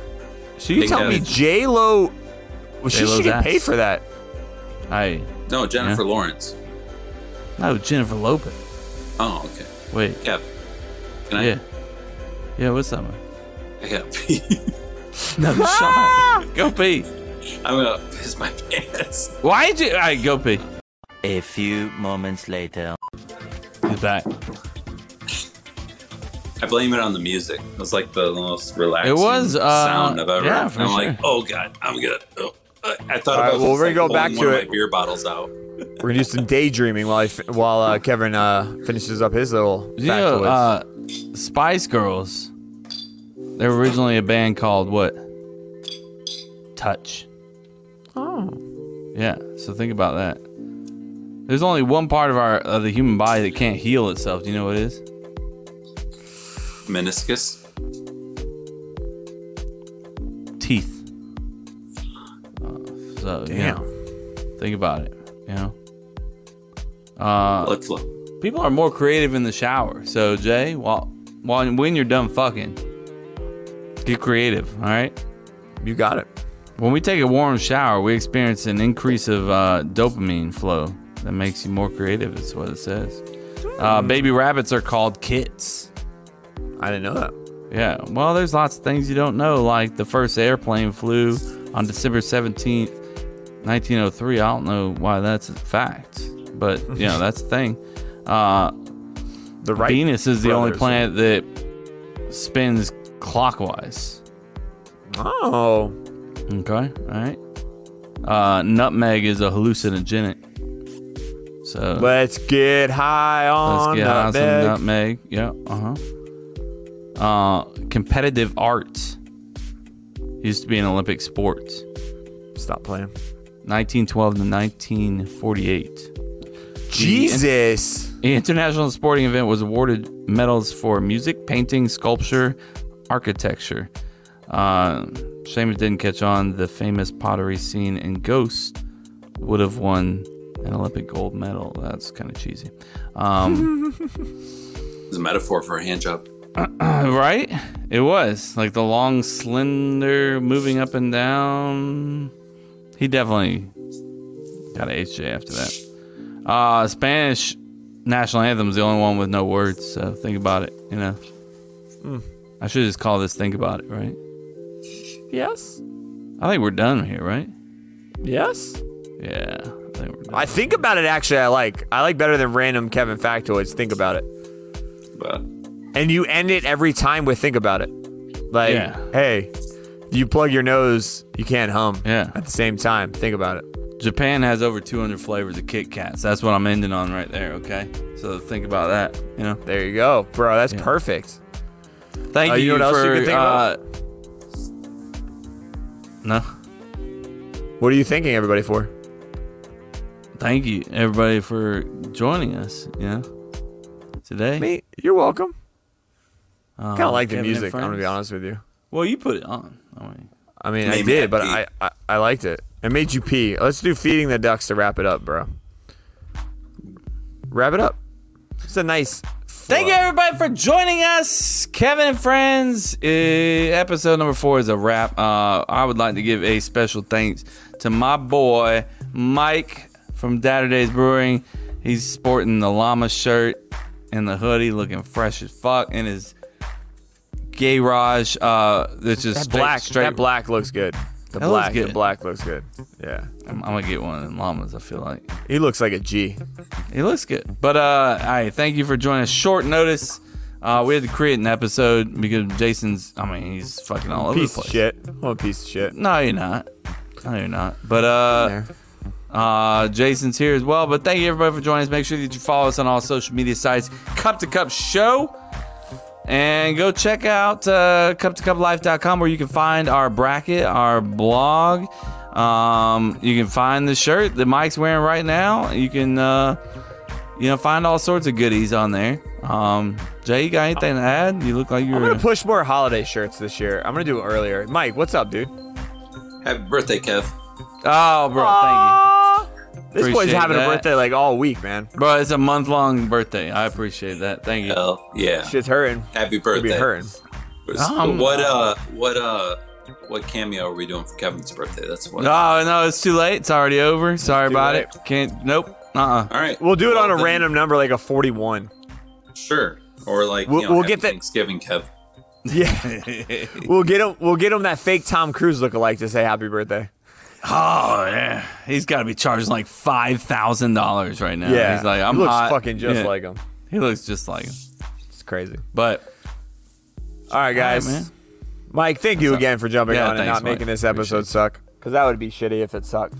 E: So you
B: They
E: tell
B: got
E: me
B: it.
E: J Lo, well, she
A: J-Lo's
E: should get paid
A: ass.
E: for that.
A: I
B: No, Jennifer Lawrence.
A: no Jennifer Lopez.
B: Oh, okay.
A: Wait.
B: Kev, can I?
A: Yeah. Yeah. What's that? man?
B: I gotta pee.
A: No, shut up. Go pee.
B: I'm gonna piss my pants.
A: Why did you? All right, go pee.
G: A few moments later.
A: He's back.
B: I blame it on the music. It was like the most relaxing
A: It was, uh,
B: sound I've ever.
A: yeah,
B: heard.
A: for
B: I'm
A: sure.
B: like, oh god, I'm gonna. Oh. I I thought
E: All right,
B: about
E: well,
B: just,
E: we're
B: like,
E: gonna go back
B: pulling one
E: to
B: of
E: it.
B: my beer bottles out.
E: We're gonna do some daydreaming while I f- while uh, Kevin uh, finishes up his little
A: You know,
E: factoids.
A: uh, Spice Girls. They were originally a band called what? Touch. Oh. Yeah. So think about that. There's only one part of our of the human body that can't heal itself. Do you know what it is?
B: Meniscus.
A: Teeth. Uh, so you
E: Damn.
A: know, think about it. You know. Uh,
B: blood flow.
A: People are more creative in the shower. So Jay, while, while when you're done fucking, get creative. All right.
E: You got it.
A: When we take a warm shower, we experience an increase of uh, dopamine flow that makes you more creative. Is what it says. Uh,
E: Hmm.
A: baby rabbits are called kits.
E: I didn't know that.
A: Yeah. Well, there's lots of things you don't know, like the first airplane flew on December 17th, 1903. I don't know why that's a fact, but you know that's the thing. Uh,
E: The right.
A: Venus is the only
E: brothers.
A: planet that spins clockwise.
E: Oh,
A: Okay. All right. Uh, nutmeg is a hallucinogenic. So
E: let's get high on
A: let's get high on some
E: nutmeg.
A: nutmeg. Yeah. Uh huh. Uh, competitive art used to be an Olympic sport.
E: Stop playing.
A: 1912 to 1948.
E: Jesus.
A: The international sporting event was awarded medals for music, painting, sculpture, architecture. Uh, shame it didn't catch on. The famous pottery scene in Ghost would have won an Olympic gold medal. That's kind of cheesy. Um,
B: It's a metaphor for a hand job.
A: right? It was. Like the long, slender, moving up and down. He definitely got a HJ after that. Uh, Spanish national anthem is the only one with no words, so think about it, you know.
E: Hmm.
A: I should just call this Think About It, right?
E: Yes.
A: I think we're done here, right?
E: Yes.
A: Yeah. I think we're done.
E: I think about it. Actually, I like. I like better than random Kevin factoids. Think about it.
B: But
E: And you end it every time with think about it. Like,
A: Yeah.
E: hey, you plug your nose, you can't hum.
A: Yeah.
E: At the same time, think about it.
A: Japan has over 200 flavors of Kit Kats. That's what I'm ending on right there, okay? So think about that, you know.
E: There you go, bro. That's perfect.
A: Thank
E: Uh,
A: you,
E: you know what else
A: for
E: you can think about?
A: uh, No.
E: What are you thinking, everybody, for?
A: Thank you everybody for joining us, yeah. Today.
E: Me? You're welcome.
A: Um,
E: Kind of like the
A: Kevin and
E: music. I'm gonna be
A: friends.
E: honest with you.
A: Well, you put it on. Oh, I mean,
E: I mean, I
B: Made me
E: did, but I,
B: happy.
E: I I liked it. It made you pee. Let's do feeding the ducks to wrap it up, bro. Wrap it up. It's a nice.
A: Thank you everybody for joining us. Kevin and friends, eh, episode number four is a wrap. Uh, I would like to give a special thanks to my boy Mike from Datterday's Brewing. He's sporting the llama shirt and the hoodie, looking fresh as fuck, and his garage. Uh, that's just
E: That
A: straight-
E: black.
A: Straight
E: That black looks good. The
A: That looks
E: black.
A: good.
E: The black looks good. Yeah.
A: I'm, I'm gonna get one of them llamas. I feel like
E: He looks like a G.
A: It looks good. But uh I thank you for joining us. Short notice. Uh we had to create an episode because Jason's I mean he's fucking all over
E: Piece
A: the
E: of
A: place.
E: shit. What a piece of shit.
A: No, you're not. No, you're not. But uh uh, Jason's here as well. But thank you everybody for joining us. Make sure that you follow us on all social media sites, Cup to Cup Show. And go check out uh, cup2cuplife.com where you can find our bracket, our blog. Um, you can find the shirt that Mike's wearing right now. You can, uh, you know, find all sorts of goodies on there. Um, Jay, you got anything to add? You look like you're.
E: I'm gonna push more holiday shirts this year. I'm gonna do it earlier. Mike, what's up, dude?
B: happy birthday, Kev.
A: oh, bro, thank you.
E: This boy's
A: Appreciate
E: having
A: that.
E: a birthday like all week, man.
A: Bro, it's a month long birthday. I appreciate that. Thank you.
B: Hell yeah.
E: Shit's hurting.
B: Happy
E: Could be
B: birthday.
E: hurting.
A: Um,
B: what uh what uh what cameo are we doing for Kevin's birthday? That's what.
A: Oh no, it's too late. It's already over. Sorry
E: too
A: about
E: late.
A: it. Can't. Nope. Uh. uh
B: All right.
E: We'll do it on a
B: then,
E: random number, like a 41.
B: Sure. Or like
E: We'll-
B: you know,
E: we'll
B: happy
E: get that-
B: Thanksgiving, Kev.
E: Yeah. we'll get him. We'll get him that fake Tom Cruise lookalike to say happy birthday.
A: Oh yeah. He's got to be charged like five thousand dollars right now.
E: Yeah.
A: He's like, I'm
E: he looks
A: hot.
E: fucking just
A: Yeah,
E: like him.
A: He looks just like him.
E: It's crazy.
A: But
E: All right, guys.
A: man.
E: Mike, thank you again for jumping
A: Yeah,
E: on and
A: thanks,
E: not making
A: Mike.
E: this episode suck. Because that would be shitty if it sucked.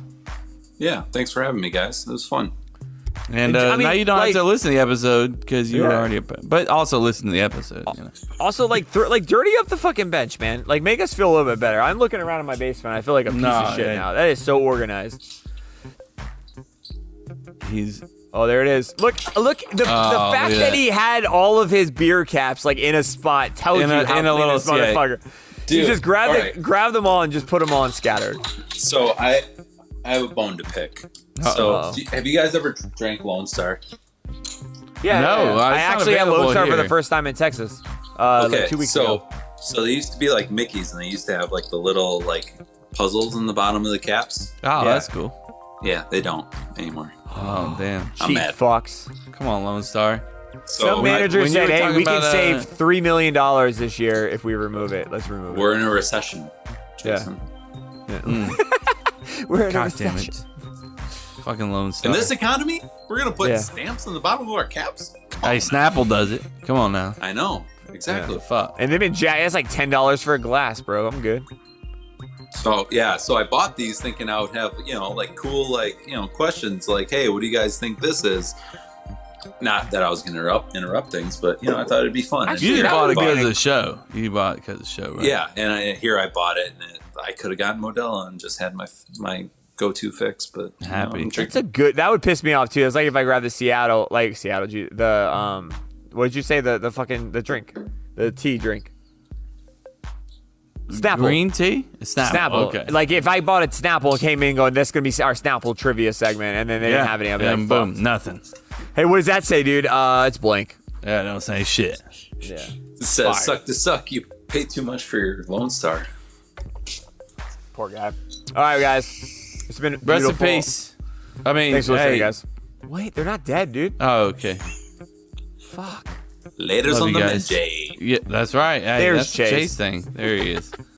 B: Yeah. Thanks for having me, guys. It was fun.
A: and uh,
E: I mean,
A: now you don't
E: like-
A: have to listen to the episode because you were
E: Yeah.
A: already. A, but also listen to the episode. You know.
E: Also, like, th- like dirty up the fucking bench, man. Like, make us feel a little bit better. I'm looking around in my basement. I feel like a piece
A: Nah,
E: of shit
A: yeah.
E: now. That is so organized.
A: He's
E: Oh, there it is. Look, look. The, the
A: Oh,
E: fact
A: yeah.
E: that he had all of his beer caps like in a spot tells
A: In
E: you
A: a-
E: how
A: in a
E: clean
A: little
E: this
A: skate.
E: motherfucker.
B: Dude,
E: you just grab
B: all
E: the,
B: right.
E: grab them all and just put them all and scattered.
B: So I I have a bone to pick. So do- have you guys ever drank Lone Star?
E: Yeah.
A: No,
E: yeah, yeah.
A: uh,
E: I
A: it's not
E: actually had
A: available
E: Lone Star for the
A: here.
E: first time in Texas. Uh, like
B: okay,
E: two weeks
B: so
E: ago.
B: so they used to be like Mickey's, and they used to have like the little like puzzles in the bottom of the caps.
A: Oh,
E: Yeah.
A: that's cool.
B: Yeah, they don't anymore.
A: Oh, damn.
B: I'm
E: Cheap
B: mad.
E: fucks.
A: Come on, Lone Star.
B: So
E: Some manager
A: when you
E: said,
A: were
E: "Hey,
A: talking
E: we can
A: about, uh,
E: save three million dollars this year if we remove it. Let's remove
B: we're in a recession.
E: Yeah.
B: Jason.
E: it. We're in a
A: God damn
E: recession.
A: it. Fucking Lone Star.
B: In this economy, we're gonna put
E: Yeah.
B: stamps in the bottom of our caps.
A: hey, Snapple does it. Come on now.
B: I know exactly.
A: Fuck.
E: And they've been jack. That's like ten dollars for a glass, bro. I'm good.
B: So yeah, so I bought these thinking I would have you know like cool like you know questions like hey, what do you guys think this is? Not that I was gonna interrupt interrupt things, but you know I thought it'd be fun.
A: You just
B: Yeah,
A: bought
B: I
A: it because of
B: bought
A: the show. You bought it because of the show, right?
B: Yeah, and I, here I bought it, and it, I could have gotten Modelo and just had my my go to fix, but you know,
A: Happy.
B: I'm
E: It's a
B: drinking.
E: good. That would piss me off too. It's like if I grabbed the Seattle, like Seattle, gee, the um, what did you say? The the fucking the drink, the tea drink. Snapple.
A: Green tea? It's Snapple.
E: Snapple.
A: Oh, Okay.
E: Like if I bought a Snapple, it came in going, "That's gonna be our Snapple trivia segment," and then they didn't have any. I'd be
A: and
E: like,
A: boom,
E: "Fuck."
A: nothing.
E: Hey, what does that say, dude? Uh, it's blank.
A: Yeah, don't say shit.
B: It says suck to suck. You pay too much for your Lone Star.
E: Poor guy. All right, guys. It's been
A: Rest
E: beautiful.
A: in peace. I mean,
E: Thanks for listening,
A: hey.
E: guys. Wait, they're not dead, dude.
A: Oh, okay.
E: Fuck.
B: Later's
A: Love
B: on
A: you
B: the
A: guys.
B: midday.
A: Yeah, that's right. Hey,
E: There's
A: that's the
E: Chase.
A: Chase thing. There he is.